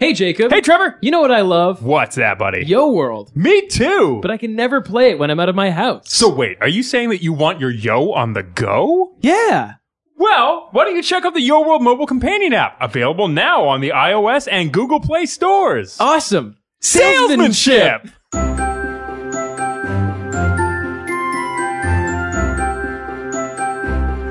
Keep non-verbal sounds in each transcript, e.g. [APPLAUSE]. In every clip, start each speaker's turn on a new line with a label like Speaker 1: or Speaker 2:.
Speaker 1: Hey, Jacob.
Speaker 2: Hey, Trevor.
Speaker 1: You know what I love?
Speaker 2: What's that, buddy?
Speaker 1: Yo World.
Speaker 2: Me too.
Speaker 1: But I can never play it when I'm out of my house.
Speaker 2: so wait, are you saying that you want your yo on the go?
Speaker 1: yeah.
Speaker 2: Well, why don't you check out the Yo World mobile companion app, available now on the iOS and Google Play stores.
Speaker 1: Awesome.
Speaker 2: Uh, Salesmanship.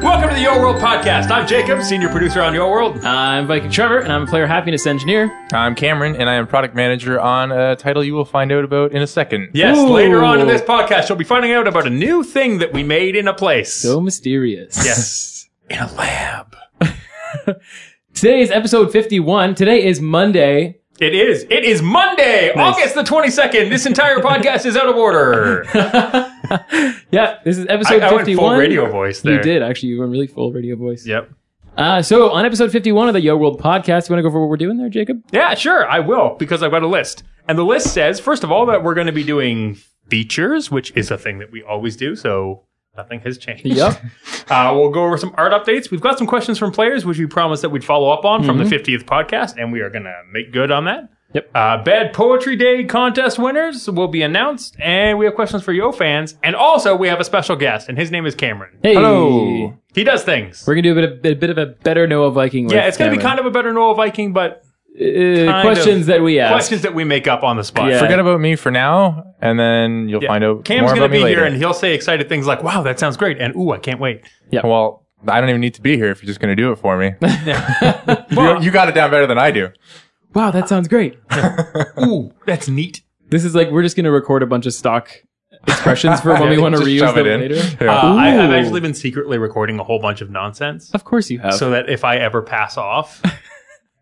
Speaker 2: Welcome to the Yo World podcast. I'm Jacob, senior producer on Yo World.
Speaker 1: I'm Viking Trevor, and I'm a player happiness engineer.
Speaker 3: I'm Cameron, and I am product manager on a title you will find out about in a second.
Speaker 2: Yes,
Speaker 1: Ooh.
Speaker 2: later on in this podcast, you'll be finding out about a new thing that we made in a place.
Speaker 1: So mysterious.
Speaker 2: yes, in a lab.
Speaker 1: [LAUGHS] Today is episode 51. Today is
Speaker 2: [LAUGHS]
Speaker 1: Monday.
Speaker 2: It is. It is Monday, August the 22nd. This entire podcast is out
Speaker 1: [LAUGHS]
Speaker 2: of order.
Speaker 1: Yeah, this is
Speaker 2: I,
Speaker 1: episode 51.
Speaker 2: I went full radio voice there.
Speaker 1: You did, actually. You went really full radio voice.
Speaker 2: Yep.
Speaker 1: Uh, so, on episode 51 of the Yo World podcast, you want to go over what we're doing there, Jacob?
Speaker 2: Yeah, sure, I will, because I've got a list. And the list says, first of all, that we're going to be doing features, which is a thing that we always do, so nothing has changed.
Speaker 1: Yep.
Speaker 2: [LAUGHS] Uh, we'll go over some art updates. We've got some questions from players, which we promised that we'd follow up on from the 50th podcast, and we are going to make good on that.
Speaker 1: Mm-hmm. Yep.
Speaker 2: Uh, Bad Poetry Day contest winners will be announced, and we have questions for Yo fans. And also, we have a special guest, and his name is Cameron.
Speaker 1: Hey.
Speaker 3: Hello.
Speaker 2: He does things.
Speaker 1: We're going to do a bit, of, a bit of a better Noah Viking.
Speaker 2: yeah, it's going to be kind of a better Noel Viking, but
Speaker 1: of
Speaker 2: kind
Speaker 1: questions
Speaker 2: of
Speaker 1: that we ask.
Speaker 2: questions that we make up on the spot.
Speaker 1: Yeah.
Speaker 3: Forget about me for now, and then you'll
Speaker 2: Yeah.
Speaker 3: find out
Speaker 2: Cam's
Speaker 3: more
Speaker 2: gonna
Speaker 3: about
Speaker 2: be
Speaker 3: me later.
Speaker 2: here and he'll say excited things like, "Wow, that sounds great," and "Ooh, I can't wait."
Speaker 3: well, I don't even need to be here if you're just going to do it
Speaker 2: [LAUGHS]
Speaker 3: for me. you,
Speaker 2: Well,
Speaker 3: [LAUGHS] you got it down better than
Speaker 2: [LAUGHS]
Speaker 3: I do.
Speaker 1: Wow, that sounds great.
Speaker 2: ooh, that's neat.
Speaker 1: This is like we're just gonna record a bunch of stock expressions for when we
Speaker 3: Yeah,
Speaker 1: want to
Speaker 3: just
Speaker 1: reuse
Speaker 3: shove
Speaker 1: them
Speaker 3: it in.
Speaker 1: later.
Speaker 3: Yeah.
Speaker 2: Uh, I, I've
Speaker 1: Ooh.
Speaker 2: actually been secretly recording a whole bunch of nonsense
Speaker 1: Of course you have.
Speaker 2: so that if I ever pass [LAUGHS] off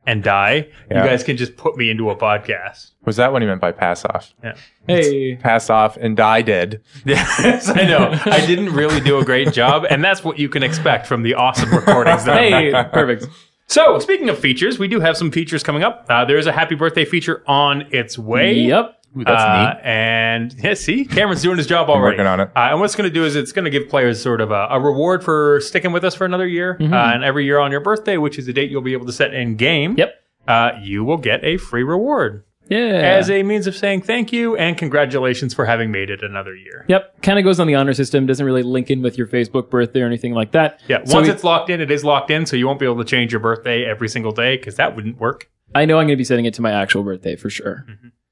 Speaker 2: and die,
Speaker 3: Yeah.
Speaker 2: you guys can just put me into a podcast. [LAUGHS]
Speaker 3: Was that what he meant by pass off?
Speaker 2: Yeah.
Speaker 1: hey,
Speaker 3: Pass off and die dead.
Speaker 2: Yes, I know. I didn't really do a great job, and that's what you can expect from the [LAUGHS] awesome recordings that I
Speaker 1: hey, perfect.
Speaker 2: So, speaking of features, we do have some features coming up. Uh, there is a happy birthday feature on its way.
Speaker 1: Yep.
Speaker 3: Ooh, that's
Speaker 2: Uh,
Speaker 3: neat.
Speaker 2: And yeah, see, Cameron's doing his job already.
Speaker 3: working on it.
Speaker 2: Uh, and what it's going to do is it's going to give players sort of a, a reward for sticking with us for another year. Uh, and every year on your birthday, which is the date you'll be able to set in game,
Speaker 1: Yep.
Speaker 2: uh, you will get a free reward
Speaker 1: Yeah.
Speaker 2: as a means of saying thank you and congratulations for having made it another year.
Speaker 1: yep. Kind of goes on the honor system. Doesn't really link in with your Facebook birthday or anything like that.
Speaker 2: Yeah,
Speaker 1: So
Speaker 2: once
Speaker 1: we-
Speaker 2: it's locked in, it is locked in, so you won't be able to change your birthday every single day because that wouldn't work.
Speaker 1: I know I'm gonna be setting it to my actual birthday for sure.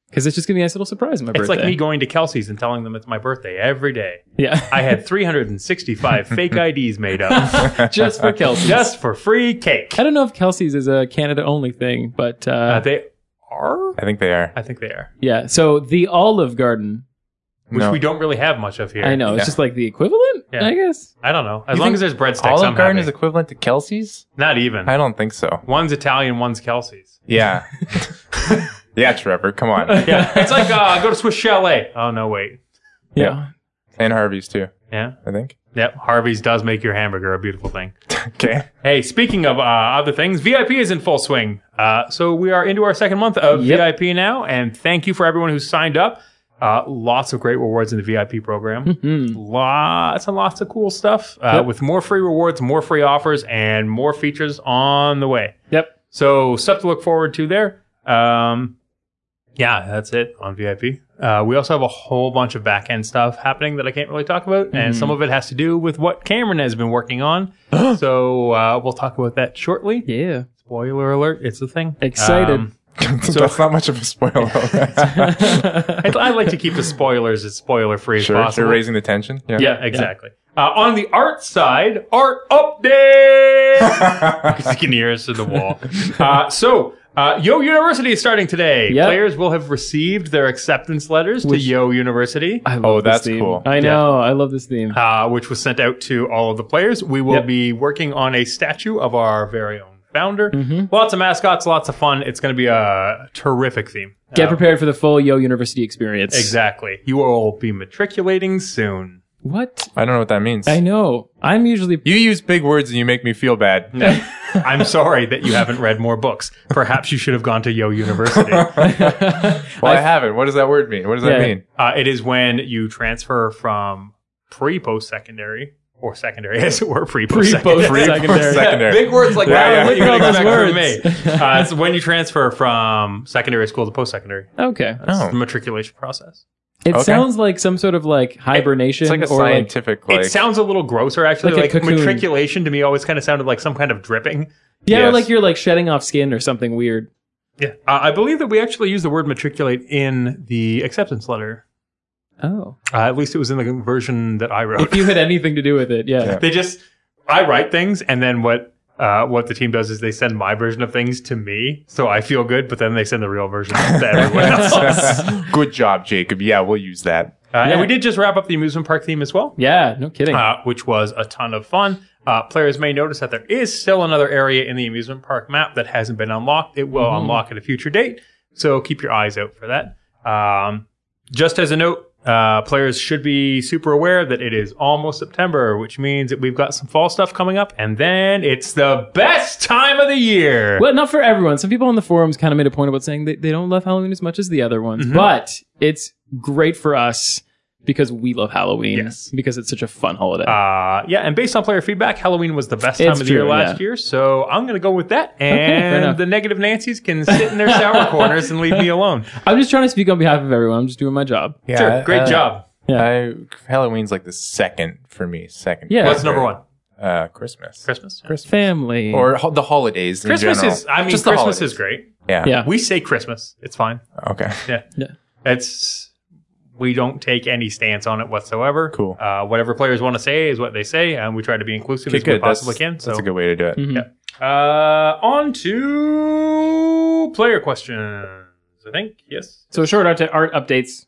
Speaker 1: Because it's just gonna be a nice little surprise. on My
Speaker 2: It's
Speaker 1: birthday.
Speaker 2: like me going to Kelsey's and telling them it's my birthday every day.
Speaker 1: Yeah. [LAUGHS]
Speaker 2: I had 365 fake IDs made
Speaker 1: [LAUGHS]
Speaker 2: up
Speaker 1: just for Kelsey's.
Speaker 2: just for free cake.
Speaker 1: I don't know if Kelsey's is a Canada only thing, but uh,
Speaker 2: Uh, they are?
Speaker 3: I think they are.
Speaker 2: I think they are.
Speaker 1: yeah. So the Olive Garden.
Speaker 2: Which
Speaker 3: No.
Speaker 2: we don't really have much of here.
Speaker 1: I know it's
Speaker 3: Yeah.
Speaker 1: just like the equivalent.
Speaker 2: Yeah.
Speaker 1: I guess.
Speaker 2: I don't know. As
Speaker 3: You
Speaker 2: long
Speaker 3: think
Speaker 2: as there's breadsticks,
Speaker 3: Olive
Speaker 2: I'm
Speaker 3: Garden
Speaker 2: happy.
Speaker 3: is equivalent to Kelsey's?
Speaker 2: Not even.
Speaker 3: I don't think so.
Speaker 2: One's Italian, one's
Speaker 3: [LAUGHS]
Speaker 2: Kelsey's. [LAUGHS]
Speaker 3: Yeah. yeah, Trevor, come on.
Speaker 2: Yeah, it's like uh, I go to Swiss Chalet. Oh no, wait.
Speaker 3: Yeah.
Speaker 1: yeah.
Speaker 3: And Harvey's too,
Speaker 2: Yeah,
Speaker 3: I think. [LAUGHS]
Speaker 2: yep. Harvey's does make your hamburger a beautiful thing.
Speaker 3: Okay.
Speaker 2: Hey, speaking of uh, other things, VIP is in full swing. Uh, so we are into our second month of
Speaker 1: Yep.
Speaker 2: VIP now, and thank you for everyone who signed up. Uh, lots of great rewards in the VIP
Speaker 3: [LAUGHS]
Speaker 2: program.
Speaker 1: Hmm.
Speaker 2: Lots and lots of cool stuff uh,
Speaker 1: Yep.
Speaker 2: with more free rewards, more free offers, and more features on the way.
Speaker 1: Yep.
Speaker 2: So stuff to look forward to there. Um, yeah, that's it on VIP. Uh, we also have a whole bunch of back end stuff happening that I can't really talk about, and some of it has to do with what Cameron has been working on. so uh, we'll talk about that shortly.
Speaker 3: [LAUGHS]
Speaker 1: Yeah.
Speaker 2: Spoiler alert! It's a thing.
Speaker 1: Excited.
Speaker 2: Um,
Speaker 3: That's not much of
Speaker 2: [LAUGHS]
Speaker 3: a spoiler. [LAUGHS]
Speaker 2: I, I like to keep the spoilers as spoiler free as
Speaker 3: sure,
Speaker 2: possible.
Speaker 3: you're raising the tension. [LAUGHS]
Speaker 2: yeah, exactly. Uh, on the art side, art update.
Speaker 1: [LAUGHS]
Speaker 2: because you can hear us in the wall. Uh, so, uh, Yo University is starting today.
Speaker 1: Yep.
Speaker 2: Players will have received their acceptance letters
Speaker 1: Which-
Speaker 2: to Yo University,
Speaker 1: I love
Speaker 3: Oh,
Speaker 1: this
Speaker 3: that's
Speaker 1: theme.
Speaker 3: cool.
Speaker 1: I know. I love this theme.
Speaker 2: uh, which was sent out to all of the players. We will
Speaker 1: Yep.
Speaker 2: be working on a statue of our very own founder.
Speaker 1: Mm-hmm.
Speaker 2: Lots of mascots, lots of fun. It's going to be a terrific theme.
Speaker 1: Get
Speaker 2: Uh,
Speaker 1: prepared for the full Yo University experience.
Speaker 2: Exactly. You will be matriculating soon.
Speaker 1: What?
Speaker 3: I don't know what that means.
Speaker 1: I know. I'm
Speaker 3: [LAUGHS]
Speaker 1: usually.
Speaker 3: You use big words and you make me
Speaker 2: [LAUGHS]
Speaker 3: feel bad.
Speaker 2: I'm sorry that you haven't read more books. Perhaps you should have gone to Yo [LAUGHS] University.
Speaker 3: Well, I haven't. What does that word mean? What does that
Speaker 1: Yeah.
Speaker 3: mean?
Speaker 2: Uh, it is when you transfer from pre post secondary or secondary, [LAUGHS] as it were, pre
Speaker 1: Pre post secondary.
Speaker 3: Secondary.
Speaker 4: Big words like that.
Speaker 2: Yeah, yeah,
Speaker 1: look
Speaker 2: you
Speaker 1: at all
Speaker 2: gotta
Speaker 1: those
Speaker 2: go back to
Speaker 1: words.
Speaker 2: me. Uh, it's when you transfer from secondary school to post secondary.
Speaker 1: Okay.
Speaker 2: That's
Speaker 3: Oh.
Speaker 2: the matriculation process.
Speaker 1: It
Speaker 3: Okay.
Speaker 1: sounds like some sort of like hibernation
Speaker 3: It's like a
Speaker 1: or like
Speaker 3: scientific like,
Speaker 2: it [LAUGHS] sounds a little grosser, actually.
Speaker 1: Like
Speaker 2: Like,
Speaker 1: a cocoon.
Speaker 2: matriculation to me always kind of sounded like some kind of dripping.
Speaker 1: yeah, or
Speaker 3: Yes.
Speaker 1: like you're like shedding off skin or something weird.
Speaker 2: Yeah, uh, I believe that we actually use the word matriculate in the acceptance letter.
Speaker 1: Oh,
Speaker 2: Uh, at least it was in the version that I wrote.
Speaker 1: if you had anything to do with it, yeah.
Speaker 3: Yeah.
Speaker 2: they just I write things, and then what uh, what the team does is they send my version of things to me, so I feel good. But then they send the real version to
Speaker 3: [LAUGHS]
Speaker 2: everyone else. Uh,
Speaker 3: Good job, Jacob. Yeah, we'll use that.
Speaker 2: And
Speaker 1: Yeah.
Speaker 2: we did just wrap up the amusement park theme as well,
Speaker 1: Yeah, no kidding.
Speaker 2: uh, which was a ton of fun. Uh, players may notice that there is still another area in the amusement park map that hasn't been unlocked. It will
Speaker 1: Mm-hmm.
Speaker 2: unlock at a future date, so keep your eyes out for that. Um, just as a note, uh, players should be super aware that it is almost September, which means that we've got some fall stuff coming up, and then it's the best time of the year.
Speaker 1: well, not for everyone. Some people on the forums kind of made a point about saying they, they don't love Halloween as much as the other ones, but it's great for us because we love Halloween.
Speaker 2: Yes.
Speaker 1: Because it's such a fun holiday.
Speaker 2: Uh, yeah, and based on player feedback, Halloween was the best time
Speaker 1: It's
Speaker 2: of the year
Speaker 1: true,
Speaker 2: last
Speaker 1: yeah.
Speaker 2: year, so I'm going to go with that.
Speaker 1: fair
Speaker 2: And
Speaker 1: enough.
Speaker 2: the negative Nancy's can sit in their sour corners and leave me alone.
Speaker 1: I'm just trying to speak on behalf of everyone. I'm just doing my job.
Speaker 3: Yeah,
Speaker 2: sure, great
Speaker 3: uh,
Speaker 2: job.
Speaker 3: I, Halloween's like the second for me. Second.
Speaker 1: Yeah.
Speaker 2: What's number one?
Speaker 3: Uh, Christmas.
Speaker 2: Christmas.
Speaker 1: Family.
Speaker 3: Or ho- the holidays. in
Speaker 2: Christmas
Speaker 3: general.
Speaker 2: is. I mean,
Speaker 3: Just the
Speaker 2: Christmas is
Speaker 3: holidays.
Speaker 2: great.
Speaker 3: Yeah.
Speaker 1: yeah.
Speaker 2: We say Christmas. It's fine.
Speaker 3: Okay.
Speaker 2: It's we don't take any stance on it whatsoever.
Speaker 3: Cool.
Speaker 2: Uh, whatever players want to say is what they say, and we try to be inclusive
Speaker 3: Okay,
Speaker 2: as we
Speaker 3: good. That's,
Speaker 2: possibly can. So Mm.
Speaker 3: that's a good way to do it.
Speaker 1: Mhm.
Speaker 2: Yeah. Uh, on to player questions. I think yes.
Speaker 1: So short art, art updates,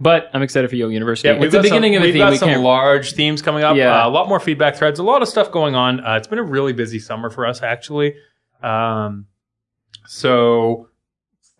Speaker 1: but I'm excited for Yo University.
Speaker 2: we've
Speaker 1: it's the
Speaker 2: got
Speaker 1: beginning
Speaker 2: some,
Speaker 1: of a
Speaker 2: we've
Speaker 1: theme.
Speaker 2: got
Speaker 1: we
Speaker 2: some
Speaker 1: can't.
Speaker 2: large themes coming up.
Speaker 1: Yeah.
Speaker 2: Uh, a lot more feedback threads. A lot of stuff going on. Uh, it's been a really busy summer for us, actually. Um, so,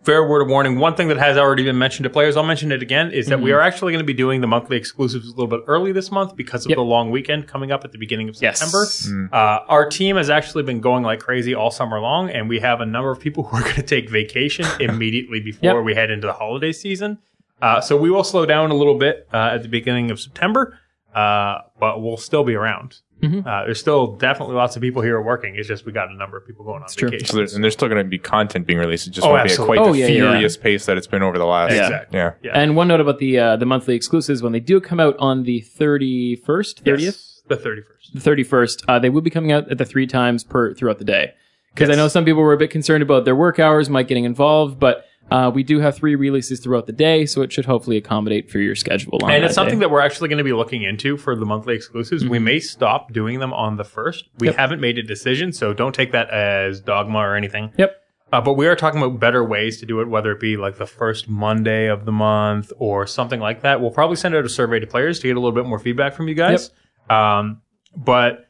Speaker 2: fair word of warning. One thing that has already been mentioned to players, I'll mention it again, is that we
Speaker 1: Mm-hmm.
Speaker 2: are actually going to be doing the monthly exclusives a little bit early this month because of
Speaker 1: Yep.
Speaker 2: the long weekend coming up at the beginning of
Speaker 1: Yes. Mm,
Speaker 2: September.
Speaker 3: Mm.
Speaker 2: Uh, our team has actually been going like crazy all summer long, and we have a number of people [LAUGHS] who are going to
Speaker 1: [LAUGHS]
Speaker 2: take vacation immediately before
Speaker 1: Yep.
Speaker 2: we head into the holiday season. Uh, so we will slow down a little bit uh, at the beginning of September, uh, but we'll still be around.
Speaker 1: Mhm.
Speaker 2: Uh, there's still definitely lots of people here working. It's just we got a number of people going on
Speaker 1: true.
Speaker 2: vacation.
Speaker 3: So there's, and there's still going to be content being released. It just
Speaker 2: Oh,
Speaker 3: won't
Speaker 2: absolutely.
Speaker 3: be at
Speaker 1: Oh,
Speaker 3: quite the
Speaker 1: yeah, yeah.
Speaker 3: furious pace that it's been over the last.
Speaker 1: Yeah.
Speaker 2: Exactly.
Speaker 3: Yeah.
Speaker 2: Yeah.
Speaker 1: And one note about the uh, the monthly exclusives when they do come out on the 31st, 30th,
Speaker 2: Yes, the 31st.
Speaker 1: the 31st, uh, they will be coming out at the three times per throughout the day. Because I know some people were a bit concerned about their work hours, might getting involved, but uh, we do have three releases throughout the day, so it should hopefully accommodate for your schedule. On
Speaker 2: And
Speaker 1: that
Speaker 2: it's something
Speaker 1: day. Mm-hmm.
Speaker 2: that we're actually going to be looking into for the monthly exclusives. We may stop doing them on the first. We haven't made a decision, so don't take that as dogma or anything.
Speaker 1: Yep.
Speaker 2: Uh, but we are talking about better ways to do it, whether it be like the first Monday of the month or something like that. We'll probably send out a survey to players to get a little bit more feedback from you guys. Um, but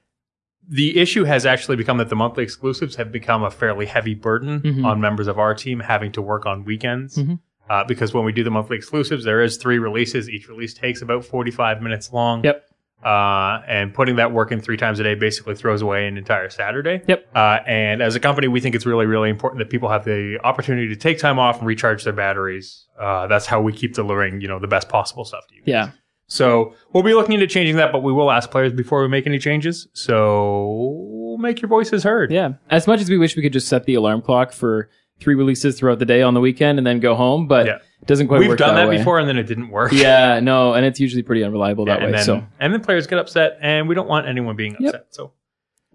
Speaker 2: the issue has actually become that the monthly exclusives have become a fairly heavy burden
Speaker 1: Mhm.
Speaker 2: on members of our team having to work on weekends.
Speaker 1: Mhm.
Speaker 2: Uh, because when we do the monthly exclusives, there is three releases. Each release takes about 45 minutes long.
Speaker 1: Yep.
Speaker 2: Uh, and putting that work in three times a day basically throws away an entire Saturday.
Speaker 1: Yep.
Speaker 2: Uh, and as a company, we think it's really, really important that people have the opportunity to take time off and recharge their batteries. Uh, that's how we keep delivering, you know, the best possible stuff to you.
Speaker 1: Yeah.
Speaker 2: So we'll be looking into changing that, but we will ask players before we make any changes. So make your voices heard.
Speaker 1: Yeah. As much as we wish we could just set the alarm clock for three releases throughout the day on the weekend and then go home, but
Speaker 2: Yeah.
Speaker 1: it doesn't quite
Speaker 2: We've
Speaker 1: work
Speaker 2: done that,
Speaker 1: way.
Speaker 2: before and then it didn't work. [LAUGHS]
Speaker 1: Yeah, no, and it's usually pretty unreliable that
Speaker 2: and
Speaker 1: way.
Speaker 2: then,
Speaker 1: so
Speaker 2: and then players get upset, and we don't want anyone being
Speaker 1: Yep.
Speaker 2: upset. So,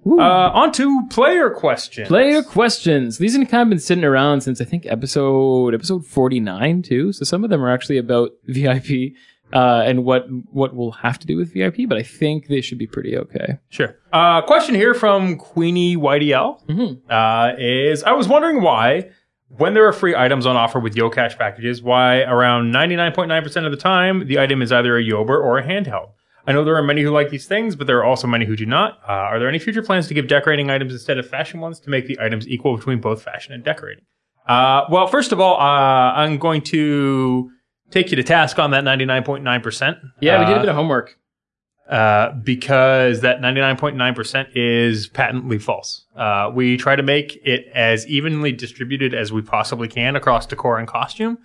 Speaker 1: Woo.
Speaker 2: uh, on to player questions.
Speaker 1: player questions. These have kind of been sitting around since I think episode episode forty nine too. So some of them are actually about [LAUGHS] VIP uh, and what what we'll have to do with VIP, but I think they should be pretty okay.
Speaker 2: Sure. Uh, question here from Queenie YDL
Speaker 1: Mhm.
Speaker 2: uh, is I was wondering why, when there are free items on offer with Yo Cash packages, why around 99.9% of the time the item is either a Yober or a handheld? I know there are many who like these things, but there are also many who do not. Uh, are there any future plans to give decorating items instead of fashion ones to make the items equal between both fashion and decorating? Uh, well, first of all, uh, I'm going to take you to task on that 99.9%.
Speaker 1: Yeah, we did a
Speaker 2: Uh,
Speaker 1: bit of homework.
Speaker 2: uh, because that 99.9% is patently false. Uh, we try to make it as evenly distributed as we possibly can across decor and costume.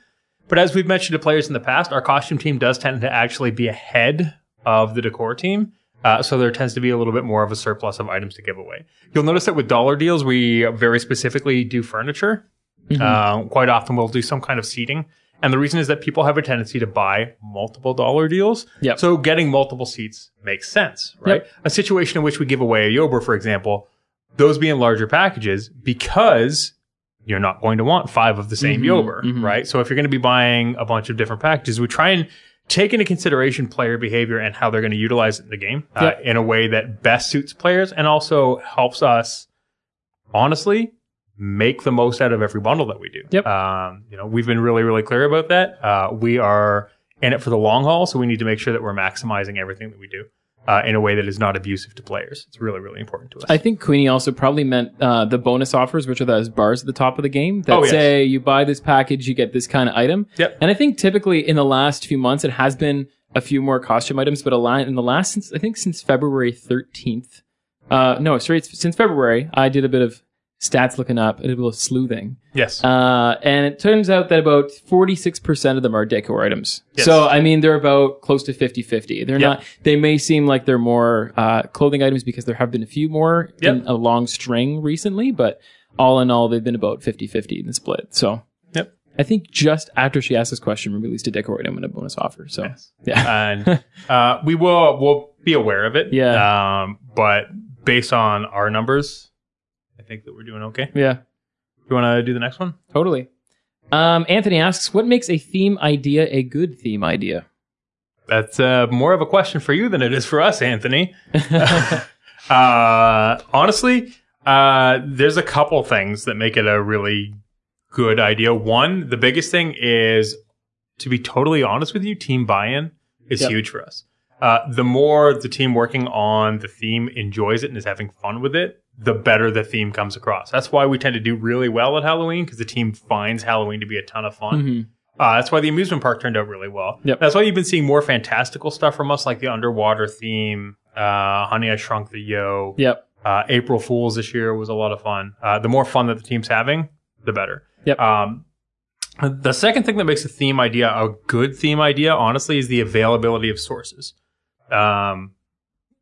Speaker 2: But as we've mentioned to players in the past, our costume team does tend to actually be ahead of the decor team. Uh, so there tends to be a little bit more of a surplus of items to give away. You'll notice that with dollar deals, we very specifically do furniture.
Speaker 1: Mm-hmm.
Speaker 2: Uh, quite often, we'll do some kind of seating. And the reason is that people have a tendency to buy multiple dollar deals.
Speaker 1: Yep.
Speaker 2: So getting multiple seats makes sense, right? A situation in which we give away a Yober, for example, those be in larger packages because you're not going to want five of the same
Speaker 1: Mhm,
Speaker 2: Yober,
Speaker 1: mhm.
Speaker 2: right? So if you're going to be buying a bunch of different packages, we try and take into consideration player behavior and how they're going to utilize it in the game uh,
Speaker 1: Yep.
Speaker 2: in a way that best suits players and also helps us, honestly, make the most out of every bundle that we do.
Speaker 1: Yep.
Speaker 2: Um, you know, we've been really, really clear about that. Uh, we are in it for the long haul, so we need to make sure that we're maximizing everything that we do uh, in a way that is not abusive to players. It's really, really important to us.
Speaker 1: I think Queenie also probably meant uh, the bonus offers, which are those bars at the top of the game that
Speaker 2: Oh, yes.
Speaker 1: say you buy this package, you get this kind of item.
Speaker 2: Yep.
Speaker 1: And I think typically in the last few months, it has been a few more costume items, but a line in the last since I think since February 13th. Uh, no, sorry, it's since February, I did a bit of stats looking up, I did a little sleuthing.
Speaker 2: yes.
Speaker 1: Uh, and it turns out that about 46% of them are decor items.
Speaker 2: Yes.
Speaker 1: So, I mean, they're about close to 50 50. They're
Speaker 2: Yep.
Speaker 1: not, they may seem like they're more uh, clothing items because there have been a few more in a long string recently, but all in all, they've been about 50 50 in the split. So,
Speaker 2: Yep.
Speaker 1: I think just after she asked this question, we released a decor item and a bonus offer. So,
Speaker 2: Yes.
Speaker 1: yeah.
Speaker 2: and [LAUGHS] uh, we will will be aware of it.
Speaker 1: Yeah.
Speaker 2: Um, but based on our numbers, I think that we're doing okay.
Speaker 1: [LAUGHS] yeah.
Speaker 2: You want to do the next one?
Speaker 1: Totally. Um, Anthony asks, what makes a theme idea a good theme
Speaker 2: [LAUGHS]
Speaker 1: idea? [LAUGHS]
Speaker 2: That's uh, more of a question for you than it is for us, Anthony. [LAUGHS] uh, honestly, uh, there's a couple things that make it a really good idea. One, the biggest thing is, to be totally honest with you, team buy-in is
Speaker 1: Yep.
Speaker 2: huge for us. Uh, the more the team working on the theme enjoys it and is having fun with it, the better the theme comes across. That's why we tend to do really well at Halloween because the team finds Halloween to be a ton of fun.
Speaker 1: Mhm.
Speaker 2: Uh, that's why the amusement park turned out really well.
Speaker 1: Yep.
Speaker 2: That's why you've been seeing more fantastical stuff from us, like the underwater theme, uh, Honey, I Shrunk the Yo.
Speaker 1: Yep.
Speaker 2: Uh, April Fools this year was a lot of fun. Uh, the more fun that the team's having, the better.
Speaker 1: Yep.
Speaker 2: Um, the second thing that makes a theme idea a good theme idea, honestly, is the availability of sources. Um,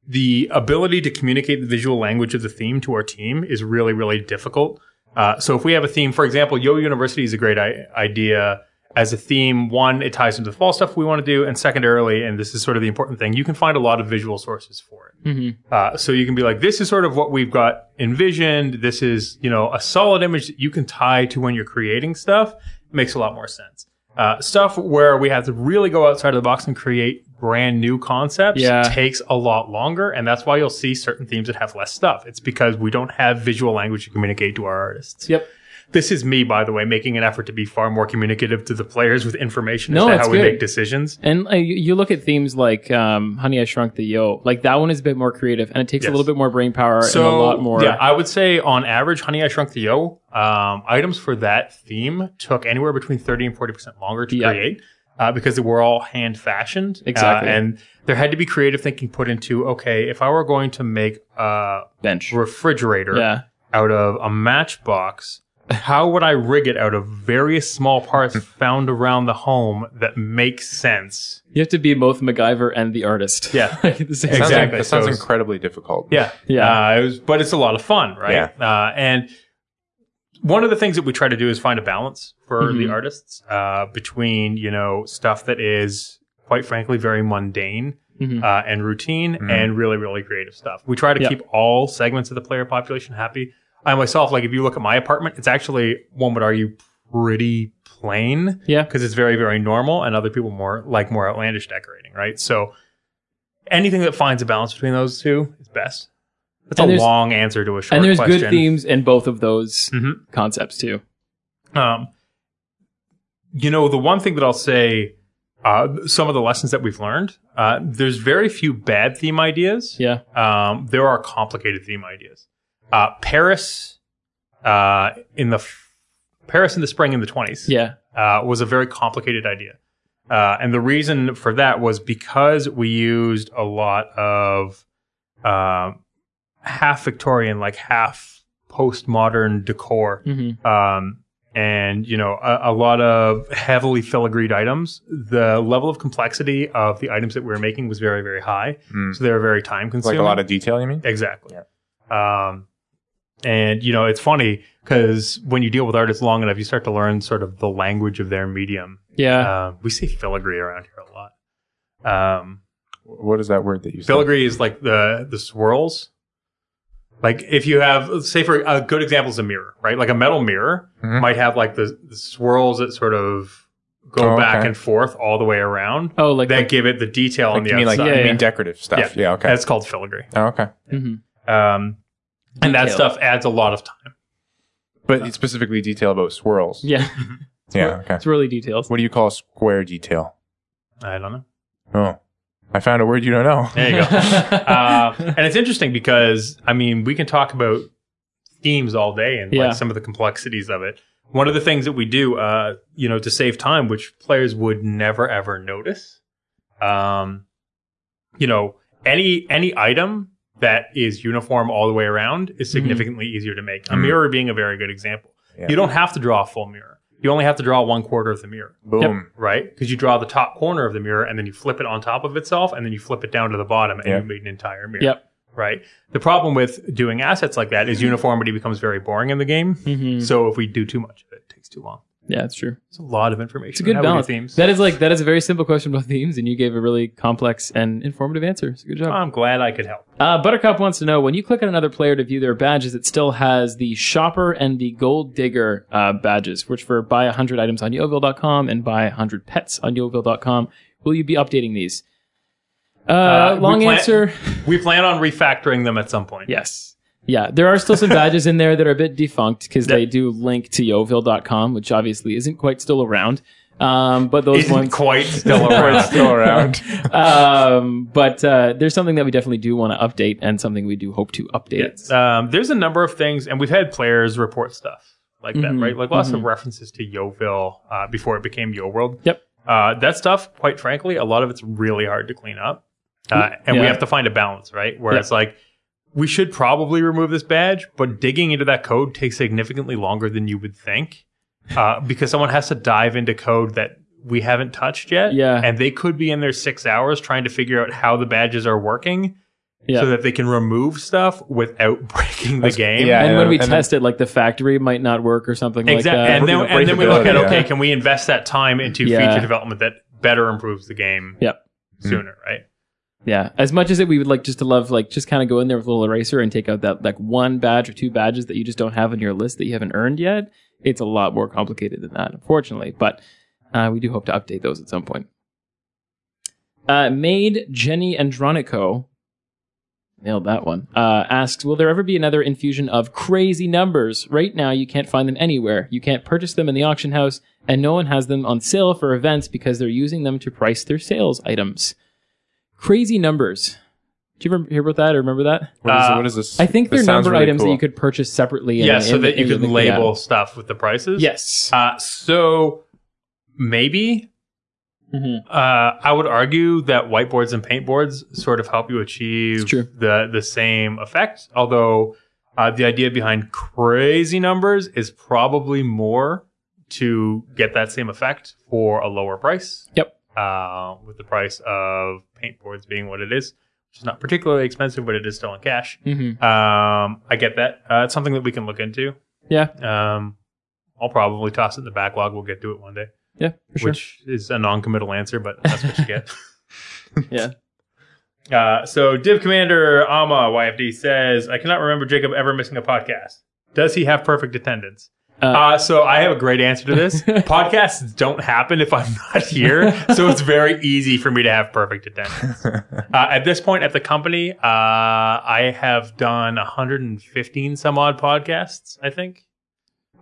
Speaker 2: the ability to communicate the visual language of the theme to our team is really, really difficult. Uh, so if we have a theme, for example, Yo University is a great I- idea as a theme. One, it ties into the fall stuff we want to do, and secondarily, and this is sort of the important thing, you can find a lot of visual sources for it.
Speaker 1: Mhm.
Speaker 2: Uh, so you can be like, this is sort of what we've got envisioned. This is, you know, a solid image that you can tie to when you're creating stuff. makes a lot more sense. Uh, stuff where we have to really go outside of the box and create brand new concepts
Speaker 1: Yeah.
Speaker 2: takes a lot longer. And that's why you'll see certain themes that have less stuff. It's because we don't have visual language to communicate to our artists.
Speaker 1: Yep.
Speaker 2: This is me, by the way, making an effort to be far more communicative to the players with information
Speaker 1: No,
Speaker 2: as to
Speaker 1: that's
Speaker 2: how we
Speaker 1: good.
Speaker 2: make decisions.
Speaker 1: And uh, you you look at themes like um, "Honey, I Shrunk the Yo." Like that one is a bit more creative, and it takes a
Speaker 2: Yes.
Speaker 1: little bit more brain power
Speaker 2: so
Speaker 1: and a lot more.
Speaker 2: Yeah, I would say on average, Honey I Shrunk the Yo um, items for that theme took anywhere between thirty and forty percent longer to
Speaker 1: Yeah.
Speaker 2: create. Uh, because they were all hand fashioned,
Speaker 1: Exactly.
Speaker 2: and there had to be creative thinking put into okay, if I were going to make a
Speaker 1: bench.
Speaker 2: refrigerator
Speaker 1: Yeah,
Speaker 2: out of a matchbox, how would I rig it out of various small parts
Speaker 1: [LAUGHS]
Speaker 2: found around the home that make sense?
Speaker 1: you have to be both MacGyver and the artist.
Speaker 2: Yeah.
Speaker 1: [LAUGHS] Like, at the same
Speaker 3: Sounds
Speaker 1: time.
Speaker 2: Exactly.
Speaker 3: Like, that sounds
Speaker 2: So-
Speaker 3: incredibly difficult.
Speaker 2: Yeah,
Speaker 1: Yeah.
Speaker 2: Uh, it was, but it's a lot of fun, right? Uh, and one of the things that we try to do is find a balance for
Speaker 1: Mhm.
Speaker 2: the artists uh, between you know stuff that is quite frankly very mundane
Speaker 1: Mhm.
Speaker 2: uh, and routine,
Speaker 3: Mhm.
Speaker 2: and really really creative stuff. We try to
Speaker 1: Yeah.
Speaker 2: keep all segments of the player population happy. I myself, like if you look at my apartment, it's actually one would argue pretty plain
Speaker 1: Yeah.
Speaker 2: because it's very very normal and other people more like more outlandish decorating right so anything that finds a balance between those two is best that's
Speaker 1: And
Speaker 2: a
Speaker 1: there's-
Speaker 2: long answer to a short
Speaker 1: And there's
Speaker 2: question
Speaker 1: good themes in both of those
Speaker 2: Mhm.
Speaker 1: concepts too.
Speaker 2: um, you know the one thing that i'll say uh, some of the lessons that we've learned uh, there's very few bad theme ideas
Speaker 1: Yeah.
Speaker 2: um, there are complicated theme ideas uh, paris uh, in the f- paris in the spring in the 20s
Speaker 1: Yeah.
Speaker 2: uh, was a very complicated idea. Uh, and the reason for that was because we used a lot of um half Victorian, like half postmodern decor.
Speaker 1: Mhm.
Speaker 2: Um, and you know a, a lot of heavily filigreed items. The level of complexity of the items that we were making was very very high,
Speaker 3: Mm.
Speaker 2: so they were very time consuming.
Speaker 3: Like a lot of detail, you mean?
Speaker 2: Exactly. Um, and you know, it's funny because when you deal with artists long enough, you start to learn sort of the language of their medium.
Speaker 1: Yeah.
Speaker 2: Uh, we say filigree around here a lot. Um,
Speaker 3: What is that word that you said?
Speaker 2: filigree is like the the swirls. Like if you have, say for a good example is a mirror, right? Like a metal mirror
Speaker 3: Mhm.
Speaker 2: might have like the, the swirls that sort of
Speaker 3: Oh,
Speaker 2: go
Speaker 3: okay.
Speaker 2: back and forth all the way around
Speaker 1: oh, like,
Speaker 2: that
Speaker 1: like
Speaker 2: give it the detail on
Speaker 3: Like,
Speaker 2: the
Speaker 3: you mean like
Speaker 2: outside.
Speaker 1: Yeah,
Speaker 3: you
Speaker 1: yeah.
Speaker 3: mean decorative stuff? Yeah. okay.
Speaker 2: That's called filigree.
Speaker 3: Oh, okay.
Speaker 1: mhm.
Speaker 2: Um, and that
Speaker 1: Detail.
Speaker 2: stuff adds a lot of time.
Speaker 3: But it's specifically detail about swirls.
Speaker 1: yeah, [LAUGHS]
Speaker 3: Yeah. Okay.
Speaker 1: it's really detailed.
Speaker 3: What do you call a square detail?
Speaker 2: I don't know.
Speaker 3: Oh, I found a word you don't know.
Speaker 2: There you [LAUGHS] go. uh, and it's interesting because I mean we can talk about themes all day and
Speaker 1: Yeah.
Speaker 2: like some of the complexities of it. One of the things that we do, uh, you know, to save time, which players would never ever notice, um, you know, any any item that is uniform all the way around is significantly easier to make. A
Speaker 3: Mhm.
Speaker 2: mirror being a very good example.
Speaker 3: Yeah.
Speaker 2: You don't have to draw a full mirror. You only have to draw one quarter of the mirror.
Speaker 3: Boom.
Speaker 2: right? Because you draw the top corner of the mirror and then you flip it on top of itself and then you flip it down to the bottom and
Speaker 3: Yeah.
Speaker 2: you made an entire mirror.
Speaker 1: Yep.
Speaker 2: Right. The problem with doing assets like that is uniformity becomes very boring in the game.
Speaker 1: Mhm.
Speaker 2: So if we do too much of it, it takes too long.
Speaker 1: Yeah, it's true.
Speaker 2: It's a lot of information.
Speaker 1: It's a good
Speaker 2: How we do
Speaker 1: balance.
Speaker 2: Themes.
Speaker 1: That is like that is a very simple question about themes, and you gave a really complex and informative answer. So good job.
Speaker 2: I'm glad I could help.
Speaker 1: Uh, Buttercup wants to know when you click on another player to view their badges, it still has the shopper and the gold digger uh, badges, which for buy 100 items on Yeovil.com and buy 100 pets on Yeovil.com. Will you be updating these? Uh,
Speaker 2: Uh, we
Speaker 1: long
Speaker 2: plan-
Speaker 1: answer
Speaker 2: We plan on refactoring them at some point.
Speaker 1: yes. Yeah, there are
Speaker 2: [LAUGHS]
Speaker 1: still some badges in there that are a bit defunct because they do link to Yeovil.com, which obviously isn't quite still around. Um, but those
Speaker 2: Isn't
Speaker 1: ones [LAUGHS]
Speaker 2: quite still
Speaker 3: Or it's
Speaker 2: around.
Speaker 3: still around.
Speaker 1: um, but uh, there's something that we definitely do want to update and something we do hope to update.
Speaker 2: Yes. Um, there's a number of things, and we've had players report stuff like
Speaker 1: Mhm.
Speaker 2: that, right? Like lots
Speaker 1: Mhm.
Speaker 2: of references to Yoville uh, before it became YoWorld.
Speaker 1: Yep.
Speaker 2: Uh, that stuff, quite frankly, a lot of it's really hard to clean up, uh, and we
Speaker 1: Mm-hmm. Yeah.
Speaker 2: have to find a balance, right? Where
Speaker 1: Yep.
Speaker 2: it's like we should probably remove this badge, but digging into that code takes significantly longer than you would think, uh, [LAUGHS] because someone has to dive into code that we haven't touched yet.
Speaker 1: Yeah.
Speaker 2: And they could be in there six hours trying to figure out how the badges are working
Speaker 1: Yeah.
Speaker 2: so that they can remove stuff without [LAUGHS] breaking the
Speaker 3: That's-
Speaker 2: game.
Speaker 3: yeah,
Speaker 1: and,
Speaker 3: and
Speaker 1: when
Speaker 3: then-
Speaker 1: we
Speaker 3: and then-
Speaker 1: test it, like the factory might not work or something
Speaker 2: Exactly.
Speaker 1: like that.
Speaker 2: and, then,
Speaker 3: Working on
Speaker 2: and then we look at
Speaker 3: breakability,
Speaker 2: okay,
Speaker 3: yeah.
Speaker 2: can we invest that time into
Speaker 1: Yeah.
Speaker 2: feature development that better improves the game
Speaker 1: Yep.
Speaker 2: sooner, right?
Speaker 1: yeah, as much as it, we would like just to love, like just kind of go in there with a little eraser and take out that like one badge or two badges that you just don't have on your list that you haven't earned yet. It's a lot more complicated than that, unfortunately. But uh, we do hope to update those at some point. Uh, Maid Jenny Andronico nailed that one. Uh, asks, will there ever be another infusion of crazy numbers? Right now, you can't find them anywhere. You can't purchase them in the auction house, and no one has them on sale for events because they're using them to price their sales items. Crazy numbers. Did you ever hear about that or remember that?
Speaker 3: What is,
Speaker 2: Uh,
Speaker 3: what is this?
Speaker 1: I think
Speaker 3: This
Speaker 1: they're
Speaker 3: sounds
Speaker 1: number
Speaker 3: really
Speaker 1: items that
Speaker 3: cool.
Speaker 1: you could purchase separately. in-
Speaker 2: yeah, so
Speaker 1: in-
Speaker 2: that you
Speaker 1: in-
Speaker 2: can
Speaker 1: in-
Speaker 2: label stuff with the prices.
Speaker 1: yeah. Yes.
Speaker 2: Uh, so maybe
Speaker 1: Mhm.
Speaker 2: uh, I would argue that whiteboards and paintboards sort of help you achieve
Speaker 1: It's true.
Speaker 2: the the same effect. Although uh, the idea behind crazy numbers is probably more to get that same effect for a lower price.
Speaker 1: Yep.
Speaker 2: Uh, with the price of paintboards being what it is, which is not particularly expensive, but it is still in cash.
Speaker 1: Mhm.
Speaker 2: Um, I get that. Uh, it's something that we can look into.
Speaker 1: Yeah.
Speaker 2: Um, I'll probably toss it in the backlog. We'll get to it one day,
Speaker 1: Yeah, for sure.
Speaker 2: which is a non-committal answer, but that's what
Speaker 1: [LAUGHS]
Speaker 2: you get.
Speaker 1: Yeah.
Speaker 2: Uh, so Div Commander Ama YFD says, I cannot remember Jacob ever missing a podcast. Does he have perfect attendance?
Speaker 1: Uh,
Speaker 2: Uh, so I have a great answer to this. Podcasts don't happen if I'm not here, so it's very easy for me to have perfect attendance. Uh, at this point, at the company, uh, I have done 115 some odd podcasts. I think.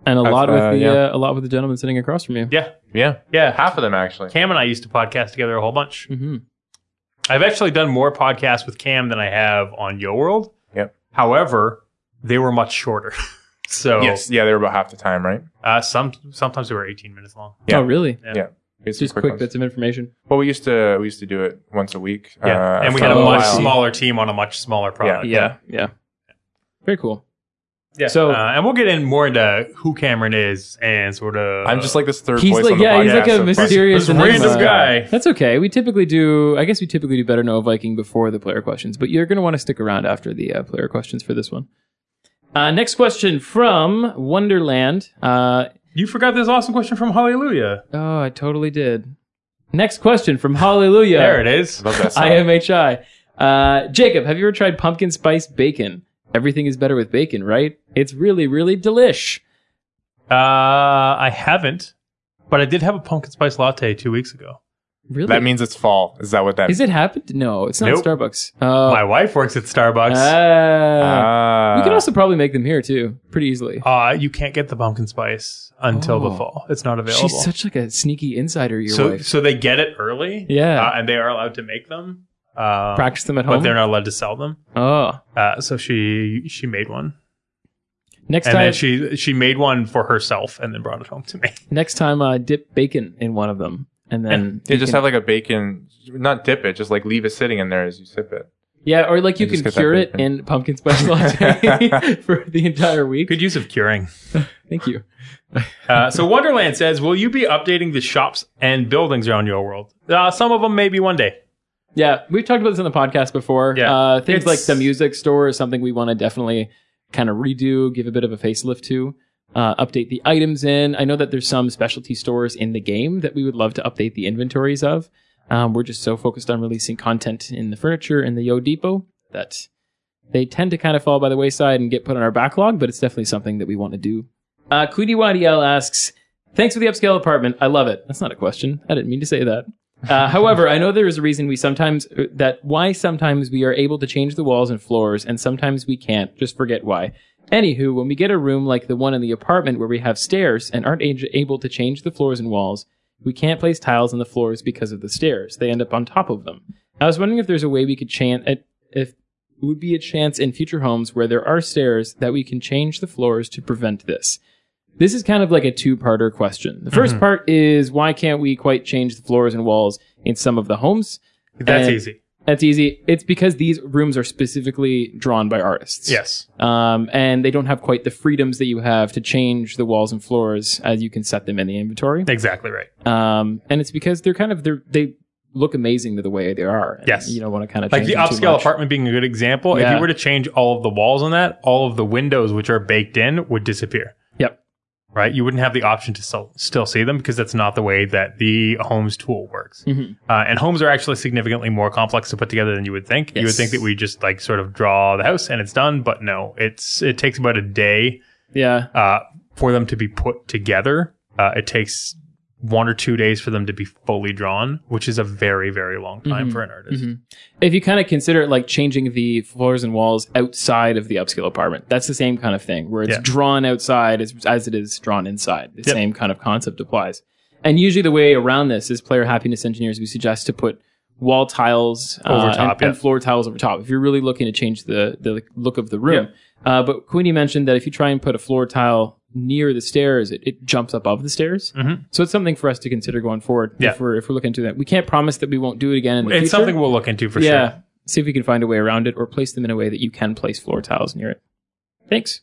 Speaker 1: and a
Speaker 3: I've,
Speaker 1: lot with
Speaker 3: uh,
Speaker 1: the
Speaker 3: yeah.
Speaker 1: uh, a lot with the gentleman sitting across from you.
Speaker 2: Yeah,
Speaker 3: [LAUGHS] yeah,
Speaker 2: yeah.
Speaker 3: half of them actually.
Speaker 2: Cam and I used to podcast together a whole bunch.
Speaker 1: hmm
Speaker 3: Mm-hmm.
Speaker 2: I've actually done more podcasts with Cam than I have on Yo World.
Speaker 3: Yep.
Speaker 2: However, they were much shorter. [LAUGHS] so
Speaker 3: Yes, yeah, they were about half the time, right?
Speaker 2: uh, some sometimes they were 18 minutes long.
Speaker 3: Yeah.
Speaker 1: Oh, really?
Speaker 3: It's
Speaker 1: Just quick,
Speaker 3: ones.
Speaker 1: bits of information.
Speaker 3: Well, we used to we used to do it once a week.
Speaker 2: Yeah.
Speaker 3: uh,
Speaker 2: and we
Speaker 3: for
Speaker 2: had a
Speaker 1: Oh,
Speaker 2: much
Speaker 1: I see.
Speaker 2: smaller team on a much smaller product.
Speaker 1: Yeah, yeah. Very cool.
Speaker 2: Yeah.
Speaker 1: So-
Speaker 2: uh, and we'll get in more into who Cameron is and sort of.
Speaker 3: I'm just like this third
Speaker 1: He's
Speaker 3: voice
Speaker 1: like,
Speaker 3: on the
Speaker 1: yeah,
Speaker 3: podcast.
Speaker 1: he's like
Speaker 3: so
Speaker 1: a
Speaker 3: far.
Speaker 1: mysterious
Speaker 2: This random
Speaker 1: enigma.
Speaker 2: guy.
Speaker 1: That's okay. We typically do. I guess we typically do better know a Viking before the player questions, but you're going to want to stick around after the uh, player questions for this one. Uh, next question from Wonderland. Uh,
Speaker 2: you forgot this awesome question from Hallelujah.
Speaker 1: oh, I totally did. Next question from Hallelujah.
Speaker 2: There it is.
Speaker 3: Love that song.
Speaker 1: IMHI. Uh, Jacob, have you ever tried pumpkin spice bacon? Everything is better with bacon, right? It's really, really delish.
Speaker 2: Uh, I haven't, but I did have a pumpkin spice latte two weeks ago.
Speaker 1: Really?
Speaker 3: That means it's fall. Is that what that
Speaker 1: Is it happened? No, it's not
Speaker 2: Nope.
Speaker 1: Starbucks. Oh.
Speaker 2: My wife works at Starbucks.
Speaker 1: Ah.
Speaker 3: Ah.
Speaker 1: we can also probably make them here too, pretty easily.
Speaker 2: Uh, you can't get the pumpkin spice until
Speaker 1: Oh.
Speaker 2: the fall. It's not available.
Speaker 1: She's such like a sneaky insider. Your
Speaker 2: so,
Speaker 1: wife
Speaker 2: so they get it early.
Speaker 1: Yeah.
Speaker 2: uh, and they are allowed to make them. Uh,
Speaker 1: practice them at
Speaker 2: but
Speaker 1: home.
Speaker 2: they're not allowed to sell them.
Speaker 1: oh,
Speaker 2: Uh, so she she made one,
Speaker 1: next
Speaker 2: and
Speaker 1: time,
Speaker 2: then she she made one for herself, and then brought it home to me. [LAUGHS]
Speaker 1: next time, uh, dip bacon in one of them, and then
Speaker 3: Yeah,
Speaker 1: you
Speaker 3: just
Speaker 1: can-
Speaker 3: have like a bacon, not dip it, just like leave it sitting in there as you
Speaker 1: [LAUGHS]
Speaker 3: sip it.
Speaker 1: yeah, or like you
Speaker 3: and just
Speaker 1: can
Speaker 3: get that
Speaker 1: cure it
Speaker 3: bacon.
Speaker 1: in pumpkin spice
Speaker 2: [LAUGHS]
Speaker 1: latte [LAUGHS] for the entire week.
Speaker 2: Good use of curing.
Speaker 1: Thank you.
Speaker 2: Uh, so Wonderland says, "Will you be updating the shops and buildings around your world? Uh, some of them maybe one day.
Speaker 1: Yeah, we've talked about this on the podcast before.
Speaker 2: Yeah.
Speaker 1: Uh, things
Speaker 2: It's-
Speaker 1: like the music store is something we want to definitely kind of redo, give a bit of a facelift to, uh, update the items in. I know that there's some specialty stores in the game that we would love to update the inventories of. Um, we're just so focused on releasing content in the furniture and the Yo Depot that they tend to kind of fall by the wayside and get put on our backlog, but it's definitely something that we want to do. Uh, Quidi YDL asks, Thanks for the upscale apartment. I love it. That's not a question. I didn't mean to say that. Uh, however, I know there is a reason we sometimes uh, that why sometimes we are able to change the walls and floors, and sometimes we can't. Just forget why. Anywho, when we get a room like the one in the apartment where we have stairs and aren't a- able to change the floors and walls, we can't place tiles on the floors because of the stairs. They end up on top of them. I was wondering if there's a way we could chant at if it would be a chance in future homes where there are stairs that we can change the floors to prevent this. This is kind of like a two-parter question. The
Speaker 2: Mm-hmm.
Speaker 1: 1st part is why can't we quite change the floors and walls in some of the homes?
Speaker 2: That's
Speaker 1: And-
Speaker 2: easy.
Speaker 1: That's easy. It's because these rooms are specifically drawn by artists.
Speaker 2: Yes.
Speaker 1: Um, and they don't have quite the freedoms that you have to change the walls and floors as you can set them in the inventory.
Speaker 2: Exactly right.
Speaker 1: Um, and it's because they're kind of they're, they look amazing to the way they are. And
Speaker 2: Yes.
Speaker 1: you don't want to kind of
Speaker 2: Like the upscale apartment being a good example. If
Speaker 1: Yeah.
Speaker 2: you were to change all of the walls on that, all of the windows which are baked in would disappear.
Speaker 1: Yep.
Speaker 2: Right. You wouldn't have the option to still, still see them because that's not the way that the homes tool works.
Speaker 1: Mhm.
Speaker 2: Uh, and homes are actually significantly more complex to put together than you would think. You would
Speaker 1: Yes.
Speaker 2: think that we just like sort of draw the house and it's done, but no, it's it takes about a day
Speaker 1: Yeah.
Speaker 2: uh, for them to be put together. Uh, it takes one or two days for them to be fully drawn, which is a very, very long time
Speaker 1: Mhm.
Speaker 2: for an artist.
Speaker 1: Mhm. If you kind of consider it like changing the floors and walls outside of the upscale apartment, that's the same kind of thing where it's
Speaker 2: Yeah.
Speaker 1: drawn outside as, as it is drawn inside. The
Speaker 2: Yep.
Speaker 1: same kind of concept applies. And usually the way around this is player happiness engineers, we suggest to put wall tiles uh,
Speaker 2: Over
Speaker 1: and-
Speaker 2: top,
Speaker 1: and,
Speaker 2: yeah.
Speaker 1: floor tiles over top if you're really looking to change the, the look of the room. Uh, but Queenie mentioned that if you try and put a floor tile near the stairs, it, it jumps above the stairs.
Speaker 2: Mhm.
Speaker 1: So it's something for us to consider going forward
Speaker 2: Yeah.
Speaker 1: if, we're, if we're looking to that. We can't promise that we won't do it again in the
Speaker 2: It's
Speaker 1: future
Speaker 2: something we'll look into for
Speaker 1: yeah.
Speaker 2: sure.
Speaker 1: See if we can find a way around it or place them in a way that you can place floor tiles near it. Thanks.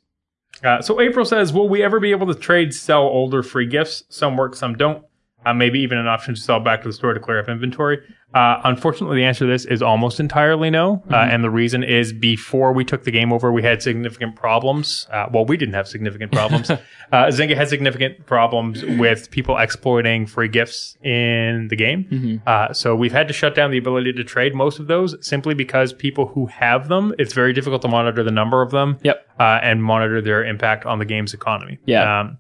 Speaker 2: Uh, so April says, "Will we ever be able to trade, sell older free gifts? Some work, some don't. Uh, maybe even an option to sell back to the store to clear up inventory." Uh, unfortunately, the answer to this is almost entirely no, uh, and the reason is before we took the game over, we had significant problems. Uh, well, we didn't have significant problems. uh, Zynga had significant problems with people exploiting free gifts in the game. Uh, so we've had to shut down the ability to trade most of those simply because people who have them, it's very difficult to monitor the number of them
Speaker 1: Yep.
Speaker 2: uh, and monitor their impact on the game's economy.
Speaker 1: Yeah.
Speaker 2: Um,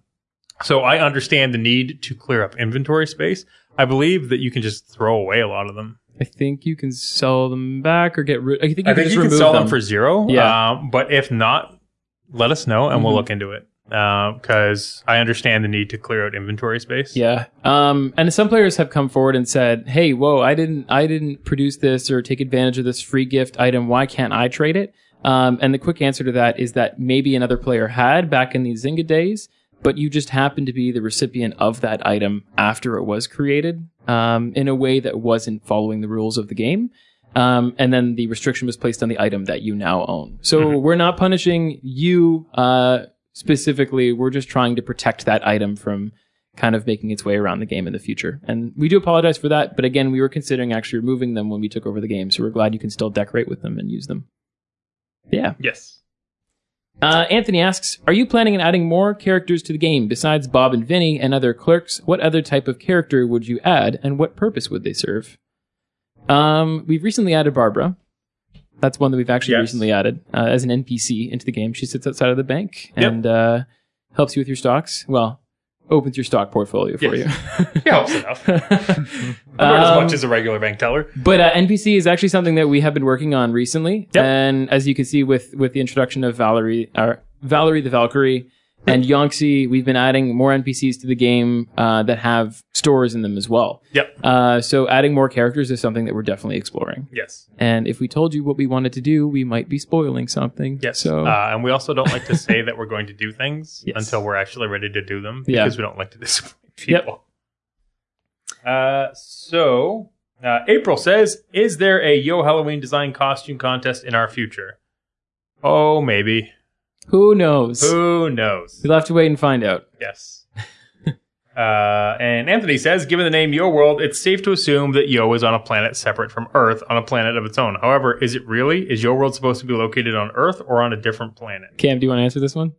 Speaker 2: so I understand the need to clear up inventory space. I believe that you can just throw away a lot of them.
Speaker 1: I think you can sell them back or get rid. I think you
Speaker 2: I
Speaker 1: can,
Speaker 2: think
Speaker 1: just
Speaker 2: you can
Speaker 1: remove
Speaker 2: sell them.
Speaker 1: them.
Speaker 2: for zero.
Speaker 1: Yeah.
Speaker 2: Um, but if not, let us know and we'll
Speaker 1: Mhm.
Speaker 2: look into it because I understand the need to clear out inventory space.
Speaker 1: Yeah. Um, and some players have come forward and said, "Hey, whoa, I didn't, I didn't produce this or take advantage of this free gift item. Why can't I trade it?" Um, and the quick answer to that is that maybe another player had back in the Zynga days, but you just happened to be the recipient of that item after it was created um, in a way that wasn't following the rules of the game. Um, and then the restriction was placed on the item that you now own. So we're not punishing you uh, specifically. We're just trying to protect that item from kind of making its way around the game in the future. And we do apologize for that. But again, we were considering actually removing them when we took over the game. So we're glad you can still decorate with them and use them. Yeah.
Speaker 2: [LAUGHS] Yes.
Speaker 1: Uh, Anthony asks, are you planning on adding more characters to the game besides Bob and Vinny and other clerks? What other type of character would you add, and what purpose would they serve? Um, we've recently added Barbara. That's one that we've actually
Speaker 2: Yes.
Speaker 1: recently added uh, as an NPC into the game. She sits outside of the bank
Speaker 2: Yep.
Speaker 1: and uh, helps you with your stocks. Well, opens your stock portfolio for
Speaker 2: Yes.
Speaker 1: you. [LAUGHS]
Speaker 2: Yeah, helps [LAUGHS] enough. Not as
Speaker 1: Um,
Speaker 2: much as a regular bank teller.
Speaker 1: but uh, NPC is actually something that we have been working on recently,
Speaker 2: Yep.
Speaker 1: and as you can see with with the introduction of Valerie, or Valerie the Valkyrie, and Yonxi, we've been adding more NPCs to the game uh, that have stores in them as well.
Speaker 2: Yep.
Speaker 1: Uh, so adding more characters is something that we're definitely exploring.
Speaker 2: Yes.
Speaker 1: And if we told you what we wanted to do, we might be spoiling something.
Speaker 2: Yes.
Speaker 1: So
Speaker 2: uh, and we also don't like to say that we're going to do things
Speaker 1: [LAUGHS] Yes.
Speaker 2: until we're actually ready to do them
Speaker 1: Yeah.
Speaker 2: because we don't like to disappoint
Speaker 1: Yep.
Speaker 2: people. Uh, so, uh, April says Is there a Yo Halloween design costume contest in our future? Oh, maybe.
Speaker 1: who knows?
Speaker 2: Who knows?
Speaker 1: We'll have to wait and find out. [LAUGHS]
Speaker 2: Yes. Uh, and Anthony says, given the name Yo World, it's safe to assume that Yo is on a planet separate from Earth, on a planet of its own. However, is it really? Is Yo World supposed to be located on Earth or on a different planet?
Speaker 1: Cam, do you want to answer this one?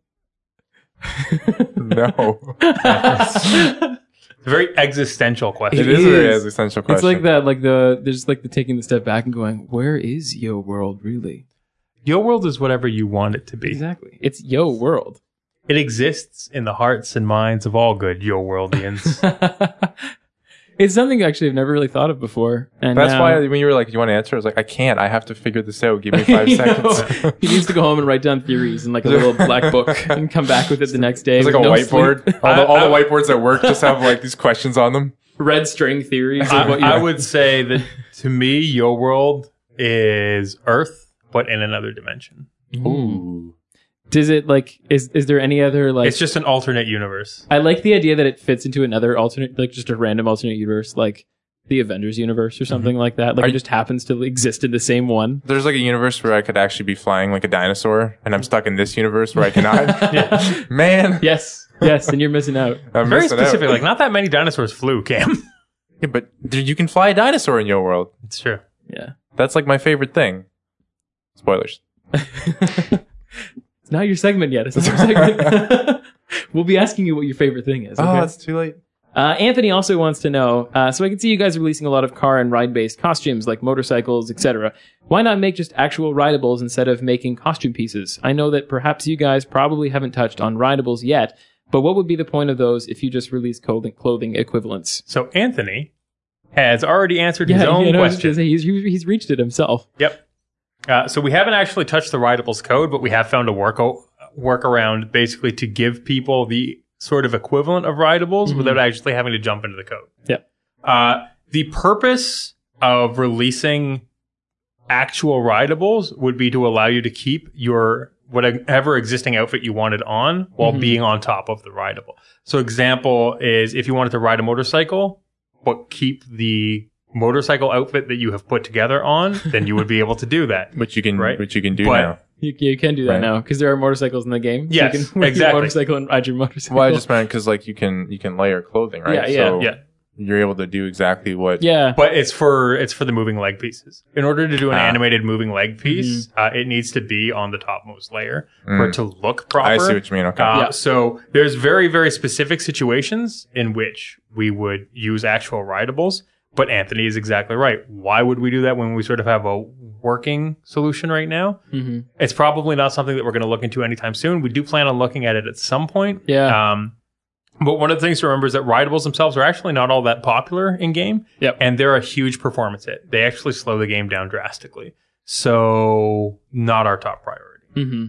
Speaker 3: no.
Speaker 1: [LAUGHS]
Speaker 2: It's a very existential question.
Speaker 3: It
Speaker 1: It
Speaker 3: is, an
Speaker 1: is.
Speaker 3: existential question.
Speaker 1: It's like that, like the there's like the taking the step back and going, where is Yo World really?
Speaker 2: Yo World is whatever you want it to be.
Speaker 1: Exactly. It's Yo World. [LAUGHS]
Speaker 2: It exists in the hearts and minds of all good Yo [LAUGHS] Worldians.
Speaker 1: it's something actually I've never really thought of before. And
Speaker 3: That's
Speaker 1: now-
Speaker 3: why when you were like, "You want to answer?" I was like, "I can't. I have to figure this out.
Speaker 1: [LAUGHS]
Speaker 3: Give me five
Speaker 1: You know,
Speaker 3: seconds."
Speaker 1: he needs to go home and write down theories in like a
Speaker 3: [LAUGHS]
Speaker 1: little black book and come back with it the next day.
Speaker 3: It's like a
Speaker 1: with no
Speaker 3: whiteboard.
Speaker 1: sleep.
Speaker 3: All, the, all the
Speaker 2: I- I-
Speaker 3: whiteboards at work just have like these questions on them.
Speaker 1: [LAUGHS] Red string theories. Of
Speaker 2: I,
Speaker 1: what you
Speaker 2: I would say that to me, Yo World is Earth, but in another dimension.
Speaker 3: Ooh.
Speaker 1: Does it like is is there any other like
Speaker 2: It's just an alternate universe.
Speaker 1: I like the idea that it fits into another alternate, like just a random alternate universe, like the Avengers universe or something like that. Like
Speaker 3: Are
Speaker 1: it
Speaker 3: you-
Speaker 1: just happens to exist in the same one.
Speaker 3: There's like a universe where I could actually be flying like a dinosaur, and I'm stuck in this universe where I cannot. [LAUGHS]
Speaker 2: Yeah.
Speaker 3: Man,
Speaker 1: Yes, yes, and you're missing out.
Speaker 3: I'm
Speaker 2: Very
Speaker 3: missing out.
Speaker 2: specific. Like, not that many dinosaurs flew, Cam. [LAUGHS]
Speaker 3: Yeah, but dude, you can fly a dinosaur in your world.
Speaker 2: It's true.
Speaker 1: Yeah.
Speaker 3: That's like my favorite thing. Spoilers.
Speaker 1: it's not your segment yet. It's not your segment. [LAUGHS] we'll be asking you what your favorite thing
Speaker 3: Oh,
Speaker 1: is. okay?
Speaker 3: Ah, too late.
Speaker 1: Uh, Anthony also wants to know. Uh, so I can see you guys are releasing a lot of car and ride-based costumes, like motorcycles, etc. Why not make just actual rideables instead of making costume pieces? I know that perhaps you guys probably haven't touched on rideables yet, but what would be the point of those if you just release clothing, clothing equivalents?
Speaker 2: So Anthony has already answered his
Speaker 1: Yeah,
Speaker 2: own
Speaker 1: you know,
Speaker 2: question.
Speaker 1: he's, he's reached it himself.
Speaker 2: Yep. Uh, so we haven't actually touched the rideables code, but we have found a work workaround basically to give people the sort of equivalent of rideables
Speaker 1: Mhm.
Speaker 2: without actually having to jump into the code.
Speaker 1: Yep.
Speaker 2: Uh, the purpose of releasing actual rideables would be to allow you to keep your whatever existing outfit you wanted on while
Speaker 1: Mhm.
Speaker 2: being on top of the rideable. So example is if you wanted to ride a motorcycle but keep the motorcycle outfit that you have put together on, then you would be able to do that.
Speaker 3: Which you can,
Speaker 2: Right.
Speaker 3: which you can do
Speaker 2: But-
Speaker 3: now.
Speaker 1: You, you can do that
Speaker 3: Right.
Speaker 1: now because there are motorcycles in the game.
Speaker 2: Yes,
Speaker 1: you can [LAUGHS] ride your
Speaker 2: exactly.
Speaker 1: motorcycle and ride your motorcycle.
Speaker 3: [LAUGHS] Well, I just meant because like you can you can layer clothing, right?
Speaker 1: Yeah, yeah,
Speaker 3: so
Speaker 2: yeah.
Speaker 3: You're able to do exactly
Speaker 1: [LAUGHS]
Speaker 3: what.
Speaker 1: yeah.
Speaker 2: But it's for it's for the moving leg pieces. In order to do an
Speaker 3: Ah.
Speaker 2: animated moving leg piece, uh, it needs to be on the topmost layer for it
Speaker 3: Mm.
Speaker 2: to look proper.
Speaker 3: I see what you mean. Okay.
Speaker 2: Uh,
Speaker 1: Yeah.
Speaker 2: So there's very, very specific situations in which we would use actual rideables. But Anthony is exactly right. Why would we do that when we sort of have a working solution right now?
Speaker 1: Mhm.
Speaker 2: It's probably not something that we're going to look into anytime soon. We do plan on looking at it at some point.
Speaker 1: Yeah.
Speaker 2: Um, but one of the things to remember is that rideables themselves are actually not all that popular in game.
Speaker 1: Yep.
Speaker 2: And they're a huge performance hit. They actually slow the game down drastically. So not our top priority.
Speaker 1: hmm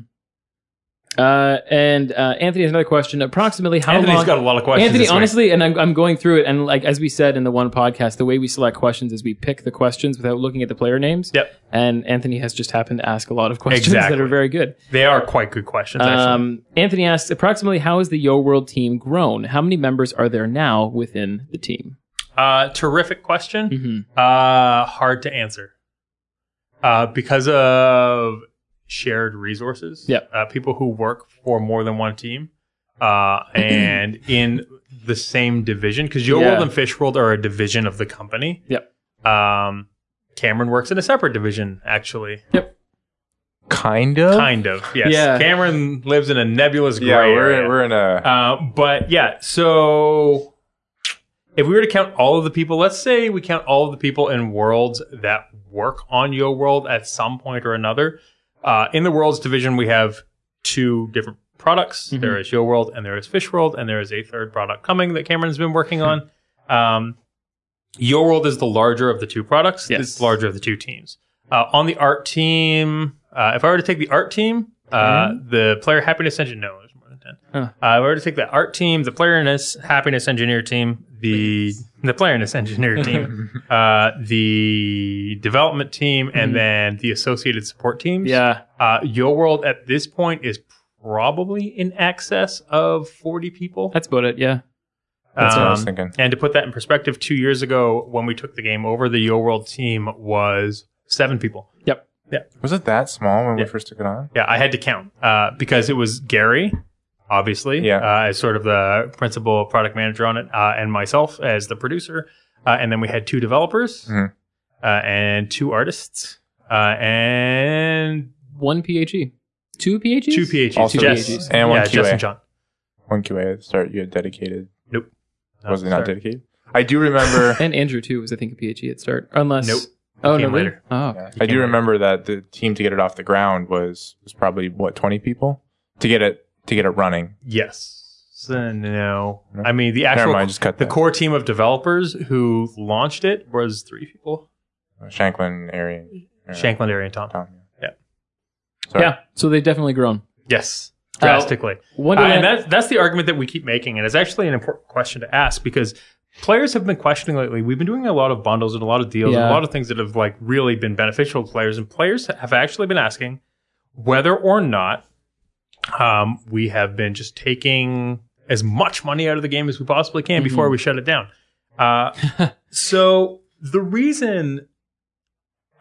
Speaker 1: Uh, and uh, Anthony has another question. Approximately how
Speaker 2: Anthony's
Speaker 1: long?
Speaker 2: got a lot of questions.
Speaker 1: Anthony,
Speaker 2: this week.
Speaker 1: honestly, and I'm, I'm going through it, and like as we said in the one podcast, the way we select questions is we pick the questions without looking at the player names.
Speaker 2: Yep.
Speaker 1: And Anthony has just happened to ask a lot of questions that
Speaker 2: Exactly.
Speaker 1: are very good.
Speaker 2: they are quite good questions. Actually.
Speaker 1: Um, Anthony asks, approximately how has the Yo World team grown? How many members are there now within the team?
Speaker 2: Uh, terrific question.
Speaker 1: Mm-hmm.
Speaker 2: Uh, hard to answer. uh, because of shared resources.
Speaker 1: Yep.
Speaker 2: Uh, people who work for more than one team
Speaker 1: [CLEARS THROAT]
Speaker 2: uh, and in the same division, because Your
Speaker 1: Yeah.
Speaker 2: World and Fish World are a division of the company.
Speaker 1: Yep.
Speaker 2: Um, Cameron works in a separate division, actually.
Speaker 3: Kind of.
Speaker 2: Kind of. Yes.
Speaker 1: Yeah.
Speaker 2: Cameron lives in a nebulous gray
Speaker 3: Yeah, we're
Speaker 2: area.
Speaker 3: in, we're in a.
Speaker 2: Uh, but yeah, so if we were to count all of the people, let's say we count all of the people in worlds that work on Yo World at some point or another. Uh, in the worlds division, we have two different products.
Speaker 1: Mhm.
Speaker 2: There is Yo World and there is Fish World, and there is a third product coming that Cameron's been working on. Um, Yo World is the larger of the two products.
Speaker 1: Yes.
Speaker 2: It's the larger of the two teams. Uh, on the art team, uh, if I were to take the art team, uh, the player happiness engine, no, there's more than 10.
Speaker 1: Huh.
Speaker 2: Uh, if I were to take the art team, the playerness happiness engineer team, the the playerness engineer team,
Speaker 3: [LAUGHS]
Speaker 2: uh, the development team, and
Speaker 1: Mhm.
Speaker 3: Mm-hmm.
Speaker 2: then the associated support teams.
Speaker 1: Yeah.
Speaker 2: Uh, Your world at this point is probably in excess of 40 people.
Speaker 1: That's about it. Yeah.
Speaker 3: That's what I was
Speaker 2: Um,
Speaker 3: thinking.
Speaker 2: and to put that in perspective, two years ago when we took the game over, the Yo World team was seven people.
Speaker 3: Was it that small when
Speaker 2: Yeah.
Speaker 3: we first took it on?
Speaker 2: Yeah, I had to count uh, because it was Gary, obviously,
Speaker 3: Yeah.
Speaker 2: uh, as sort of the principal product manager on it, uh, and myself as the producer. Uh, and then we had two developers
Speaker 3: Mhm.
Speaker 2: uh, and two artists uh, and
Speaker 1: One PHE. Two PHEs?
Speaker 2: two PhDs.
Speaker 3: Also
Speaker 2: Jess-
Speaker 1: PhDs.
Speaker 3: And one
Speaker 2: yeah, Jess
Speaker 3: QA.
Speaker 2: and John.
Speaker 3: One QA at the start, you had dedicated.
Speaker 2: No,
Speaker 3: was it not
Speaker 2: sorry.
Speaker 3: dedicated? I do remember.
Speaker 1: And Andrew, too, was, I think, a PHE at start. Unless.
Speaker 2: E. Nope.
Speaker 1: Oh, no.
Speaker 2: Came
Speaker 1: really?
Speaker 2: later.
Speaker 1: Oh.
Speaker 3: Yeah. I do remember that the team to get it off the ground was was probably what twenty people to get it to get it running.
Speaker 2: Yes. So, no.
Speaker 3: No.
Speaker 2: I mean, the
Speaker 3: Never
Speaker 2: actual
Speaker 3: mind, just cut
Speaker 2: The
Speaker 3: that.
Speaker 2: core team of developers who launched it was three people:
Speaker 3: Uh, Shanklin, Arian, uh,
Speaker 2: Shankland, Area, and Tom.
Speaker 3: Tom.
Speaker 2: Yeah.
Speaker 3: Sorry.
Speaker 1: Yeah. So they've definitely grown.
Speaker 2: Yes, drastically. Uh,
Speaker 1: Wonderland.
Speaker 2: and that's that's the argument that we keep making, and it's actually an important question to ask because players have been questioning lately. We've been doing a lot of bundles and a lot of deals and a
Speaker 1: Yeah.
Speaker 2: lot of things that have like really been beneficial to players, and players have actually been asking whether or not um, we have been just taking as much money out of the game as we possibly can before we shut it down. Uh, so the reason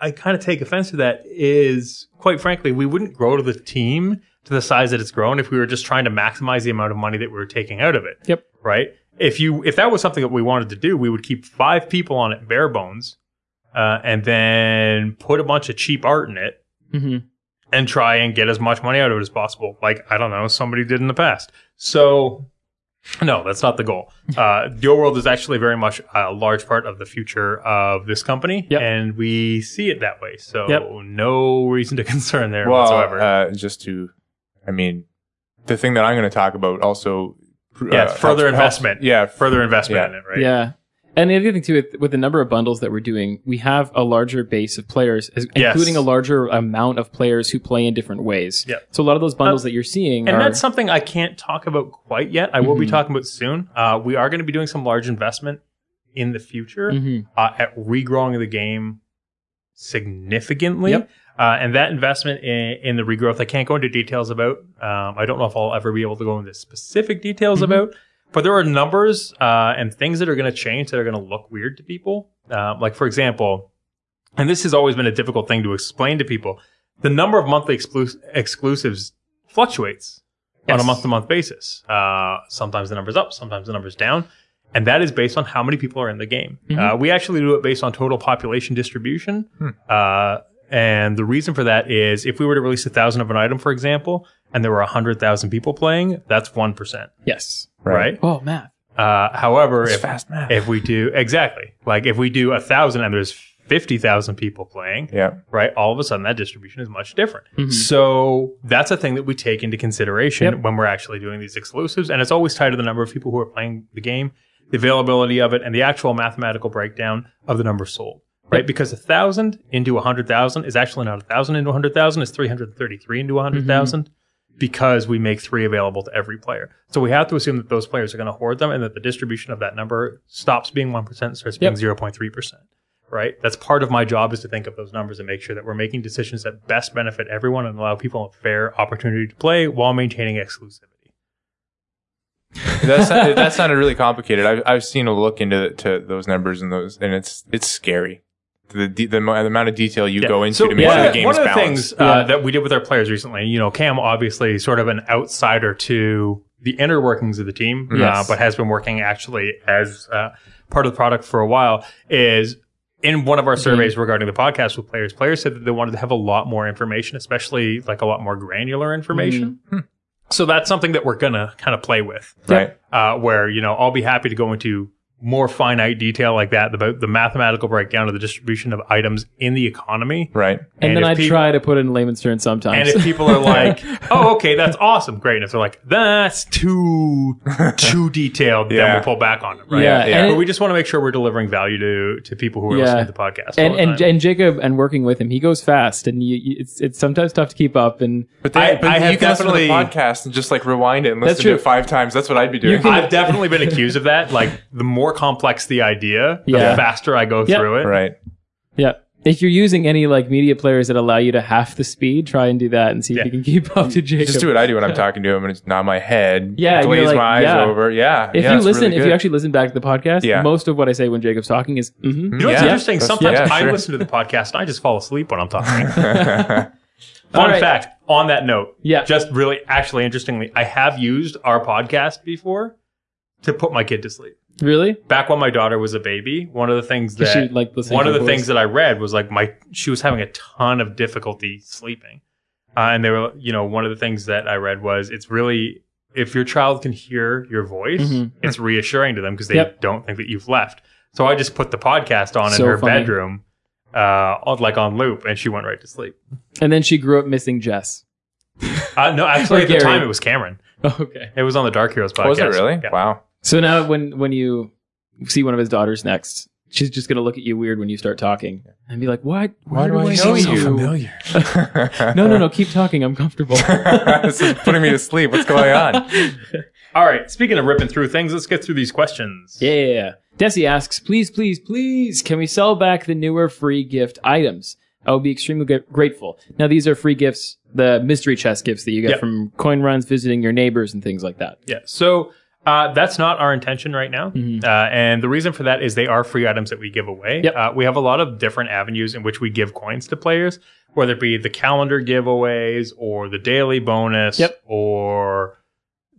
Speaker 2: I kind of take offense to that is, quite frankly, we wouldn't grow to the team to the size that it's grown if we were just trying to maximize the amount of money that we were taking out of it.
Speaker 1: Yep.
Speaker 2: Right. If you if that was something that we wanted to do, we would keep five people on it bare bones, uh, and then put a bunch of cheap art in it
Speaker 1: hmm
Speaker 2: and try and get as much money out of it as possible. Like, I don't know, somebody did in the past. So, no, that's not
Speaker 1: [LAUGHS]
Speaker 2: the goal. Uh, Your World is actually very much a large part of the future of this company,
Speaker 1: Yep.
Speaker 2: and we see it that way. So,
Speaker 1: Yep.
Speaker 2: no reason to [LAUGHS] concern there
Speaker 3: Well,
Speaker 2: whatsoever.
Speaker 3: uh, just to, I mean, the thing that I'm going to talk about also. pr-
Speaker 2: Yeah, further
Speaker 3: uh, helps- helps-
Speaker 2: investment.
Speaker 3: yeah, further.
Speaker 2: Further investment
Speaker 3: yeah.
Speaker 2: in it, right?
Speaker 1: Yeah. And the other thing too, with, with the number of bundles that we're doing, we have a larger base of players, as,
Speaker 2: Yes.
Speaker 1: including a larger amount of players who play in different ways.
Speaker 2: Yep.
Speaker 1: So a lot of those bundles that you're seeing
Speaker 2: And
Speaker 1: are
Speaker 2: that's something I can't talk about quite yet. I will be
Speaker 3: Mm-hmm.
Speaker 1: Mhm.
Speaker 2: talking about soon. Uh, we are going to be doing some large investment in the future.
Speaker 1: Mhm.
Speaker 2: uh, at regrowing the game significantly.
Speaker 1: Yep.
Speaker 2: Uh, and that investment in, in the regrowth, I can't go into details about. Um, I don't know if I'll ever be able to go into specific details
Speaker 1: Mhm.
Speaker 2: about, but there are numbers uh, and things that are going to change that are going to look weird to people. Uh, like, for example, and this has always been a difficult thing to explain to people the number of monthly exclus- exclusives fluctuates on a
Speaker 1: Yes.
Speaker 2: month to month basis. Uh, sometimes the number's up, sometimes the number's down. And that is based on how many people are in the game.
Speaker 1: Mhm.
Speaker 2: Uh, we actually do it based on total population distribution.
Speaker 3: Hmm.
Speaker 2: Uh, and the reason for that is if we were to release a thousand of an item, for example, and there were a hundred thousand people playing, that's one percent,
Speaker 1: yes.
Speaker 2: right?
Speaker 1: Oh, math.
Speaker 2: Uh, however,
Speaker 3: It's
Speaker 2: if,
Speaker 3: fast math.
Speaker 2: if we do exactly like if we do a thousand and there's fifty thousand people playing,
Speaker 3: yeah,
Speaker 2: right? All of a sudden, that distribution is much different.
Speaker 1: Mhm.
Speaker 2: So that's a thing that we take into consideration
Speaker 1: Yep.
Speaker 2: when we're actually doing these exclusives, and it's always tied to the number of people who are playing the game, the availability of it, and the actual mathematical breakdown of the number sold. Right, because a thousand into a hundred thousand is actually not a thousand into a hundred thousand; it's three hundred thirty-three into a
Speaker 1: Mm-hmm.
Speaker 2: hundred because we make three available to every player. So we have to assume that those players are going to hoard them, and that the distribution of that number stops being one percent, starts being
Speaker 1: Yep.
Speaker 2: zero point three percent right? That's part of my job is to think of those numbers and make sure that we're making decisions that best benefit everyone and allow people a fair opportunity to play while maintaining exclusivity.
Speaker 3: that sounded, [LAUGHS] that sounded really complicated. I've I've seen a look into to those numbers and those, and it's it's scary. the de- the, mo- the amount of detail you
Speaker 2: Yeah.
Speaker 3: go into
Speaker 2: So
Speaker 3: to make
Speaker 2: one
Speaker 3: sure the
Speaker 2: of
Speaker 3: game
Speaker 2: one
Speaker 3: is
Speaker 2: of the
Speaker 3: balanced.
Speaker 2: things uh,
Speaker 1: Yeah.
Speaker 2: that we did with our players recently, you know, Cam obviously is sort of an outsider to the inner workings of the team, uh,
Speaker 1: Yes.
Speaker 2: but has been working actually as uh, part of the product for a while. Is in one of
Speaker 3: Mm-hmm.
Speaker 2: our surveys regarding the podcast with players, players said that they wanted to have a lot more information, especially like a lot more granular information.
Speaker 3: Mm-hmm.
Speaker 2: So that's something that we're gonna kind of play with
Speaker 3: right?
Speaker 2: uh, where you know I'll be happy to go into more finite detail like that about the mathematical breakdown of the distribution of items in the economy.
Speaker 3: Right.
Speaker 1: And,
Speaker 2: And
Speaker 1: then
Speaker 2: if
Speaker 1: I
Speaker 2: peop-
Speaker 1: try to put in layman's terms sometimes.
Speaker 2: And if people are [LAUGHS] like, "Oh, okay, that's awesome, great," and if they're like, "That's too too detailed," then
Speaker 3: Yeah.
Speaker 2: we'll pull back on it. Right?
Speaker 1: yeah,
Speaker 3: Yeah.
Speaker 1: And,
Speaker 2: But we just want to make sure we're delivering value to to people who are
Speaker 1: Yeah.
Speaker 2: listening to the
Speaker 1: [LAUGHS]
Speaker 2: podcast. all
Speaker 1: and,
Speaker 2: the
Speaker 1: and
Speaker 2: time.
Speaker 1: and Jacob and working with him, he goes fast, and you, you- it's it's sometimes tough to keep up. And
Speaker 3: But, they,
Speaker 2: I-
Speaker 3: but
Speaker 2: I have
Speaker 3: you can listen to the
Speaker 2: definitely-
Speaker 3: podcast and just like rewind it and
Speaker 1: That's
Speaker 3: listen to it
Speaker 1: true.
Speaker 3: five times. That's what I'd be doing.
Speaker 1: can-
Speaker 2: I've definitely been accused of that. Like the more complex the idea,
Speaker 1: Yeah.
Speaker 2: the faster I go
Speaker 1: Yeah.
Speaker 2: through it.
Speaker 3: right.
Speaker 1: yeah, if you're using any like media players that allow you to half the speed, try and do that and see
Speaker 2: Yeah.
Speaker 1: if you can keep up to Jacob.
Speaker 3: Just do what I do when I'm talking to him and it's not my head.
Speaker 1: Yeah, and you're
Speaker 3: Glaze
Speaker 1: like,
Speaker 3: my eyes
Speaker 1: yeah.
Speaker 3: over. Yeah.
Speaker 1: If
Speaker 3: yeah,
Speaker 1: you
Speaker 3: it's
Speaker 1: listen,
Speaker 3: really
Speaker 1: if
Speaker 3: good.
Speaker 1: you actually listen back to the podcast,
Speaker 3: Yeah.
Speaker 1: most of what I say when Jacob's talking is, mm-hmm.
Speaker 2: You know, it's
Speaker 3: Yeah.
Speaker 2: interesting.
Speaker 3: That's-
Speaker 2: Sometimes
Speaker 3: yeah,
Speaker 2: I
Speaker 3: sure.
Speaker 2: listen to the podcast and I just fall asleep when I'm [LAUGHS]
Speaker 3: [LAUGHS]
Speaker 2: talking.
Speaker 1: All
Speaker 2: Fun
Speaker 1: right.
Speaker 2: fact on that note,
Speaker 1: Yeah.
Speaker 2: just really actually interestingly, I have used our podcast before to put my kid to sleep.
Speaker 1: really?
Speaker 2: Back when my daughter was a baby, one of the things that
Speaker 1: She, like, listening
Speaker 2: one
Speaker 1: to
Speaker 2: of the
Speaker 1: voice.
Speaker 2: things that I read was like my she was having a ton of difficulty sleeping, uh, and they were you know one of the things that I read was it's really if your child can hear your voice,
Speaker 1: Mhm.
Speaker 2: it's reassuring to them because they
Speaker 1: Yep.
Speaker 2: don't think that you've left. So I just put the podcast on
Speaker 1: So
Speaker 2: in her
Speaker 1: funny.
Speaker 2: bedroom, uh, on- like on loop, and she went right to sleep.
Speaker 1: And then she grew up missing
Speaker 3: [LAUGHS]
Speaker 1: Jess.
Speaker 2: Uh, no, actually
Speaker 1: Or
Speaker 2: at the
Speaker 1: Gary.
Speaker 2: time it was Cameron.
Speaker 1: Okay.
Speaker 2: It was on the Dark Heroes podcast.
Speaker 3: Oh, was it really?
Speaker 2: Yeah.
Speaker 3: Wow.
Speaker 1: So now when when you see one of his daughters next, she's just gonna look at you weird when you start talking and be like, "What?
Speaker 3: Why do I
Speaker 1: know
Speaker 3: seem so
Speaker 1: you?"
Speaker 3: familiar?
Speaker 1: [LAUGHS]
Speaker 3: [LAUGHS]
Speaker 1: No, no, no. Keep talking. I'm comfortable.
Speaker 3: this is
Speaker 1: [LAUGHS]
Speaker 3: putting me to sleep. What's going on?
Speaker 2: All right. Speaking of ripping through things, let's get through these questions.
Speaker 1: Yeah. Desi asks, please, please, please, can we sell back the newer free gift items? I would be extremely gr- grateful. Now, these are free gifts, the mystery chest gifts that you get
Speaker 2: Yep.
Speaker 1: from coin runs, visiting your neighbors, and things like that.
Speaker 2: Yeah. So uh, that's not our intention right now.
Speaker 1: Mhm.
Speaker 2: Uh, and the reason for that is they are free items that we give away.
Speaker 1: Yep.
Speaker 2: Uh, we have a lot of different avenues in which we give coins to players, whether it be the calendar giveaways or the daily bonus
Speaker 1: Yep.
Speaker 2: or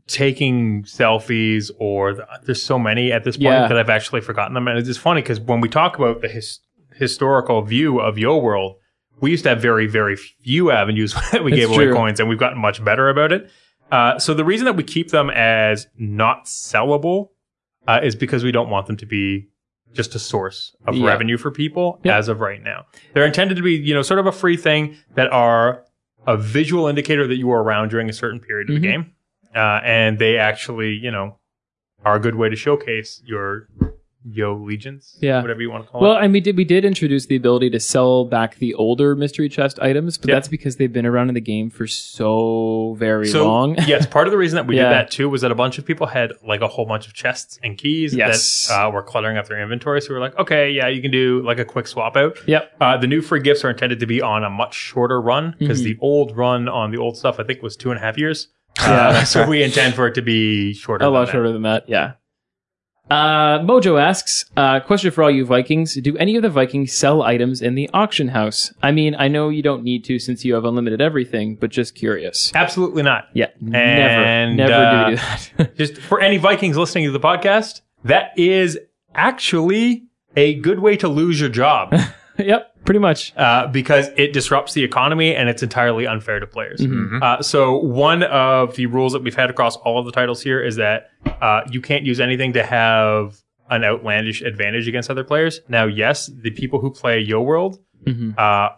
Speaker 2: taking selfies or the, there's so many at this point
Speaker 1: Yeah.
Speaker 2: that I've actually forgotten them. And it's just funny because when we talk about the his, historical view of Yo World, we used to have very, very few avenues [LAUGHS] that we
Speaker 1: That's
Speaker 2: gave away
Speaker 1: true.
Speaker 2: coins and we've gotten much better about it. Uh, so the reason that we keep them as not sellable uh, is because we don't want them to be just a source of
Speaker 1: Yeah.
Speaker 2: revenue for people
Speaker 1: Yeah.
Speaker 2: as of right now. They're intended to be, you know, sort of a free thing that are a visual indicator that you were around during a certain period of the
Speaker 1: Mhm.
Speaker 2: game. Uh, and they actually, you know, are a good way to showcase your yo legions,
Speaker 1: Yeah.
Speaker 2: whatever you want to call
Speaker 1: Well,
Speaker 2: it.
Speaker 1: and we did we did introduce the ability to sell back the older mystery chest items, but
Speaker 2: Yep.
Speaker 1: that's because they've been around in the game for so very
Speaker 2: so
Speaker 1: long.
Speaker 2: [LAUGHS]
Speaker 1: [LAUGHS]
Speaker 2: yes, part of the reason that we
Speaker 1: Yeah.
Speaker 2: did that too was that a bunch of people had like a whole bunch of chests and keys
Speaker 1: Yes.
Speaker 2: that uh, were cluttering up their inventory. So we were like, okay, yeah, you can do like a quick swap out.
Speaker 1: Yep.
Speaker 2: Uh, the new free gifts are intended to be on a much shorter run because
Speaker 1: Mhm.
Speaker 2: the old run on the old stuff I think was two and a half years. Uh,
Speaker 1: Yeah.
Speaker 2: [LAUGHS] so we intend for it to be
Speaker 1: A
Speaker 2: shorter. than
Speaker 1: lot
Speaker 2: that.
Speaker 1: shorter than that, yeah. Uh, Mojo asks, uh, question for all you Vikings. Do any of the Vikings sell items in the auction house? I mean, I know you don't need to since you have unlimited everything, but just curious.
Speaker 2: Absolutely not.
Speaker 1: Yeah,
Speaker 2: And,
Speaker 1: never, never
Speaker 2: uh,
Speaker 1: do we do that. [LAUGHS]
Speaker 2: Just for any Vikings listening to the podcast, that is actually a good way to lose your job
Speaker 1: yep, pretty much.
Speaker 2: uh, because it disrupts the economy and it's entirely unfair to players. Uh, so one of the rules that we've had across all of the titles here is that uh, you can't use anything to have an outlandish advantage against other players. Now, yes, the people who play Yo World
Speaker 1: Mhm.
Speaker 2: uh,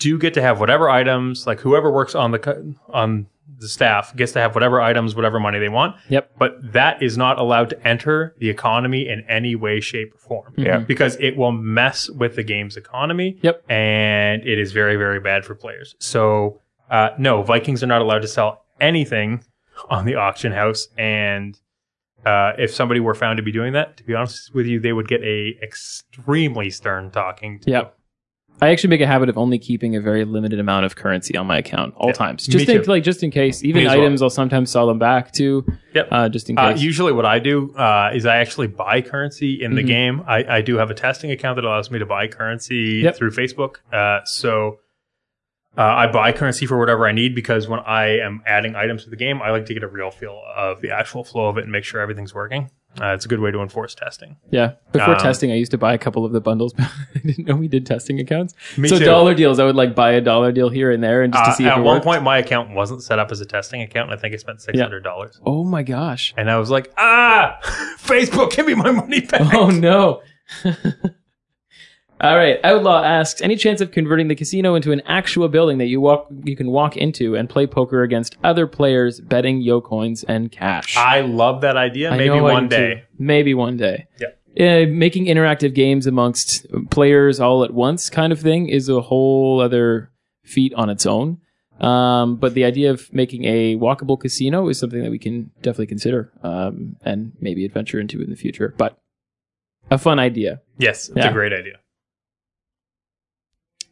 Speaker 2: do get to have whatever items, like whoever works on the co- on the staff gets to have whatever items, whatever money they want.
Speaker 1: Yep.
Speaker 2: But that is not allowed to enter the economy in any way, shape, or form.
Speaker 1: Mm-hmm.
Speaker 3: Yeah.
Speaker 2: Because it will mess with the game's economy.
Speaker 1: Yep.
Speaker 2: And it is very, very bad for players. So, uh, no, Vikings are not allowed to sell anything on the auction house. And uh, if somebody were found to be doing that, to be honest with you, they would get a extremely stern talking to.
Speaker 1: Yep. I actually make a habit of only keeping a very limited amount of currency on my account all
Speaker 2: Yeah,
Speaker 1: times,
Speaker 2: me
Speaker 1: just in,
Speaker 2: too.
Speaker 1: like just in case. Even
Speaker 2: as well.
Speaker 1: items, I'll sometimes sell them back too,
Speaker 2: Yep.
Speaker 1: uh, just in
Speaker 2: Uh,
Speaker 1: case.
Speaker 2: usually, what I do uh, is I actually buy currency in the
Speaker 1: Mhm.
Speaker 2: game. I, I do have a testing account that allows me to buy currency
Speaker 1: Yep.
Speaker 2: through Facebook. Uh, so uh, I buy currency for whatever I need because when I am adding items to the game, I like to get a real feel of the actual flow of it and make sure everything's working. Uh, it's a good way to enforce testing.
Speaker 1: yeah. Before
Speaker 2: um,
Speaker 1: testing, I used to buy a couple of the bundles. [LAUGHS] I didn't know we did testing accounts.
Speaker 2: Me
Speaker 1: so
Speaker 2: too.
Speaker 1: dollar deals, I would like buy a dollar deal here and there, and just
Speaker 2: Uh,
Speaker 1: to see if
Speaker 2: at
Speaker 1: it
Speaker 2: one
Speaker 1: worked.
Speaker 2: point, my account wasn't set up as a testing account. And I think I spent six hundred dollars,
Speaker 1: Oh my gosh! [LAUGHS]
Speaker 2: and I was like, "Ah, [LAUGHS] Facebook, give me my money back."
Speaker 1: Oh no. [LAUGHS] All right. Outlaw asks, any chance of converting the casino into an actual building that you walk you can walk into and play poker against other players betting yo coins and cash?
Speaker 2: I love that idea.
Speaker 1: I
Speaker 2: Maybe
Speaker 1: know I
Speaker 2: one
Speaker 1: do
Speaker 2: day.
Speaker 1: too. Maybe one day.
Speaker 2: Yeah.
Speaker 1: Uh, making interactive games amongst players all at once kind of thing is a whole other feat on its own. Um, but the idea of making a walkable casino is something that we can definitely consider um, and maybe adventure into in the future. But a fun idea.
Speaker 2: Yes, it's
Speaker 1: Yeah.
Speaker 2: a great idea.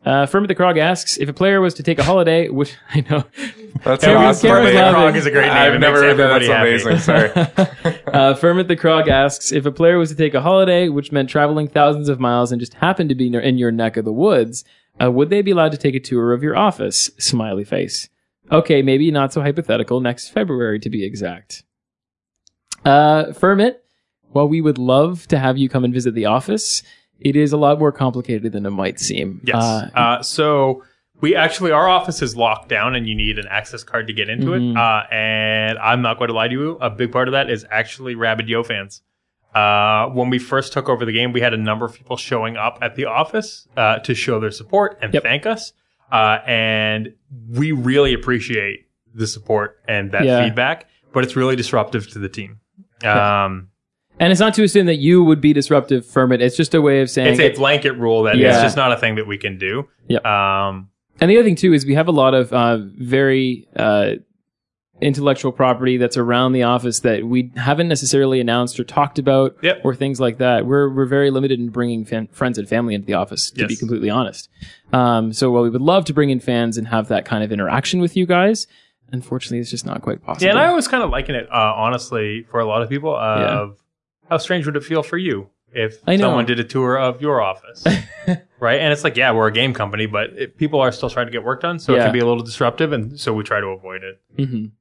Speaker 1: Uh, Kermit the Krog asks if a player was to take a holiday, [LAUGHS] which I know.
Speaker 3: That's
Speaker 1: Cameron- Cameron
Speaker 3: name.
Speaker 1: Love
Speaker 2: Krog is a great name. It
Speaker 3: I've
Speaker 2: makes
Speaker 3: never heard that.
Speaker 2: everybody
Speaker 3: That's
Speaker 2: happy.
Speaker 3: amazing. [LAUGHS] Sorry.
Speaker 1: uh, Kermit the Krog asks if a player was to take a holiday, which meant traveling thousands of miles and just happened to be near, in your neck of the woods, uh, would they be allowed to take a tour of your office? Smiley face. Okay, maybe not so hypothetical. Next February, to be exact. Uh, Fermit, while we would love to have you come and visit the office, it is a lot more complicated than it might seem.
Speaker 2: Yes.
Speaker 1: Uh,
Speaker 2: Uh, so we actually, our office is locked down and you need an access card to get into
Speaker 1: Mhm.
Speaker 2: it. Uh, and I'm not going to lie to you, a big part of that is actually rabid Yo fans. Uh, when we first took over the game, we had a number of people showing up at the office uh, to show their support and
Speaker 1: Yep.
Speaker 2: thank us. Uh, and we really appreciate the support and that
Speaker 1: Yeah.
Speaker 2: feedback, but it's really disruptive to the team. Um,
Speaker 1: And it's not to assume that you would be disruptive, Fermit. It's just a way of saying.
Speaker 2: it's a blanket rule that
Speaker 1: Yeah.
Speaker 2: it's just not a thing that we can do.
Speaker 1: Yep.
Speaker 2: Um,
Speaker 1: and the other thing too is we have a lot of uh, very uh, intellectual property that's around the office that we haven't necessarily announced or talked about,
Speaker 2: Yep.
Speaker 1: or things like that. We're we're very limited in bringing fan- friends and family into the office, to
Speaker 2: Yes.
Speaker 1: be completely honest. Um, so while we would love to bring in fans and have that kind of interaction with you guys, unfortunately, it's just not quite possible.
Speaker 2: Yeah, and I was kind of liking it, uh, honestly, for a lot of people. Of
Speaker 1: Yeah.
Speaker 2: how strange would it feel for you if
Speaker 1: I know.
Speaker 2: someone did a tour of
Speaker 1: [LAUGHS]
Speaker 2: your office, right? And it's like, yeah, we're a game company, but it, people are still trying to get work done, so it
Speaker 1: Yeah.
Speaker 2: can be a little disruptive, and so we try to avoid it.
Speaker 1: Mhm.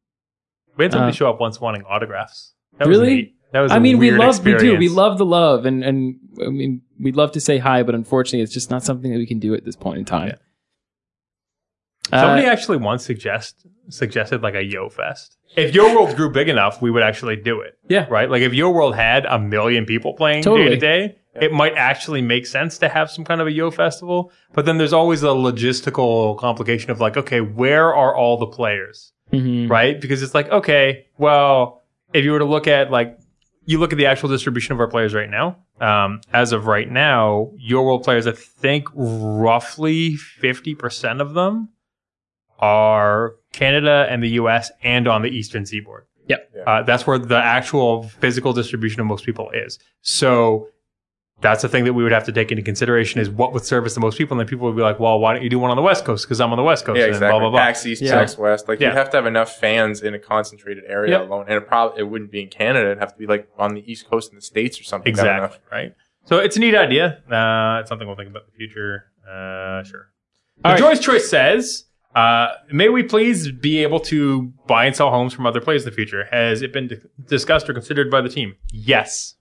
Speaker 2: We had somebody
Speaker 1: Uh,
Speaker 2: show up once wanting autographs. That was
Speaker 1: Really?
Speaker 2: neat. That was.
Speaker 1: I
Speaker 2: a
Speaker 1: mean, we
Speaker 2: weird
Speaker 1: love we do we
Speaker 2: experience.
Speaker 1: love the love, and and I mean, we'd love to say hi, but unfortunately, it's just not something that we can do at this point in time. Uh,
Speaker 2: Somebody actually once suggest suggested like a Yo Fest. If Yo World grew big enough, we would actually do it.
Speaker 1: Yeah.
Speaker 2: Right? Like if Yo World had a million people playing day
Speaker 1: Totally.
Speaker 2: to day, it might actually make sense to have some kind of a Yo Festival. But then there's always a logistical complication of like, okay, where are all the players?
Speaker 1: mhm.
Speaker 2: Right? Because it's like, okay, well, if you were to look at like you look at the actual distribution of our players right now. Um, as of right now, Yo World players, I think roughly 50% of them are Canada and the US and on the Eastern seaboard.
Speaker 1: Yep.
Speaker 3: Yeah.
Speaker 2: Uh, that's where the actual physical distribution of most people is. So that's the thing that we would have to take into consideration is what would service the most people. And then people would be like, well, why don't you do one on the West Coast? Because I'm on the West Coast.
Speaker 3: Yeah,
Speaker 2: and
Speaker 3: exactly.
Speaker 2: blah, blah, blah.
Speaker 3: Tax east,
Speaker 1: Yeah.
Speaker 3: tax west. Like
Speaker 2: Yeah.
Speaker 3: you'd have to have enough fans in a concentrated area
Speaker 2: Yep.
Speaker 3: alone, and it probably it wouldn't be in Canada. It'd have to be like on the east coast in the states or something. I don't know.
Speaker 2: Exactly. Right. So it's a neat idea. Uh, it's something we'll think about in the future. Uh, sure.
Speaker 1: All
Speaker 2: The
Speaker 1: right.
Speaker 2: Joy's Choice says, uh, may we please be able to buy and sell homes from other players in the future? Has it been di- discussed or considered by the team? Yes.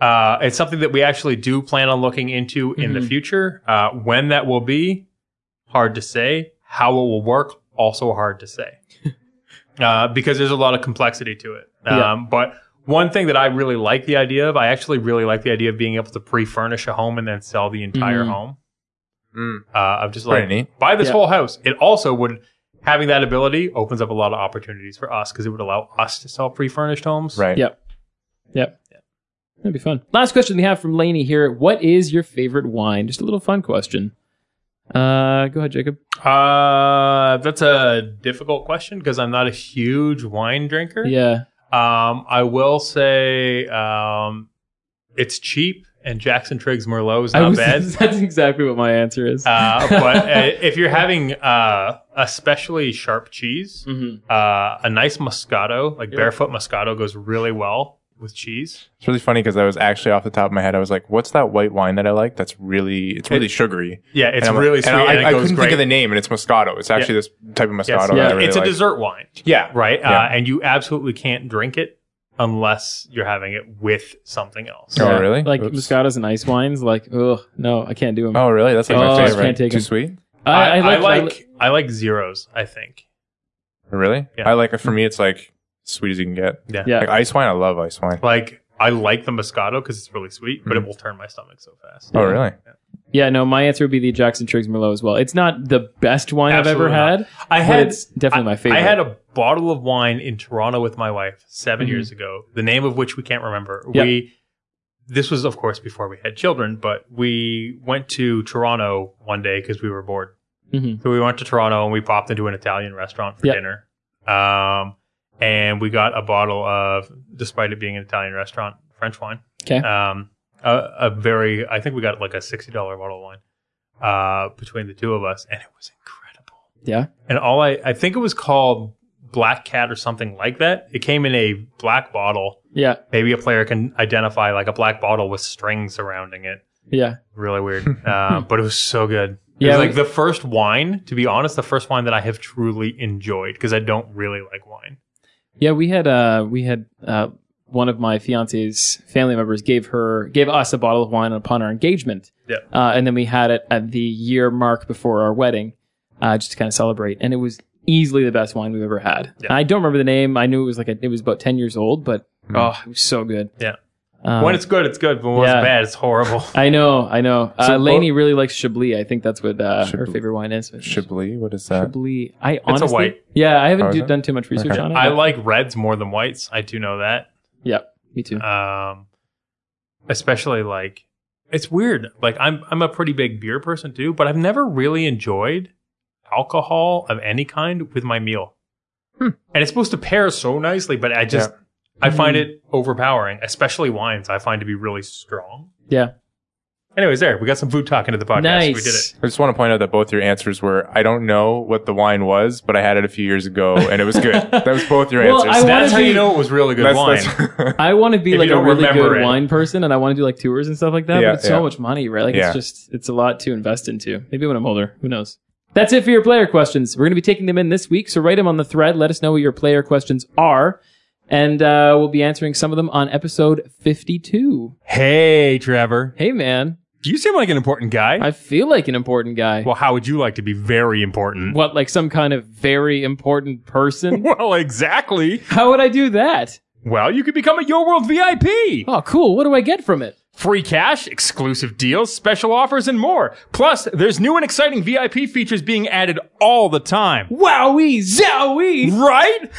Speaker 2: Uh, it's something that we actually do plan on looking into in the
Speaker 1: Mhm.
Speaker 2: future. Uh, when that will be, hard to say. How it will work, also hard to say. uh, because there's a lot of complexity to it. Um,
Speaker 1: Yeah.
Speaker 2: But one thing that I really like the idea of, I actually really like the idea of being able to pre-furnish a home and then sell the entire
Speaker 1: Mhm.
Speaker 2: home.
Speaker 3: Mm.
Speaker 2: Uh, of just
Speaker 3: Pretty
Speaker 2: like
Speaker 3: neat.
Speaker 2: buy this
Speaker 1: Yeah.
Speaker 2: whole house. It also would having that ability opens up a lot of opportunities for us because it would allow us to sell pre-furnished homes.
Speaker 3: Right.
Speaker 1: Yep. Yep. That'd be fun. Last question we have from Laney here. What is your favorite wine? Just a little fun question. Uh, go ahead, Jacob.
Speaker 2: Uh, that's a difficult question because I'm not a huge wine drinker.
Speaker 1: Yeah.
Speaker 2: Um, I will say um, it's cheap and Jackson Triggs Merlot is
Speaker 1: I
Speaker 2: not
Speaker 1: was- [LAUGHS]
Speaker 2: bad.
Speaker 1: That's exactly what my answer is.
Speaker 2: Uh,
Speaker 1: [LAUGHS]
Speaker 2: but uh, if you're having uh, especially sharp cheese,
Speaker 1: Mhm.
Speaker 2: uh, a nice Moscato, like
Speaker 1: Yeah.
Speaker 2: barefoot Moscato, goes really well with cheese.
Speaker 3: It's really funny because I was actually off the top of my head. I was like, "What's that white wine that I like? That's really, it's really sugary.
Speaker 2: Yeah, it's
Speaker 3: And I'm like-
Speaker 2: really sweet.
Speaker 3: And I,
Speaker 2: and it
Speaker 3: I
Speaker 2: goes
Speaker 3: couldn't
Speaker 2: great.
Speaker 3: think of the name, and it's Moscato. It's actually this type of Moscato.
Speaker 2: Yes.
Speaker 3: that
Speaker 1: Yeah.
Speaker 3: I really
Speaker 2: it's a
Speaker 3: like.
Speaker 2: dessert wine,
Speaker 3: Yeah,
Speaker 2: right? Uh,
Speaker 3: Yeah.
Speaker 2: and you absolutely can't drink it unless you're having it with something else.
Speaker 3: Oh, really?
Speaker 1: Like
Speaker 3: Oops.
Speaker 1: Moscatos and ice wines. Like, ugh, no, I can't do them.
Speaker 3: Oh, really? That's like
Speaker 1: Oh, I
Speaker 3: my
Speaker 1: can't
Speaker 3: favorite.
Speaker 1: take
Speaker 3: Too
Speaker 1: 'em.
Speaker 3: sweet.
Speaker 2: I, I like,
Speaker 1: I
Speaker 2: I like zeros. I think.
Speaker 3: Really?
Speaker 2: Yeah.
Speaker 3: I like it. For me, it's like sweet as you can get.
Speaker 2: Yeah.
Speaker 1: Yeah.
Speaker 3: Like ice wine. I love ice wine.
Speaker 2: Like I like the Moscato because it's really sweet, but it will turn my stomach so fast.
Speaker 3: Hmm. Oh,
Speaker 1: Yeah.
Speaker 3: really?
Speaker 1: yeah, no, my answer would be the Jackson Triggs Merlot as well. It's not the best wine
Speaker 2: Absolutely
Speaker 1: I've ever
Speaker 2: not.
Speaker 1: had,
Speaker 2: I
Speaker 1: but
Speaker 2: had
Speaker 1: it's definitely my favorite.
Speaker 2: I had a bottle of wine in Toronto with my wife 7
Speaker 1: Mhm.
Speaker 2: years ago, the name of which we can't remember.
Speaker 1: Yeah.
Speaker 2: We this was of course before we had children, but we went to Toronto one day because we were bored.
Speaker 1: Mhm.
Speaker 2: So we went to Toronto and we popped into an Italian restaurant for
Speaker 1: Yeah.
Speaker 2: dinner. Um and we got a bottle of despite it being an Italian restaurant, French wine.
Speaker 1: 'Kay.
Speaker 2: Um a, a very I think we got like a $60 bottle of wine uh between the two of us and it was incredible
Speaker 1: yeah,
Speaker 2: and all I I think it was called Black Cat or something like that. It came in a black bottle.
Speaker 1: yeah,
Speaker 2: Maybe a player can identify like a black bottle with strings surrounding it.
Speaker 1: yeah.
Speaker 2: Really weird, uh, but it was so good. It
Speaker 1: Yeah,
Speaker 2: was like
Speaker 1: we-
Speaker 2: the first wine, to be honest, the first wine that I have truly enjoyed because I don't really like wine.
Speaker 1: Yeah, we had uh we had uh one of my fiance's family members gave her gave us a bottle of wine upon our engagement.
Speaker 2: Yeah.
Speaker 1: Uh, and then we had it at the year mark before our wedding, uh, just to kind of celebrate. And it was easily the best wine we've ever had.
Speaker 2: Yeah.
Speaker 1: And I don't remember the name. I knew it was like a, it was about ten years old, but
Speaker 3: Mm.
Speaker 1: oh, it was so good.
Speaker 2: Hmm. Yeah.
Speaker 1: Um,
Speaker 2: when it's good, it's good, but when
Speaker 1: yeah.
Speaker 2: it's bad, it's horrible.
Speaker 1: I know, I know. Uh,
Speaker 3: So
Speaker 1: Lainey really likes Chablis. I think that's what uh, her
Speaker 3: Chablis.
Speaker 1: favorite wine is.
Speaker 3: Chablis. What is that?
Speaker 1: Chablis. I honestly,
Speaker 2: white.
Speaker 1: yeah, I
Speaker 3: Oh,
Speaker 1: haven't
Speaker 3: is
Speaker 1: do-
Speaker 3: it?
Speaker 1: done too much research
Speaker 3: Okay.
Speaker 1: on it.
Speaker 2: I
Speaker 1: but-
Speaker 2: like reds more than whites. I do know that.
Speaker 1: yeah, me too.
Speaker 2: [LAUGHS] um especially like it's weird like i'm i'm a pretty big beer person too but i've never really enjoyed alcohol of any kind with my meal
Speaker 1: Hmm.
Speaker 2: and it's supposed to pair so nicely but i just i find
Speaker 1: Mm-hmm.
Speaker 2: it overpowering especially wines i find to be really strong
Speaker 1: yeah,
Speaker 2: anyways there we got some food talk into the podcast
Speaker 1: nice.
Speaker 2: we did it
Speaker 3: I just want to point out that both your answers were I don't know what the wine was, but I had it a few years ago and it was
Speaker 2: [LAUGHS]
Speaker 3: good. that was both your
Speaker 1: Well,
Speaker 3: answers.
Speaker 1: I wanna
Speaker 2: that's how
Speaker 1: be-
Speaker 2: you know it was really good wine
Speaker 3: [LAUGHS] That's- that's-
Speaker 1: I want to be
Speaker 2: If
Speaker 1: like
Speaker 2: you
Speaker 1: a
Speaker 2: don't
Speaker 1: really
Speaker 2: remember
Speaker 1: good
Speaker 2: it.
Speaker 1: wine person, and I want to do like tours and stuff like that.
Speaker 3: Yeah,
Speaker 1: but it's
Speaker 3: yeah.
Speaker 1: so much money, right? Like it's
Speaker 3: Yeah.
Speaker 1: just it's a lot to invest into. Maybe when I'm older, who knows? That's it for your player questions. We're going to be taking them in this week, so write them on the thread. Let us know what your player questions are, and uh, we'll be answering some of them on episode 52.
Speaker 2: hey trevor
Speaker 1: Hey, man,
Speaker 2: you seem like an important guy
Speaker 1: I feel like an important guy.
Speaker 2: well how would you like to be very important
Speaker 1: What, like some kind of very important
Speaker 2: [LAUGHS]
Speaker 1: person?
Speaker 2: well exactly
Speaker 1: How would I do that?
Speaker 2: well you could become a your world vip
Speaker 1: Oh, cool. What do I get from it?
Speaker 2: Free cash, exclusive deals, special offers, and more. Plus, there's new and exciting VIP features being added all the time.
Speaker 1: Wowie, zowie.
Speaker 2: Right?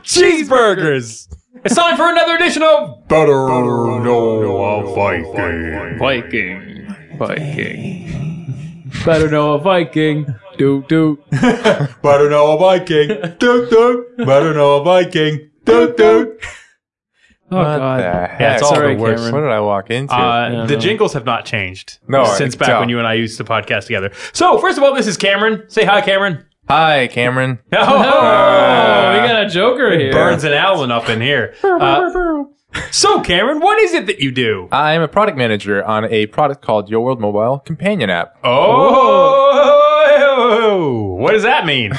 Speaker 2: [LAUGHS] Cheeseburgers! It's time for another edition of Better Know a Viking.
Speaker 1: Viking. Viking. [LAUGHS] Better know a Viking. Doot doot.
Speaker 2: Better Know a Viking. Doot doot. Better Know a Viking. Doot doot.
Speaker 1: Oh god.
Speaker 3: the heck?
Speaker 2: it's all
Speaker 1: Sorry,
Speaker 2: the worst.
Speaker 1: Cameron.
Speaker 3: What did I walk into?
Speaker 2: Uh, the
Speaker 1: no.
Speaker 2: jingles have not changed
Speaker 3: No, I
Speaker 2: since
Speaker 3: can
Speaker 2: back
Speaker 3: tell.
Speaker 2: when you and I used to podcast together. So, first of all, this is Cameron. Say hi, Cameron.
Speaker 3: Hi, Cameron.
Speaker 1: Oh, we got a Joker here.
Speaker 2: Burns and Allen up in here. Uh, so, Cameron, what is it that you do?
Speaker 3: I'm a product manager on a product called Your World Mobile Companion app.
Speaker 2: Oh, what does that mean?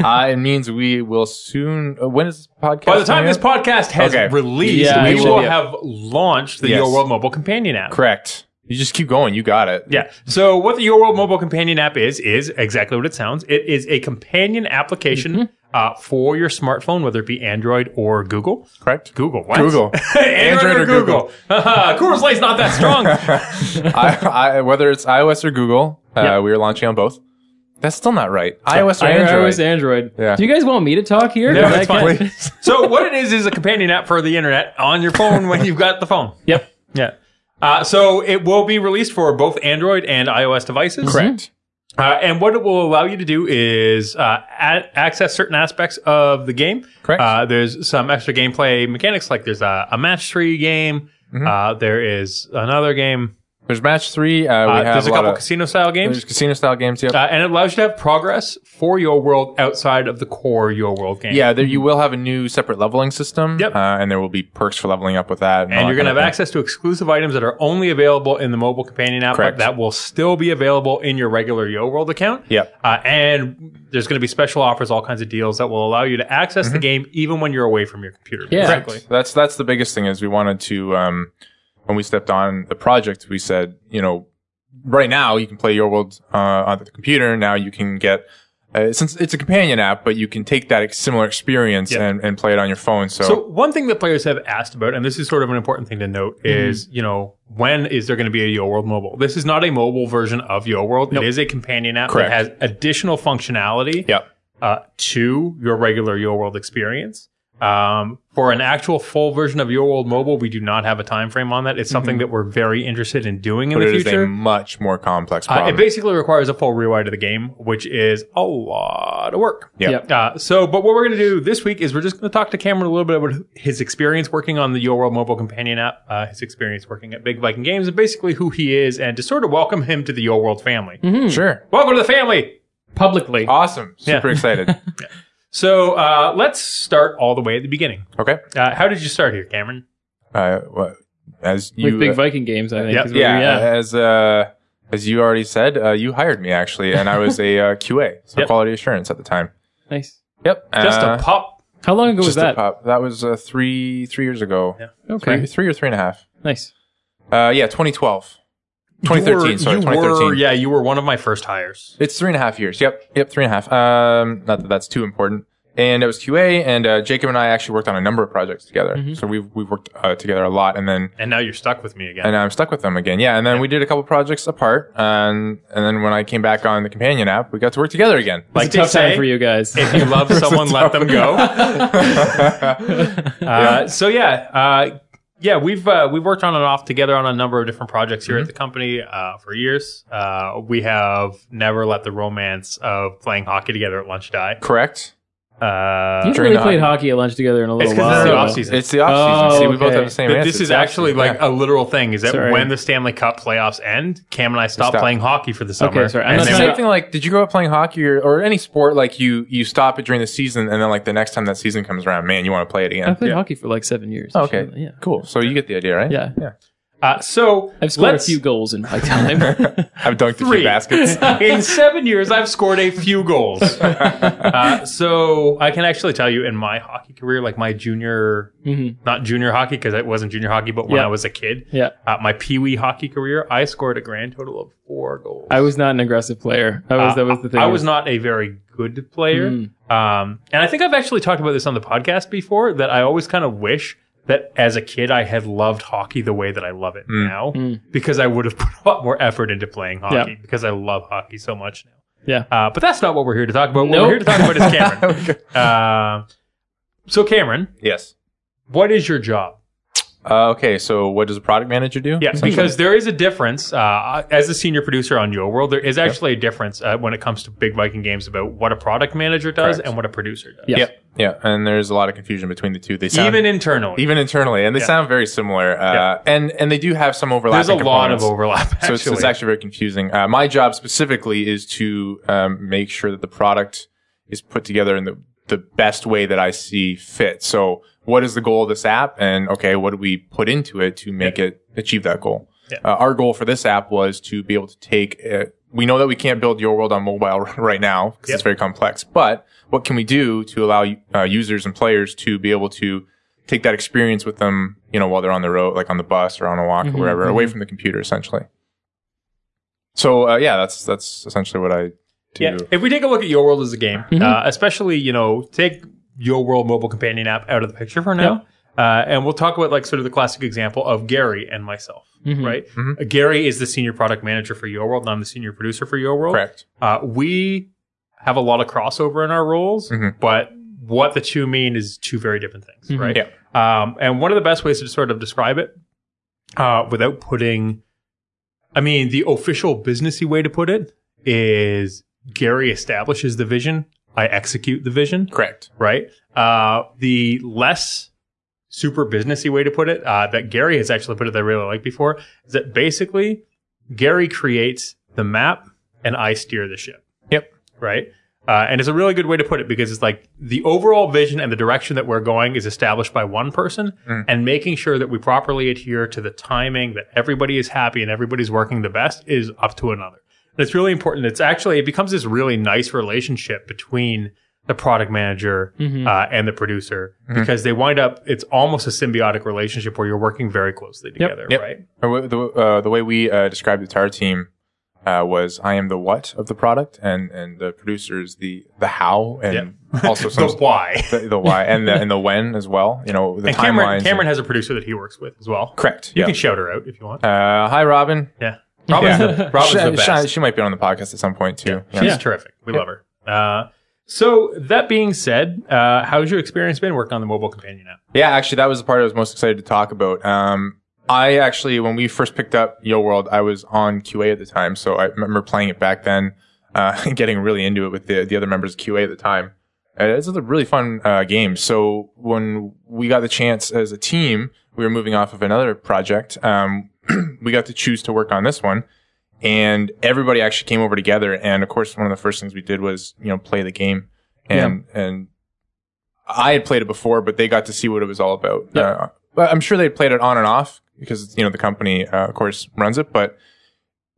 Speaker 3: uh, it means we will soon. Uh, when is this podcast?
Speaker 2: By the time
Speaker 3: coming
Speaker 2: this
Speaker 3: out?
Speaker 2: podcast has
Speaker 3: Okay.
Speaker 2: released,
Speaker 1: Yeah,
Speaker 2: we
Speaker 1: it should
Speaker 2: will
Speaker 1: be up.
Speaker 2: have launched the
Speaker 3: Yes.
Speaker 2: Your World Mobile Companion app.
Speaker 3: correct, you just keep going. You got it.
Speaker 2: Yeah. So, what the Your World Mobile Companion app is, is exactly what it sounds. It is a companion application uh, for your smartphone, whether it be Android or Google.
Speaker 3: correct.
Speaker 2: Google, what? [LAUGHS]
Speaker 3: Google.
Speaker 2: Android,
Speaker 3: Android
Speaker 2: or
Speaker 3: or
Speaker 2: Google. [LAUGHS] Coors Light's not that strong.
Speaker 3: I, I, whether it's iOS or Google, uh,
Speaker 2: Yeah.
Speaker 3: we are launching on both. That's still not right. iOS or
Speaker 1: I-
Speaker 3: Android.
Speaker 1: iOS Android.
Speaker 3: Yeah.
Speaker 1: Do you guys want me to talk here?
Speaker 2: No,
Speaker 1: 'Cause
Speaker 2: it's
Speaker 1: I [LAUGHS]
Speaker 2: fine.
Speaker 1: can't-
Speaker 2: [LAUGHS] so what it is is a companion app for the internet on your phone when you've got the phone.
Speaker 1: Yep.
Speaker 2: Yeah. Uh, so it will be released for both Android and iOS devices.
Speaker 3: correct.
Speaker 2: Uh, and what it will allow you to do is uh, a- access certain aspects of the game.
Speaker 3: Correct.
Speaker 2: Uh, there's some extra gameplay mechanics, like there's a, a match tree game.
Speaker 3: Mhm.
Speaker 2: Uh, there is another game.
Speaker 3: There's match three. Uh, we
Speaker 2: Uh,
Speaker 3: have
Speaker 2: there's a
Speaker 3: lot
Speaker 2: couple
Speaker 3: of-
Speaker 2: casino style games.
Speaker 3: There's casino style games. Yep.
Speaker 2: Uh, and it allows you to have progress for your world outside of the core your world game.
Speaker 3: yeah, there you will have a new separate leveling system.
Speaker 2: Yep.
Speaker 3: Uh, and there will be perks for leveling up with that.
Speaker 2: And
Speaker 3: all
Speaker 2: you're
Speaker 3: that
Speaker 2: going to have
Speaker 3: kind of
Speaker 2: access to exclusive items that are only available in the mobile companion app,
Speaker 3: Correct.
Speaker 2: but that will still be available in your regular Yo World account.
Speaker 3: thing. Yep.
Speaker 2: Uh, and there's going to be special offers, all kinds of deals that will allow you to access the game even when you're away from your computer.
Speaker 1: Yeah.
Speaker 3: Mm-hmm. Correct.
Speaker 2: basically.
Speaker 3: That's that's the biggest thing is we wanted to um, when we stepped on the project, we said you know right now you can play your world uh, on the computer. Now you can get. Uh, since it's a companion app, but you can take that ex- similar experience
Speaker 2: Yeah.
Speaker 3: and, and play it on your phone. So,
Speaker 2: So one thing that players have asked about, and this is sort of an important thing to note,
Speaker 3: Mm-hmm.
Speaker 2: is you know when is there going to be a Yo World mobile? This is not a mobile version of Yo World. It is a companion app
Speaker 3: Correct.
Speaker 2: that has additional functionality
Speaker 3: yep,
Speaker 2: uh, to your regular Yo World experience. Um, for an actual full version of Yo World mobile, we do not have a time frame on that. It's something that we're very interested in doing in
Speaker 3: Mm-hmm. but
Speaker 2: the
Speaker 3: it is
Speaker 2: future.
Speaker 3: a much more complex
Speaker 2: Uh,
Speaker 3: problem.
Speaker 2: it basically requires a full rewrite of the game, which is a lot of work.
Speaker 3: Yep.
Speaker 1: Yep.
Speaker 2: Uh, so, but what we're going to do this week is we're just going to talk to Cameron a little bit about his experience working on the Your World mobile companion app, uh, his experience working at Big Viking Games, and basically who he is, and to sort of welcome him to the Your World family.
Speaker 1: Mm-hmm.
Speaker 3: sure, Uh,
Speaker 2: Welcome to the family publicly.
Speaker 3: Hmm. awesome, super
Speaker 2: Yeah. [LAUGHS]
Speaker 3: excited.
Speaker 2: So, uh, let's start all the way at the beginning.
Speaker 3: Okay,
Speaker 2: Uh, how did you start here, Cameron?
Speaker 3: uh, what, as you
Speaker 1: with big
Speaker 3: uh,
Speaker 1: Viking games, I think.
Speaker 2: Yep.
Speaker 1: is what-
Speaker 3: yeah, as uh, as you already said, uh, you hired me actually, and I was a uh, [LAUGHS] QA, so
Speaker 2: Yep.
Speaker 3: quality assurance at the time.
Speaker 1: Nice.
Speaker 3: Yep,
Speaker 2: Just
Speaker 3: Uh,
Speaker 2: a pop.
Speaker 1: How long ago was
Speaker 3: just a
Speaker 1: that?
Speaker 3: pop. That was uh, three three years ago.
Speaker 2: Yeah.
Speaker 1: Okay.
Speaker 3: Three, three or three and a half.
Speaker 1: Nice.
Speaker 3: Uh, yeah, 2012, 2013.
Speaker 2: You
Speaker 3: sorry,
Speaker 2: were- you
Speaker 3: 2013.
Speaker 2: were- yeah, you were one of my first hires.
Speaker 3: It's three and a half years. Yep, yep, three and a half. Um, not that that's too important. And it was QA, and uh, Jacob and I actually worked on a number of projects together.
Speaker 2: Mm-hmm.
Speaker 3: So we've we've worked uh, together a lot, and then
Speaker 2: And now you're stuck with me again.
Speaker 3: and I'm stuck with them again. Yeah, and then we did a couple projects apart, and and then when I came back on the companion app, we got to work together again.
Speaker 1: It's
Speaker 2: like [LAUGHS]
Speaker 1: a
Speaker 2: they
Speaker 1: tough
Speaker 2: say,
Speaker 1: time for you guys.
Speaker 2: If you
Speaker 1: [LAUGHS]
Speaker 2: love someone, let them go. Uh, so yeah, uh, yeah, we've uh, we've worked on and off together on a number of different projects
Speaker 3: Mm-hmm.
Speaker 2: here at the company uh, for years. Uh, we have never let the romance of playing hockey together at lunch die.
Speaker 3: [LAUGHS] Correct.
Speaker 1: you
Speaker 2: Uh,
Speaker 1: haven't
Speaker 3: during
Speaker 1: really
Speaker 3: the
Speaker 1: played
Speaker 3: hockey-
Speaker 1: hockey at lunch together in a
Speaker 2: it's
Speaker 1: little while.
Speaker 2: because it's the
Speaker 3: Wow.
Speaker 2: off season.
Speaker 3: It's the off season.
Speaker 1: Oh,
Speaker 3: See, we both
Speaker 1: okay.
Speaker 3: have the same answer.
Speaker 2: This is
Speaker 3: It's off
Speaker 2: actually
Speaker 3: season.
Speaker 2: like
Speaker 3: Yeah.
Speaker 2: a literal thing. Is that
Speaker 1: Sorry.
Speaker 2: when the Stanley Cup playoffs end, Cam and I stop,
Speaker 3: stop.
Speaker 2: playing hockey for the summer.
Speaker 1: sorry, I'm
Speaker 2: and
Speaker 1: not
Speaker 3: It's the
Speaker 2: then
Speaker 1: saying-
Speaker 3: same thing. Like, did you grow up playing hockey or, or any sport? Like, you you stop it during the season, and then like the next time that season comes around, man, you want to play it
Speaker 1: I
Speaker 3: again.
Speaker 1: played
Speaker 3: Yeah.
Speaker 1: hockey for like seven years.
Speaker 3: Oh, okay,
Speaker 1: Yeah.
Speaker 3: cool. So you get the idea, right?
Speaker 1: Yeah.
Speaker 2: we- uh, so
Speaker 1: I've scored
Speaker 2: let's-
Speaker 1: a few goals in my
Speaker 3: [LAUGHS]
Speaker 1: time.
Speaker 3: [LAUGHS] I've dunked a
Speaker 2: Three.
Speaker 3: few [LAUGHS] baskets.
Speaker 2: in seven years, I've scored a few goals. [LAUGHS] Uh, so I can actually tell you in my hockey career, like my junior,
Speaker 1: Mhm.
Speaker 2: not junior hockey because it wasn't junior hockey, but when
Speaker 1: Yeah.
Speaker 2: I was a kid,
Speaker 1: Yeah.
Speaker 2: uh, my peewee hockey career, I scored a grand total of four goals.
Speaker 1: I was not an aggressive player. That was, that was the thing.
Speaker 2: Uh, I was not a very good player.
Speaker 1: Mm.
Speaker 2: Um, and I think I've actually talked about this on the podcast before that I always kind of wish that as a kid I had loved hockey the way that I love it
Speaker 3: Mm.
Speaker 2: now
Speaker 1: Mm.
Speaker 2: because I would have [LAUGHS] put a lot more effort into playing hockey because I love hockey so much now.
Speaker 1: Yeah.
Speaker 2: Uh, but that's not what we're here to talk about. What
Speaker 1: Nope.
Speaker 2: we're here to talk about
Speaker 1: [LAUGHS]
Speaker 2: is
Speaker 3: [LAUGHS]
Speaker 2: Cameron. uh, so, Cameron,
Speaker 3: yes.
Speaker 2: what is your job?
Speaker 3: Uh, okay. So what does a product manager do?
Speaker 2: Yeah, because there is a difference. Uh, as a senior producer on Your World, there is actually a difference uh, when it comes to big Viking games about what a product manager does
Speaker 3: Correct.
Speaker 2: and what a producer does.
Speaker 1: Yeah.
Speaker 3: Yep. Yeah. And there's a lot of confusion between the two. They sound
Speaker 2: Even internally,
Speaker 3: even internally, and they
Speaker 2: Yeah.
Speaker 3: sound very similar. Uh, And and they do have some overlap.
Speaker 2: there's a lot of overlap. [LAUGHS] Actually.
Speaker 3: So it's, it's actually very confusing. Uh, my job specifically is to um, make sure that the product is put together in the, the best way that I see fit. So what is the goal of this app? And okay, what do we put into it to make it achieve that goal?
Speaker 2: Yeah.
Speaker 3: Uh, our goal for this app was to be able to take, uh, we know that we can't build your world on mobile [LAUGHS] right now because it's
Speaker 2: Yep.
Speaker 3: very complex, but what can we do to allow uh, users and players to be able to take that experience with them, you know, while they're on the road, like on the bus or on a walk
Speaker 2: Mm-hmm.
Speaker 1: Mhm,
Speaker 3: or wherever, away from the computer essentially. So uh, yeah, that's that's essentially what I do.
Speaker 2: Yeah. If we take a look at Your World as a game,
Speaker 3: Mm-hmm.
Speaker 1: Mhm.
Speaker 2: uh, especially you know, take Your World mobile companion app out of the picture for now, uh, and we'll talk about like sort of the classic example of Gary and myself.
Speaker 1: Mhm.
Speaker 2: Right,
Speaker 3: Mhm.
Speaker 2: Uh, Gary is the senior product manager for Your World, and I'm the senior producer for Your World.
Speaker 3: Correct.
Speaker 2: Uh, we have a lot of crossover in our roles,
Speaker 3: Mhm.
Speaker 2: but what the two mean is two very different things,
Speaker 1: Mhm.
Speaker 2: right?
Speaker 3: Yeah.
Speaker 2: Um, and one of the best ways to sort of describe it uh, without putting, I mean, the official businessy way to put it is Gary establishes the vision, I execute the vision,
Speaker 3: Correct.
Speaker 2: right? Uh, the less super businessy way to put it uh, that Gary has actually put it that I really like before is that basically Gary creates the map and I steer the ship.
Speaker 3: Yep.
Speaker 2: Right. Uh, and it's a really good way to put it because it's like the overall vision and the direction that we're going is established by one person
Speaker 3: Mm.
Speaker 2: and making sure that we properly adhere to the timing that everybody is happy and everybody's working the best is up to another. And it's really important. It's actually, it becomes this really nice relationship between the product manager
Speaker 1: Mhm.
Speaker 3: Mm-hmm.
Speaker 2: uh, and the producer because they wind up, it's almost a symbiotic relationship where you're working very closely together,
Speaker 3: Yep.
Speaker 2: right?
Speaker 3: Uh, w- The, uh, the way we uh, described the entire team uh, was I am the what of the product, and, and the producer is the, the how, and
Speaker 2: [LAUGHS]
Speaker 3: also
Speaker 2: So
Speaker 3: some,
Speaker 2: the why.
Speaker 3: the, the why and the and the when as well. You know the
Speaker 2: And Cameron,
Speaker 3: timelines.
Speaker 2: Cameron has a producer that he works with as well.
Speaker 3: correct.
Speaker 2: You
Speaker 3: Yeah.
Speaker 2: can shout her out if you want.
Speaker 3: uh, hi, Robin.
Speaker 2: Yeah.
Speaker 1: Robin's
Speaker 2: the- Robin's
Speaker 3: she,
Speaker 2: the best.
Speaker 3: She, she might be on the podcast at some point too. Yeah.
Speaker 2: She's terrific. We love her. Uh, so that being said, uh, how's your experience been working on the mobile companion app?
Speaker 3: Yeah, actually, that was the part I was most excited to talk about. Um, I actually, when we first picked up Yo World, I was on QA at the time, so I remember playing it back then, uh, [LAUGHS] and getting really into it with the the other members of QA at the time. Uh, it's a really fun uh, game. So when we got the chance as a team, we were moving off of another project. Um, [CLEARS THROAT] we got to choose to work on this one, and everybody actually came over together. And of course, one of the first things we did was you know play the game, and and I had played it before, but they got to see what it was all about.
Speaker 1: Yeah.
Speaker 3: Uh, but I'm sure they played it on and off because you know the company, uh, of course, runs it. But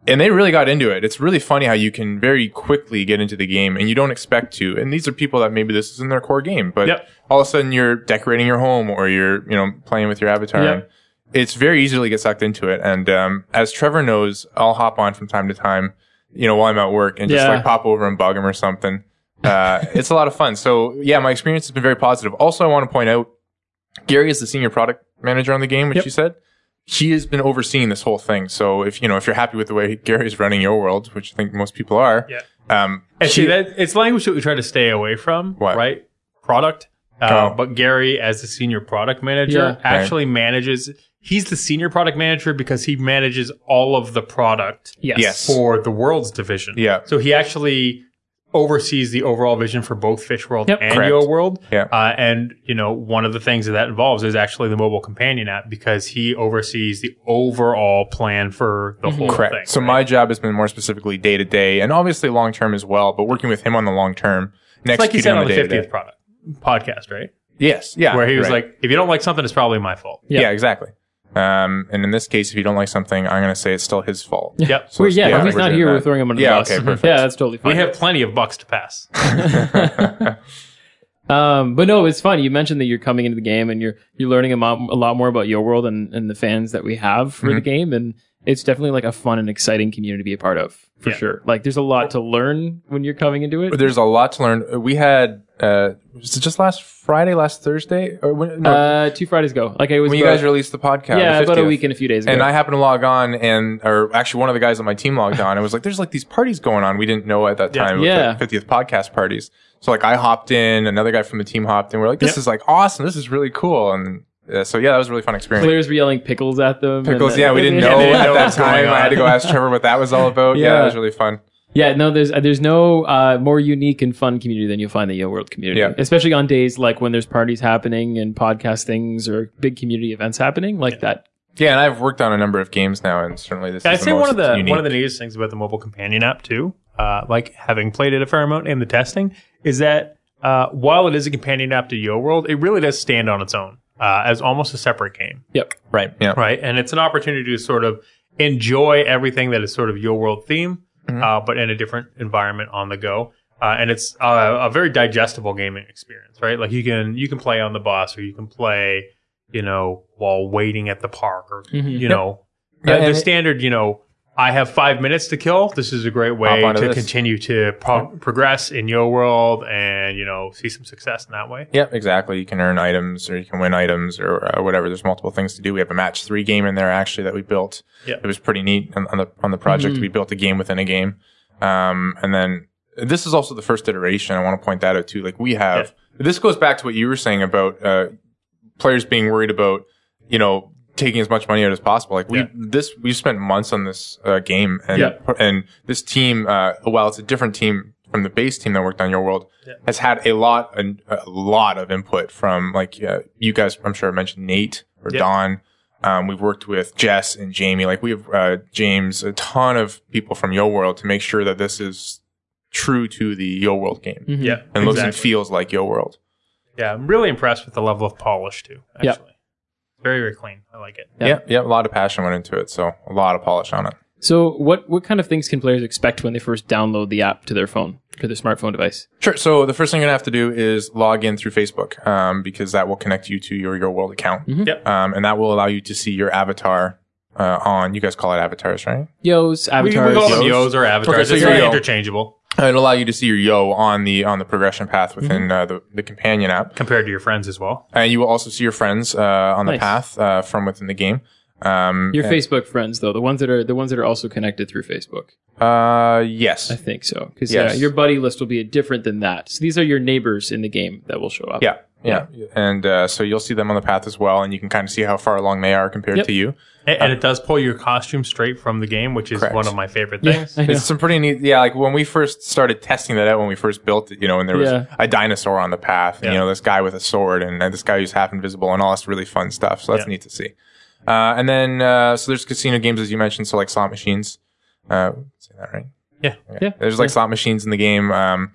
Speaker 3: and they really got into it. It's really funny how you can very quickly get into the game and you don't expect to. And these are people that maybe this isn't their core game, but
Speaker 2: Yep.
Speaker 3: all of a sudden you're decorating your home or you're you know playing with your avatar.
Speaker 1: Yep.
Speaker 3: It's very easily get sucked into it. And um, as Trevor knows, I'll hop on from time to time, you know, while I'm at work and just
Speaker 1: Yeah.
Speaker 3: like pop over and bug him or something. Uh, it's a lot of fun. So yeah, my experience has been very positive. Also, I want to point out Gary is the senior product manager on the game, which
Speaker 1: Yep.
Speaker 3: you said. He has been overseeing this whole thing. So if you know if you're happy with the way Gary's running your world, which I think most people are,
Speaker 2: Yeah.
Speaker 3: um,
Speaker 2: And see,
Speaker 3: he-
Speaker 2: that, it's language that we try to stay away from,
Speaker 3: What?
Speaker 2: right? Product. Uh,
Speaker 3: Oh.
Speaker 2: But Gary, as the senior product manager,
Speaker 1: Yeah.
Speaker 2: actually manages. He's the senior product manager because he manages all of the product
Speaker 1: Yes.
Speaker 3: Yes.
Speaker 2: for the world's division.
Speaker 3: Yeah.
Speaker 2: So he actually oversees the overall vision for both Fish World
Speaker 1: Yep.
Speaker 2: and
Speaker 3: Correct.
Speaker 2: Yo World.
Speaker 3: Yeah.
Speaker 2: Uh, and you know, one of the things that that involves is actually the mobile companion app because he oversees the overall plan for
Speaker 1: Mm-hmm.
Speaker 2: the whole
Speaker 3: correct.
Speaker 2: thing.
Speaker 3: so my job has been more specifically day to day and obviously long term as well, but working with him on the long term.
Speaker 2: it's like he said on the fiftieth product podcast, right?
Speaker 3: Yes. Yeah.
Speaker 2: Where he was
Speaker 3: Ah, right.
Speaker 2: like, "If you don't like something, it's probably my fault."
Speaker 1: Yeah.
Speaker 3: yeah, exactly. Um, and in this case, if you don't like something, I'm going to say it's still his fault.
Speaker 2: Yep.
Speaker 3: So
Speaker 1: Well,
Speaker 3: it's-
Speaker 1: yeah,
Speaker 3: yeah,
Speaker 1: if he's
Speaker 3: we're
Speaker 1: not
Speaker 3: doing
Speaker 1: here,
Speaker 3: that.
Speaker 1: we're throwing him under
Speaker 3: Yeah,
Speaker 1: the bus. Mm-hmm.
Speaker 3: okay, perfect.
Speaker 1: [LAUGHS] Yeah, that's totally
Speaker 2: We
Speaker 1: fine.
Speaker 2: have plenty of bucks to pass.
Speaker 1: um, but no, it's fun. You mentioned that you're coming into the game and you're you're learning a, mo- a lot more about your world and, and the fans that we have for the
Speaker 3: Mm-hmm.
Speaker 1: game, and it's definitely like a fun and exciting community to be a part of for
Speaker 2: Yeah.
Speaker 1: sure. Like, there's a lot to learn when you're coming into it.
Speaker 3: There's a lot to learn. We had uh, was it just last Friday, last Thursday, or when, no,
Speaker 1: Uh, two Fridays ago, like I was
Speaker 3: when you
Speaker 1: about-
Speaker 3: guys released the podcast.
Speaker 1: yeah,
Speaker 3: the
Speaker 1: about a
Speaker 3: 50th.
Speaker 1: week and a few days ago.
Speaker 3: And I happened to log on, and or actually, one of the guys on my team logged on. and was like, "There's like these parties going on. We didn't know at that
Speaker 2: Yeah.
Speaker 3: time.
Speaker 1: Yeah.
Speaker 3: fiftieth podcast parties. So like, I hopped in. Another guy from the team hopped in. We're like, "This
Speaker 2: Yep.
Speaker 3: is like awesome. This is really cool." And uh, so yeah, that was a really fun experience.
Speaker 1: players were yelling pickles at them. and uh,
Speaker 3: Pickles,
Speaker 1: that- [LAUGHS]
Speaker 3: yeah, we didn't know
Speaker 2: didn't
Speaker 3: at
Speaker 2: know what
Speaker 3: that
Speaker 2: was going
Speaker 3: time. I had to go
Speaker 2: on.
Speaker 3: ask Trevor what that was all about. Yeah,
Speaker 1: Yeah.
Speaker 3: that was really fun.
Speaker 1: Yeah, no, there's uh, there's no uh, more unique and fun community than you'll find in the Yo World community.
Speaker 3: Yeah.
Speaker 1: Especially on days like when there's parties happening and podcast things or big community events happening like that.
Speaker 3: Yeah, and I've worked on a number of games now, and certainly this.
Speaker 2: I'd
Speaker 3: is the
Speaker 2: say one of
Speaker 3: most
Speaker 2: the
Speaker 3: unique.
Speaker 2: one of the neatest things about the mobile companion app too, uh, like having played it a fair amount in the testing, is that uh, while it is a companion app to Yo World, it really does stand on its own uh, as almost a separate game,
Speaker 1: Yep.
Speaker 3: right. Yeah,
Speaker 2: right? And it's an opportunity to sort of enjoy everything that is sort of Yo World theme,
Speaker 3: Mhm.
Speaker 2: uh, but in a different environment on the go. Uh, and it's uh, a very digestible gaming experience, right? Like you can you can play on the bus, or you can play, you know, while waiting at the park, or
Speaker 1: Mhm.
Speaker 2: you know,
Speaker 3: Yeah,
Speaker 2: the- the
Speaker 3: and it-
Speaker 2: standard, you know, I have five minutes to kill. This is a great way
Speaker 3: Hop onto
Speaker 2: to
Speaker 3: this.
Speaker 2: continue to pro- progress in your world and, you know, see some success in that way.
Speaker 3: yeah, exactly. You can earn items, or you can win items, or uh, whatever. There's multiple things to do. We have a match three game in there actually that we built.
Speaker 2: Yeah.
Speaker 3: it was pretty neat on, on the on the project.
Speaker 1: Mhm.
Speaker 3: We built a game within a game, um, and then this is also the first iteration. I want to point that out too. Like we have this goes back to what you were saying about uh, players being worried about you know taking as much money out as possible. Like we
Speaker 2: Yeah.
Speaker 3: this we spent months on this uh, game and
Speaker 1: Yeah.
Speaker 3: and this team. Uh, while it's a different team from the base team that worked on your world
Speaker 2: Yeah.
Speaker 3: has had a lot a, a lot of input from like uh, you guys. I'm sure I mentioned Nate or
Speaker 2: Yeah.
Speaker 3: Don. Um, we've worked with Jess and Jamie. Like we have uh, James, a ton of people from Yo World to make sure that this is true to the Yo World game and
Speaker 1: Mhm.
Speaker 2: Yeah,
Speaker 3: looks and
Speaker 2: exactly.
Speaker 3: feels like Yo World.
Speaker 2: Yeah, I'm really impressed with the level of polish too. Actually,
Speaker 1: Yeah.
Speaker 2: very very clean. I like it.
Speaker 1: Yeah.
Speaker 3: Yeah. yeah, A lot of passion went into it, so a lot of polish on it.
Speaker 1: So, what what kind of things can players expect when they first download the app to their phone, to their smartphone device?
Speaker 3: Sure. So the first thing you're gonna have to do is log in through Facebook um, because that will connect you to your Your World account,
Speaker 1: Mhm.
Speaker 2: Yep.
Speaker 3: um, and that will allow you to see your avatar uh, on. You guys call it avatars, right?
Speaker 1: Yos,
Speaker 2: We, we
Speaker 1: avatars.
Speaker 2: call them
Speaker 3: Yos.
Speaker 2: yos or avatars.
Speaker 3: Okay, so
Speaker 2: it's
Speaker 3: you're
Speaker 2: very
Speaker 3: yo.
Speaker 2: interchangeable
Speaker 3: Uh, it'll allow you to see your yo on the on the progression
Speaker 1: Mm-hmm.
Speaker 3: path within uh, the the companion app,
Speaker 2: compared to your friends as well.
Speaker 3: and you will also see your friends uh, on the
Speaker 1: Nice.
Speaker 3: path uh, from within the game. Um,
Speaker 1: Your
Speaker 3: and-
Speaker 1: Facebook friends, though, the ones that are the ones that are also connected through Facebook.
Speaker 3: Uh, yes.
Speaker 1: I think so, because
Speaker 3: Yes.
Speaker 1: yeah, your buddy list will be different than that. So these are your neighbors in the game that will show up.
Speaker 3: Yeah, yeah, and uh, so you'll see them on the path as well, and you can kind of see how far along they are compared
Speaker 1: Yep.
Speaker 3: to you.
Speaker 2: And, and it does pull your costume straight from the game, which is
Speaker 3: Uh, Correct. Uh,
Speaker 2: one of my favorite
Speaker 1: Yeah,
Speaker 2: things.
Speaker 1: I know.
Speaker 3: [LAUGHS] It's some pretty neat. Yeah, like when we first started testing that out, when we first built it, you know, and there was
Speaker 1: Yeah.
Speaker 3: a dinosaur on the path, and,
Speaker 2: Yeah.
Speaker 3: you know, this guy with a sword, and, uh, this guy who's half invisible, and all this really fun stuff. So that's
Speaker 2: Yeah.
Speaker 3: neat to see. Uh, and then uh, so there's casino games as you mentioned, so like slot machines. Uh, say that right?
Speaker 2: Yeah.
Speaker 3: Okay.
Speaker 1: Yeah.
Speaker 3: There's like slot machines in the game, um,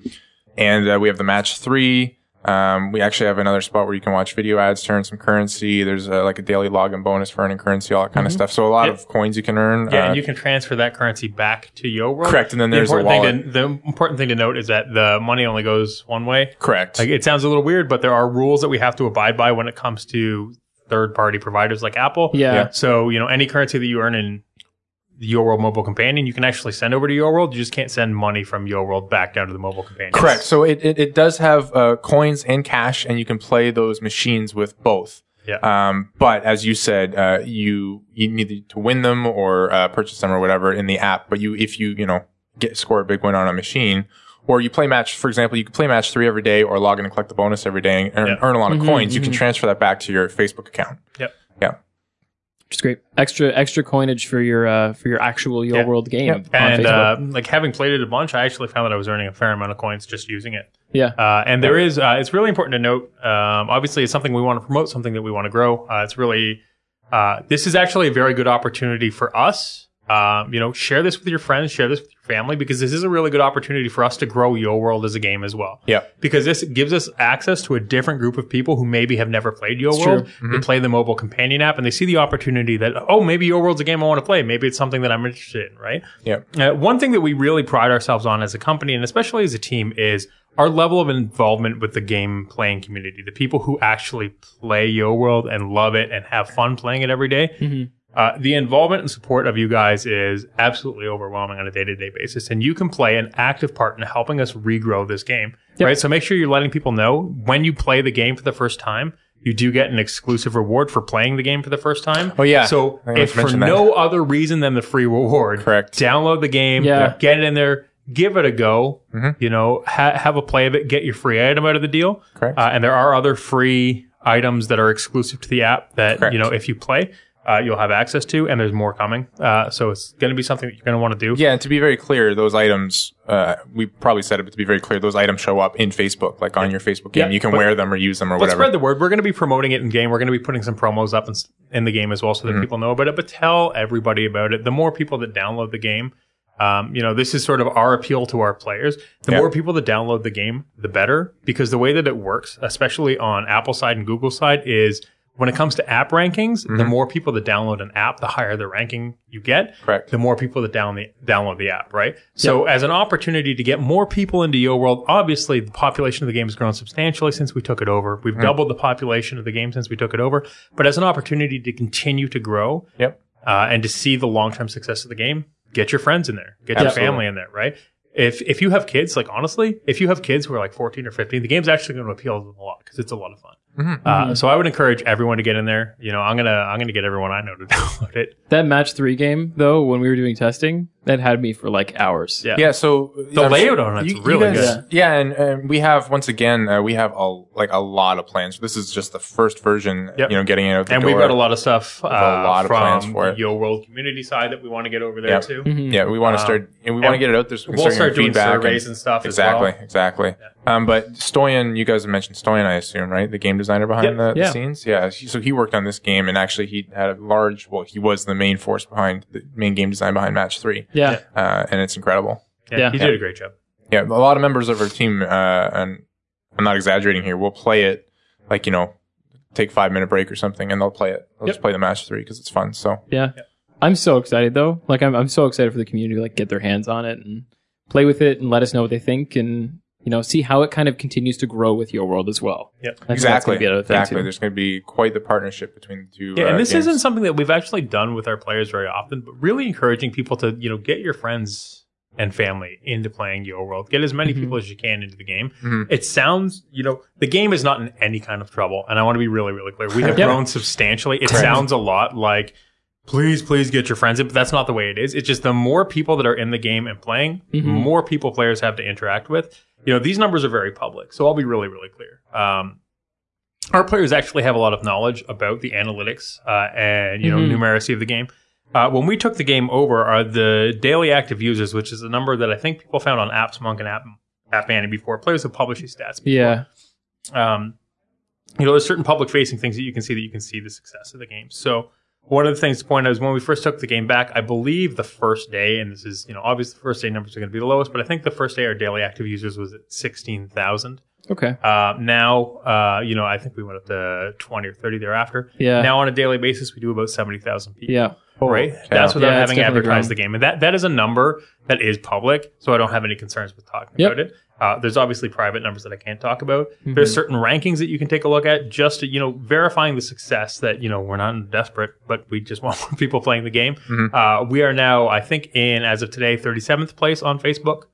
Speaker 3: and uh, we have the match three. Um, we actually have another spot where you can watch video ads, to earn some currency. There's uh, like a daily login bonus for earning currency, all that
Speaker 1: Mm-hmm.
Speaker 3: kind of stuff. So a lot
Speaker 2: Yeah.
Speaker 3: of coins you can earn.
Speaker 2: Yeah,
Speaker 3: uh,
Speaker 2: and you can transfer that currency back to Yo World.
Speaker 3: Correct, and then there's
Speaker 2: the
Speaker 3: a
Speaker 2: important thing. To, the important thing to note is that the money only goes one way.
Speaker 3: correct.
Speaker 2: Like it sounds a little weird, but there are rules that we have to abide by when it comes to third-party providers like Apple.
Speaker 1: yeah.
Speaker 3: Yeah.
Speaker 2: So you know, any currency that you earn in the Your World Mobile Companion, you can actually send over to Your World. You just can't send money from Your World back down to the Mobile Companion.
Speaker 3: Correct. So it, it, it does have uh, coins and cash, and you can play those machines with both.
Speaker 2: Yeah.
Speaker 3: Um, but as you said, uh, you you need to win them or uh, purchase them or whatever in the app. But you if you you know get score a big win on a machine, or you play match. For example, you can play match three every day, or log in and collect the bonus every day and earn,
Speaker 2: Yeah.
Speaker 3: earn a lot of
Speaker 1: Mhm,
Speaker 3: coins. You can
Speaker 1: mhm.
Speaker 3: transfer that back to your Facebook account.
Speaker 1: which is great. Extra extra coinage for your uh, for your actual Your
Speaker 2: Yeah.
Speaker 1: World game.
Speaker 3: Yep.
Speaker 1: on
Speaker 2: And
Speaker 1: Facebook.
Speaker 2: uh, like having played it a bunch, I actually found that I was earning a fair amount of coins just using it.
Speaker 1: yeah,
Speaker 2: Uh, and there is, uh, it's really important to note. Um, obviously, it's something we want to promote, something that we want to grow. Uh, it's really, uh, this is actually a very good opportunity for us. Um, you know, share this with your friends, share this with your family, because this is a really good opportunity for us to grow Your World as a game as well.
Speaker 3: Yeah.
Speaker 2: Because this gives us access to a different group of people who maybe have never played Your
Speaker 1: It's
Speaker 2: World.
Speaker 3: true. Mm-hmm.
Speaker 2: They play the mobile companion app and they see the opportunity that, oh, maybe Your World's a game I want to play. Maybe it's something that I'm interested in, right?
Speaker 3: Yeah.
Speaker 2: Uh, one thing that we really pride ourselves on as a company and especially as a team is our level of involvement with the game playing community, the people who actually play Yo World and love it and have fun playing it every day.
Speaker 1: Mhm.
Speaker 2: Uh, the involvement and support of you guys is absolutely overwhelming on a day to day basis. And you can play an active part in helping us regrow this game,
Speaker 1: Yep.
Speaker 2: right? So make sure you're letting people know when you play the game for the first time, you do get an exclusive reward for playing the game for the first time.
Speaker 3: Oh, yeah.
Speaker 2: So
Speaker 3: I
Speaker 2: if for
Speaker 3: mentioned that.
Speaker 2: no other reason than the free reward,
Speaker 3: Correct.
Speaker 2: download the game,
Speaker 1: Yeah.
Speaker 2: get it in there, give it a go.
Speaker 3: Mhm.
Speaker 2: You know, ha- have a play of it, get your free item out of the deal.
Speaker 3: Correct.
Speaker 2: Uh, and there are other free items that are exclusive to the app that
Speaker 3: Correct.
Speaker 2: you know if you play, uh, you'll have access to, and there's more coming. Uh, so it's going to be something that you're going to want to do.
Speaker 3: Yeah, and to be very clear, those items uh, we probably said it, but to be very clear, those items show up in Facebook, like on your Facebook game.
Speaker 2: Yeah,
Speaker 3: you can
Speaker 2: but-
Speaker 3: wear them or use them or
Speaker 2: But
Speaker 3: whatever.
Speaker 2: spread the word. We're going to be promoting it in game. We're going to be putting some promos up in, s- in the game as well, so
Speaker 3: Mm-hmm.
Speaker 2: that people know about it. But tell everybody about it. The more people that download the game, um, you know, this is sort of our appeal to our players. The
Speaker 3: Yeah.
Speaker 2: more people that download the game, the better, because the way that it works, especially on Apple side and Google side, is when it comes to app rankings, the
Speaker 3: Mm-hmm.
Speaker 2: more people that download an app, the higher the ranking you get.
Speaker 3: Correct.
Speaker 2: The more people that down the, download the app, right? So as an opportunity to get more people into Yo World, obviously the population of the game has grown substantially since we took it over. We've doubled the population of the game since we took it over. But as an opportunity to continue to grow
Speaker 3: Yep.
Speaker 2: uh, and to see the long-term success of the game, get your friends in there, get your
Speaker 3: Absolutely.
Speaker 2: family in there, right? If if you have kids, like honestly, if you have kids who are like 14 or 15, the game's actually going to appeal to them a lot because it's a lot of fun.
Speaker 3: Mhm.
Speaker 2: Uh, so I would encourage everyone to get in there. You know, I'm gonna I'm gonna get everyone I know to [LAUGHS] download it.
Speaker 1: That match three game though, when we were doing testing, that had me for like hours.
Speaker 2: Yeah.
Speaker 3: Yeah, so
Speaker 2: The layout on it's really
Speaker 1: good.
Speaker 3: Yeah, and, and we have once again uh, we have a like a lot of plans. This is just the first version,
Speaker 2: Yep.
Speaker 3: you know, getting it out the
Speaker 2: and
Speaker 3: door.
Speaker 2: we've got a lot of stuff uh,
Speaker 3: lot of
Speaker 2: from
Speaker 3: plans for it.
Speaker 2: the Yo World community side that we want to get over there
Speaker 3: Yeah.
Speaker 2: too.
Speaker 1: Mhm.
Speaker 3: Yeah, we want
Speaker 2: Um,
Speaker 3: to start and we want to
Speaker 2: and
Speaker 3: get it out there. So we can
Speaker 2: We'll
Speaker 3: start
Speaker 2: start doing
Speaker 3: getting feedback
Speaker 2: surveys and,
Speaker 3: and-
Speaker 2: stuff
Speaker 3: exactly,
Speaker 2: as well.
Speaker 3: exactly. Um, but Stoyan, you guys have mentioned Stoyan, I assume, right? The game designer
Speaker 2: Yep.
Speaker 3: behind the, the
Speaker 1: Yeah.
Speaker 3: scenes. Yeah. he- So he worked on this game, and actually he had a large. Well, he was the main force behind the main game design behind Match Three,
Speaker 1: Yeah.
Speaker 2: Yeah.
Speaker 3: uh, and it's incredible.
Speaker 2: Yeah,
Speaker 1: Yeah.
Speaker 2: he did a great job.
Speaker 3: Yeah, a lot of members of our team, uh, and I'm not exaggerating here. We'll play it like you know, take five minute break or something, and they'll play it. They'll just play the match three because it's fun. So
Speaker 1: Yeah. I'm so excited though. Like I'm I'm so excited for the community to like get their hands on it and play with it and let us know what they think and you know, see how it kind of continues to grow with your world as well.
Speaker 2: Yep.
Speaker 1: I think that's
Speaker 3: exactly,
Speaker 1: gonna be another thing,
Speaker 3: exactly.
Speaker 1: too.
Speaker 3: There's going to be quite the partnership between the two.
Speaker 2: Yeah,
Speaker 3: uh,
Speaker 2: and this
Speaker 3: games.
Speaker 2: isn't something that we've actually done with our players very often, but really encouraging people to, you know, get your friends and family into playing Yo World. Get as many
Speaker 1: Mhm.
Speaker 2: people as you can into the game.
Speaker 3: Mhm.
Speaker 2: It sounds, you know, the game is not in any kind of trouble, and I want to be really, really clear. We have
Speaker 1: Yep.
Speaker 2: grown substantially. It
Speaker 3: Correct.
Speaker 2: sounds a lot like please, please get your friends in, but that's not the way it is. It's just the more people that are in the game and playing,
Speaker 1: Mhm.
Speaker 2: more people players have to interact with. You know, these numbers are very public, so I'll be really, really clear. Um, our players actually have a lot of knowledge about the analytics uh, and you know
Speaker 1: Mhm.
Speaker 2: numeracy of the game. Uh, when we took the game over, are the daily active users, which is a number that I think people found on AppsMonk and App App Annie before. Players have published these stats. Before.
Speaker 1: Yeah.
Speaker 2: Um, you know, there's certain public facing things that you can see that you can see the success of the game. So one of the things to point out is when we first took the game back, I believe the first day, and this is you know obviously the first day numbers are going to be the lowest, but I think the first day our daily active users was at sixteen thousand.
Speaker 1: Okay.
Speaker 2: Uh, now, uh, you know, I think we went up to 20 or 30 thereafter.
Speaker 1: Yeah.
Speaker 2: Now, on a daily basis, we do about 70,000 people.
Speaker 1: yeah.
Speaker 2: Right? That's without
Speaker 1: Yeah, it's
Speaker 2: having
Speaker 1: definitely grown.
Speaker 2: advertised the game. And that, that is a number that is public, so I don't have any concerns with talking
Speaker 1: Yep.
Speaker 2: about it. Uh, there's obviously private numbers that I can't talk about.
Speaker 1: Mhm.
Speaker 2: There's certain rankings that you can take a look at just to, you know, verifying the success that, you know, we're not desperate, but we just [LAUGHS] want more people playing the game.
Speaker 3: Mhm.
Speaker 2: Uh, we are now, I think, in, as of today, 37th place on Facebook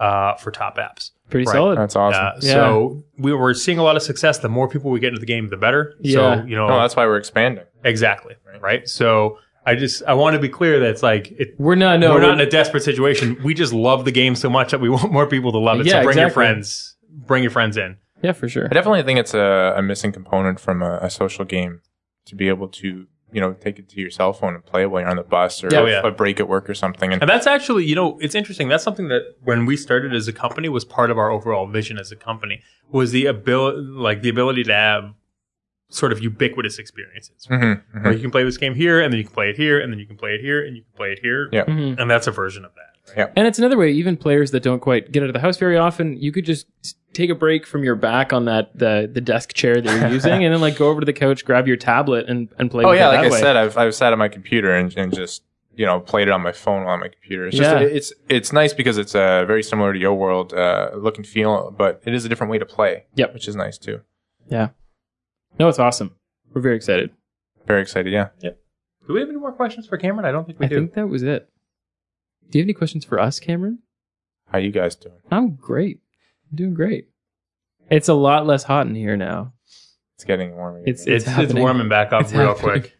Speaker 2: uh, for top apps.
Speaker 1: Pretty
Speaker 2: Right.
Speaker 1: solid.
Speaker 3: That's awesome.
Speaker 2: Uh, so we were seeing a lot of success. The more people we get into the game, the better.
Speaker 1: Yeah.
Speaker 2: So you know
Speaker 3: no, that's why we're expanding.
Speaker 2: exactly right. So I just I want to be clear that it's like it,
Speaker 1: we're not no
Speaker 2: we're not in a desperate situation. We just love the game so much that we [LAUGHS] want more people to love it.
Speaker 1: Yeah,
Speaker 2: so bring your
Speaker 1: exactly.
Speaker 2: friends, bring your friends in.
Speaker 1: yeah, for sure.
Speaker 3: I definitely think it's a, a missing component from a, a social game to be able to you know take it to your cell phone and play it while you're on the bus or
Speaker 1: Yeah.
Speaker 2: Oh, yeah.
Speaker 3: a break at work or something. And
Speaker 2: And that's actually, you know, it's interesting. That's something that when we started as a company was part of our overall vision as a company was the ability, like the ability to have sort of ubiquitous experiences.
Speaker 3: Mhm, mhm.
Speaker 2: Where you can play this game here, and then you can play it here, and then you can play it here, and you can play it here.
Speaker 3: Yeah.
Speaker 1: Mhm.
Speaker 2: And that's a version of that.
Speaker 1: And it's another way, even players that don't quite get out of the house very often, you could just take a break from your back on that the, the desk chair that you're using
Speaker 3: [LAUGHS]
Speaker 1: and then like go over to the couch, grab your tablet and, and play
Speaker 3: Oh
Speaker 1: with it
Speaker 3: yeah, like
Speaker 1: that
Speaker 3: I
Speaker 1: way.
Speaker 3: said, I've I've sat at my computer and, and just you know played it on my phone while on my computer. It's
Speaker 1: Yeah.
Speaker 3: just it's it's nice because it's uh, very similar to Yo World uh, look and feel, but it is a different way to play.
Speaker 1: Yep.
Speaker 3: which is nice too.
Speaker 1: No, it's awesome. We're very excited.
Speaker 3: Very excited. Yeah.
Speaker 2: Do we have any more questions for Cameron? I don't think we
Speaker 1: I
Speaker 2: do.
Speaker 1: think that was it. Do you have any questions for us, Cameron?
Speaker 3: How you guys doing?
Speaker 1: I'm great. I'm doing great. It's a lot less hot in here now.
Speaker 3: It's getting warmer.
Speaker 1: It's
Speaker 2: it's,
Speaker 1: it's,
Speaker 2: it's, warming back up
Speaker 1: It's
Speaker 2: real
Speaker 1: happening.
Speaker 2: quick.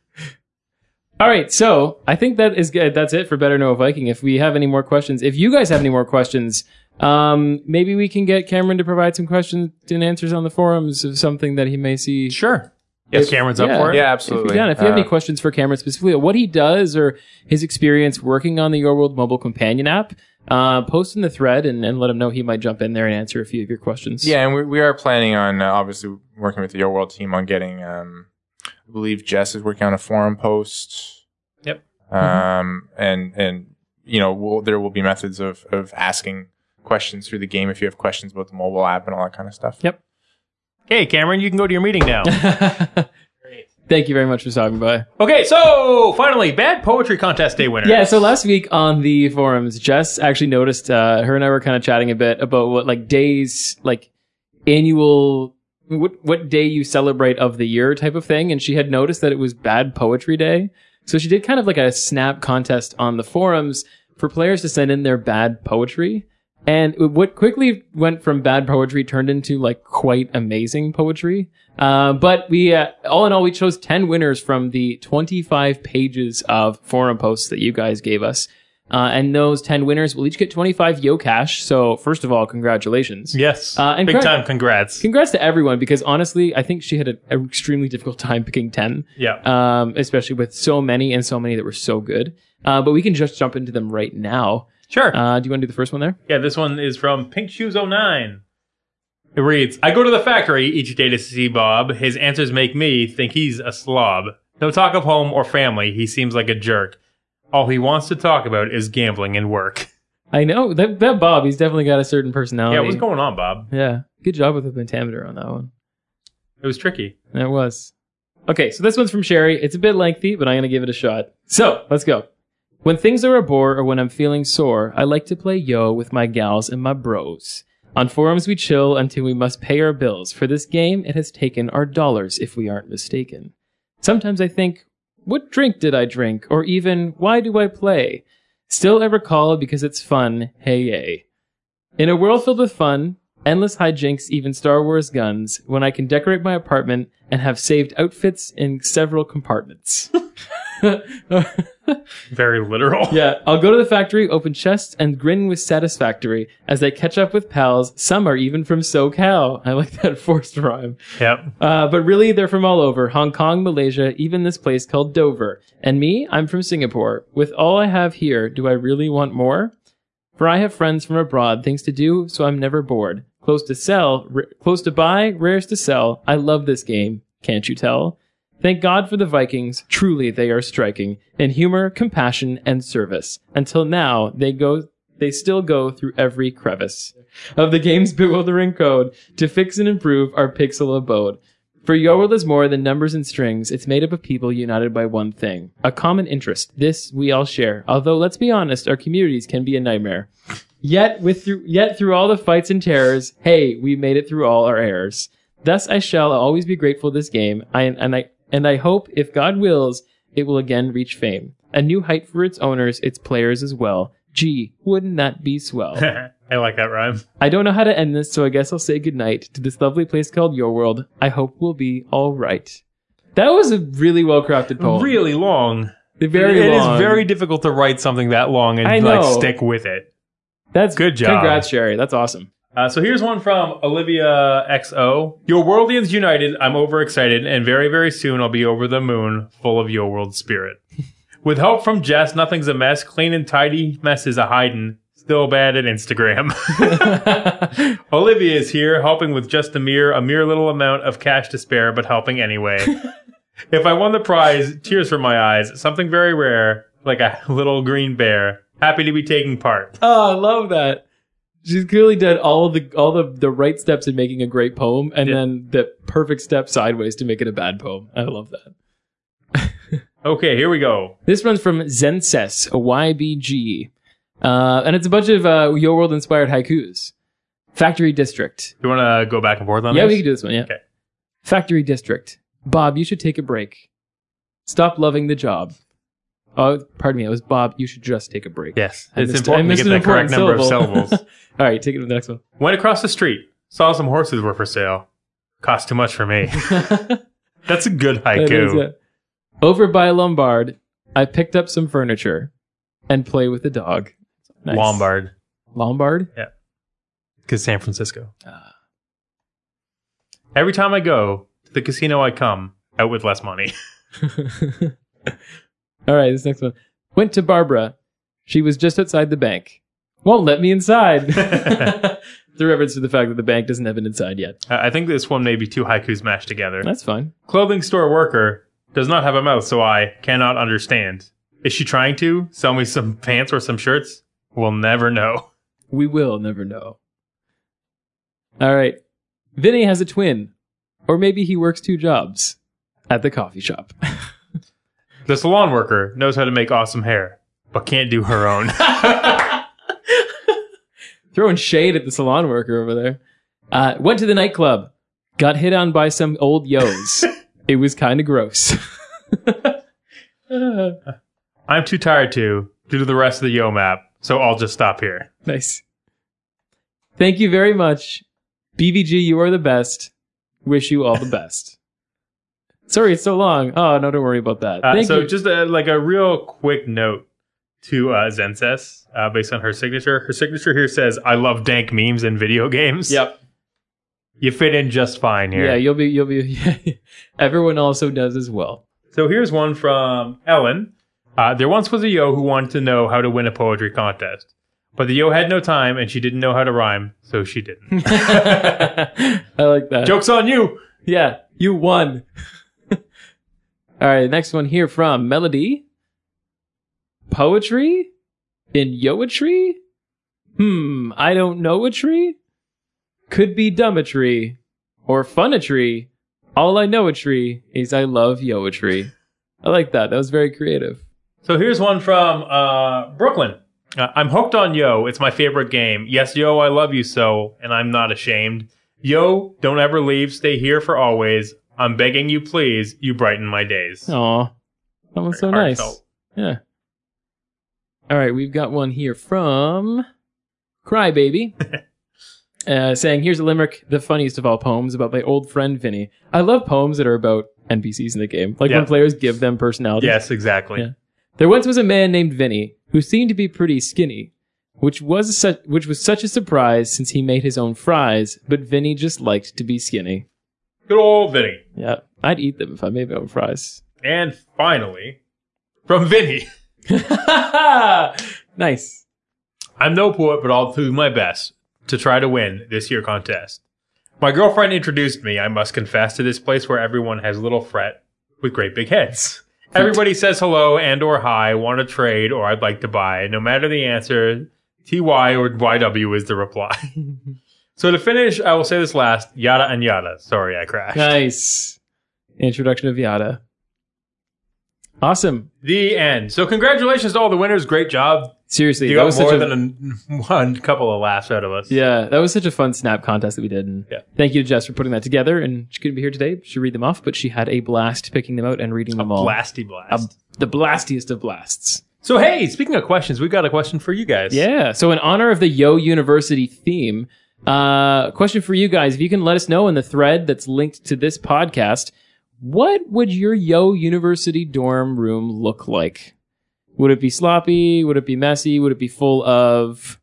Speaker 1: All right, so I think that is good. That's it for Better Know a Viking. If we have any more questions, if you guys have any more questions, um, maybe we can get Cameron to provide some questions and answers on the forums of something that he may see.
Speaker 2: Sure. Yes, Cameron's up
Speaker 1: yeah.
Speaker 2: for it.
Speaker 3: yeah,
Speaker 1: If you,
Speaker 3: absolutely.
Speaker 1: can. if you have any
Speaker 3: Uh,
Speaker 1: questions for Cameron specifically, what he does or his experience working on the Your World mobile companion app, uh, post in the thread and, and let him know he might jump in there and answer a few of your questions. [LAUGHS]
Speaker 3: Yeah, and we, we are planning on uh, obviously working with the Your World team on getting. Um, I believe Jess is working on a forum post.
Speaker 2: Yep.
Speaker 3: Um, and and you know we'll, there will be methods of of asking questions through the game if you have questions about the mobile app and all that kind of stuff.
Speaker 1: Yep.
Speaker 2: Hey, Cameron, you can go to your meeting
Speaker 1: [LAUGHS]
Speaker 2: now.
Speaker 1: Thank you very much for stopping by.
Speaker 2: okay, so finally, bad poetry contest day winner.
Speaker 1: Yeah, so last week on the forums, Jess actually noticed uh, her and I were kind of chatting a bit about what like days, like annual, what what day you celebrate of the year type of thing, and she had noticed that it was Bad Poetry Day. So she did kind of like a snap contest on the forums for players to send in their bad poetry. And what quickly went from bad poetry turned into like quite amazing poetry. Uh, but we, uh, all in all, we chose 10 winners from the 25 pages of forum posts that you guys gave us. Uh, and those 10 winners will each get 25 Yo Cash. So, first of all, congratulations.
Speaker 2: Yes.
Speaker 1: Uh, and
Speaker 2: Big
Speaker 1: correct-
Speaker 2: time. Congrats.
Speaker 1: Congrats to everyone because honestly, I think she had a- an extremely difficult time picking 10
Speaker 2: yeah.
Speaker 1: um, especially with so many and so many that were so good. Uh, but we can just jump into them right now.
Speaker 2: sure.
Speaker 1: Uh, do you want to do the first one there?
Speaker 2: Yeah, this one is from Pink Shoes 09. It reads I go to the factory each day to see Bob. His answers make me think he's a slob. No talk of home or family. He seems like a jerk. All he wants to talk about is gambling and work.
Speaker 1: I know that that Bob, he's definitely got a certain personality.
Speaker 2: Yeah, what's going on, Bob?
Speaker 1: Yeah, good job with the pentameter on that one.
Speaker 2: It was tricky.
Speaker 1: That was. Okay, so this one's from Sherry. It's a bit lengthy, but I'm going to give it a shot. So let's go. When things are a bore or when I'm feeling sore, I like to play yo with my gals and my bros. On forums, we chill until we must pay our bills. For this game, it has taken our dollars, if we aren't mistaken. Sometimes I think, what drink did I drink? Or even, why do I play? Still, I recall because it's fun, hey yay. In a world filled with fun, endless hijinks, even Star Wars guns, when I can decorate my apartment and have saved outfits in several compartments. [LAUGHS]
Speaker 2: Very literal.
Speaker 1: yeah, I'll go to the factory, open chests, and grin with satisfactory as I catch up with pals. Some are even from SoCal. I like that [LAUGHS] forced rhyme.
Speaker 2: [LAUGHS] Yep.
Speaker 1: Uh, but really, they're from all over Hong Kong, Malaysia, even this place called Dover. And me, I'm from Singapore. With all I have here, do I really want more? For I have friends from abroad, things to do, so I'm never bored. Close to sell, r- close to buy, rares to sell. I love this game, can't you tell? Thank God for the Vikings. Truly, they are striking in humor, compassion, and service. Until now, they go, they still go through every crevice of the game's bewildering code to fix and improve our pixel abode. For your world is more than numbers and strings. It's made up of people united by one thing, a common interest. This we all share. Although, let's be honest, our communities can be a nightmare. Yet, with through, yet through all the fights and terrors, hey, we made it through all our errors. Thus, I shall always be grateful this game, I, and I and I hope, if God wills, it will again reach fame, a new height for its owners, its players as well. Gee, wouldn't that be swell?
Speaker 2: [LAUGHS] I like that rhyme.
Speaker 1: I don't know how to end this, so I guess I'll say goodnight to this lovely place called Your World. I hope we'll be all right. That was a really well crafted poem.
Speaker 2: Really long.
Speaker 1: very
Speaker 2: It-
Speaker 1: long.
Speaker 2: It is very difficult to write something that long and
Speaker 1: I
Speaker 2: like
Speaker 1: know.
Speaker 2: stick with it.
Speaker 1: That's
Speaker 2: Good job.
Speaker 1: Congrats, Sherry. That's awesome.
Speaker 2: Uh, so here's one from Olivia XO. Your Worldians United, I'm overexcited, and very, very soon I'll be over the moon, full of your world spirit. [LAUGHS] With help from Jess, nothing's a mess. Clean and tidy messes a hiding. Still bad at Instagram. [LAUGHS] Olivia is here, helping with just a mere, a mere little amount of cash to spare, but helping anyway. if I won the prize, tears from my eyes, something very rare, like a little green bear. Happy to be taking part.
Speaker 1: Oh, I love that. She's clearly done all the all the, the right steps in making a great poem, and
Speaker 2: Yeah.
Speaker 1: then the perfect step sideways to make it a bad poem. I love that.
Speaker 2: Okay, here we go.
Speaker 1: This one's from Zenses, a YBG. Uh, and it's a bunch of uh, Your World inspired haikus. Factory District.
Speaker 2: You want to go back and forth on
Speaker 1: Yeah,
Speaker 2: this?
Speaker 1: we can do this one, yeah.
Speaker 2: Okay.
Speaker 1: Factory District. Bob, you should take a break. Stop loving the job. Oh, pardon me. It was Bob. You should just take a break.
Speaker 2: Yes,
Speaker 1: I
Speaker 2: it's
Speaker 1: missed- I
Speaker 2: important to
Speaker 1: missed
Speaker 2: get
Speaker 1: an
Speaker 2: the correct
Speaker 1: important
Speaker 2: number
Speaker 1: syllable.
Speaker 2: of syllables.
Speaker 1: [LAUGHS] All right, take it to the next
Speaker 2: [LAUGHS]
Speaker 1: one.
Speaker 2: Went across the street, saw some horses were for sale. Cost too much for
Speaker 1: [LAUGHS]
Speaker 2: me. That's a good
Speaker 1: That is
Speaker 2: haiku.
Speaker 1: it. Over by Lombard, I picked up some furniture and play with the dog. Nice.
Speaker 2: Lombard,
Speaker 1: Lombard? [LAUGHS]
Speaker 2: because San Francisco.
Speaker 1: Ah.
Speaker 2: Every time I go to the casino, I come out with less money. [LAUGHS]
Speaker 1: All right, this next one. Went to Barbara. She was just outside the bank. Won't let me inside. [LAUGHS] the reference to the fact that the bank doesn't have an inside yet.
Speaker 2: I I think this one may be two haikus mashed together.
Speaker 1: That's fine.
Speaker 2: Clothing store worker does not have a mouth, so I cannot understand. Is she trying to sell me some pants or some shirts? We'll never know.
Speaker 1: We will never know. All right. Vinny has a twin, or maybe he works two jobs at the coffee shop. [LAUGHS]
Speaker 2: The salon worker knows how to make awesome hair, but can't do
Speaker 1: [LAUGHS]
Speaker 2: her own. [LAUGHS]
Speaker 1: Throwing shade at the salon worker over there. Uh, went to the nightclub. Got hit on by some old yo's. it was kind of gross. [LAUGHS] Ah,
Speaker 2: I'm too tired to due to the rest of the yo map, so I'll just stop here.
Speaker 1: [LAUGHS] nice. Thank you very much. BVG, you are the best. Wish you
Speaker 2: [LAUGHS]
Speaker 1: all the best. Sorry, it's so long. Oh, no, don't worry about that.
Speaker 2: Uh,
Speaker 1: Thank
Speaker 2: so
Speaker 1: you.
Speaker 2: just a, like a real quick note to uh, Zenses uh, based on her signature. Her signature here says, "I love dank memes and video games."
Speaker 1: Yep.
Speaker 2: you fit in just fine here.
Speaker 1: Yeah, you'll be, [LAUGHS] you'll be, everyone also does as
Speaker 2: [LAUGHS]
Speaker 1: well. [LAUGHS]
Speaker 2: So here's one from Ellen. Uh, there once was a yo who wanted to know how to win a poetry contest, but the yo had no time and she didn't know how to rhyme, so she
Speaker 1: [LAUGHS]
Speaker 2: didn't.
Speaker 1: I like that.
Speaker 2: Jokes on you.
Speaker 1: Yeah, you won. [LAUGHS] All right, next one here from Melody. Poetry? In yoetry? Hmm, I don't know a tree. Could be dumbatry or funetry. All I know a tree is I love yoetry. I like that. That was very creative.
Speaker 2: So here's one from uh, Brooklyn. Uh, I'm hooked on Yo. It's my favorite game. Yes, Yo, I love you so, and I'm not ashamed. Yo, don't ever leave. Stay here for always. I'm begging you, please. You brighten my days.
Speaker 1: Aw, that was so
Speaker 2: Very
Speaker 1: nice.
Speaker 2: heartfelt.
Speaker 1: Yeah. All right, we've got one here from
Speaker 2: [LAUGHS]
Speaker 1: Crybaby. Uh, saying, here's a limerick, the funniest of all poems about my old friend Vinny. I love poems that are about NPCs in the game, like
Speaker 2: Yeah.
Speaker 1: when players give them personality.
Speaker 2: Yes, exactly.
Speaker 1: Yeah. There once was a man named Vinny who seemed to be pretty skinny, which was such, which was such a surprise since he made his own fries. But Vinny just liked to be skinny.
Speaker 2: Good old Vinny.
Speaker 1: Yeah, I'd eat them if I made my own fries. [LAUGHS]
Speaker 2: And finally, from Vinny. [LAUGHS]
Speaker 1: nice.
Speaker 2: I'm no poet, but I'll do my best to try to win this year contest. My girlfriend introduced me, I must confess, to this place where everyone has little fret with great big heads. Everybody says hello and or hi, want to trade or I'd like to buy. No matter the answer, TY or YW is
Speaker 1: [LAUGHS]
Speaker 2: the reply. so to finish, I will say this last, yada and yada. Sorry, I crashed.
Speaker 1: Nice. Introduction of Yada. Awesome.
Speaker 2: The end. So congratulations to all the winners. Great job.
Speaker 1: Seriously,
Speaker 2: You
Speaker 1: that
Speaker 2: got
Speaker 1: was such
Speaker 2: more
Speaker 1: a,
Speaker 2: than a, [LAUGHS] one couple of laughs out of us.
Speaker 1: yeah, that was such a fun snap contest that we did. And
Speaker 2: Yeah.
Speaker 1: thank you to Jess for putting that together. And she couldn't be here today. She read them off, but she had a blast picking them out and reading them all.
Speaker 2: Blasty blast.
Speaker 1: A- the blastiest of blasts.
Speaker 2: So hey, speaking of questions, we got a question for you guys.
Speaker 1: Yeah. So in honor of the Yo University theme, uh, question for you guys: If you can let us know in the thread that's linked to this podcast, what would your Yo University dorm room look like? Would it be sloppy? Would it be messy? Would it be full of?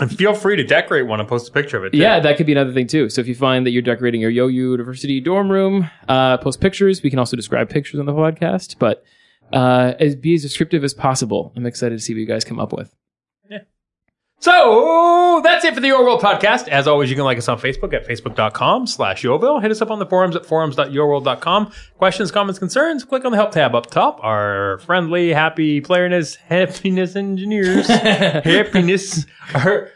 Speaker 2: And feel free to decorate one and post a picture of it. too.
Speaker 1: Yeah, that could be another thing too. So if you find that you're decorating your Yo University dorm room, uh, post pictures. We can also describe pictures on the podcast, but uh, as be as descriptive as possible. I'm excited to see what you guys come up with. [LAUGHS]
Speaker 2: So that's it for the Your World podcast. As always, you can like us on Facebook at facebook.com slash Yourville. Hit us up on the forums at forums.yourworld.com. Questions, comments, concerns, click on the help tab up top. Our friendly, happy playerness,
Speaker 1: [LAUGHS]
Speaker 2: happiness engineers. happiness. Our,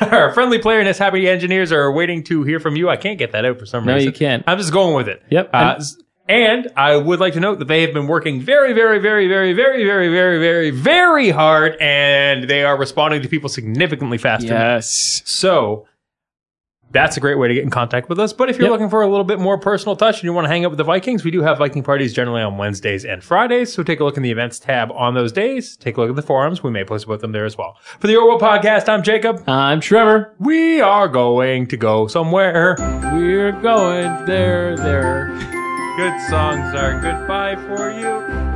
Speaker 2: our friendly playerness, happy engineers are waiting to hear from you. I can't get that out for some
Speaker 1: No,
Speaker 2: reason.
Speaker 1: you can't.
Speaker 2: I'm just going with it.
Speaker 1: Yep.
Speaker 2: Uh, s- and I would like to note that they have been working very, very, very, very, very, very, very, very, very hard, and they are responding to people significantly faster.
Speaker 1: Yes.
Speaker 2: So that's a great way to get in contact with us. But if you're
Speaker 1: Yep.
Speaker 2: looking for a little bit more personal touch and you want to hang out with the Vikings, we do have Viking parties generally on Wednesdays and Fridays. So take a look in the events tab on those days. Take a look at the forums. We may post about them there as well. For the Orwell Podcast, I'm Jacob.
Speaker 1: I'm Trevor.
Speaker 2: We are going to go somewhere.
Speaker 1: We're going there, there.
Speaker 2: Good songs are goodbye for you.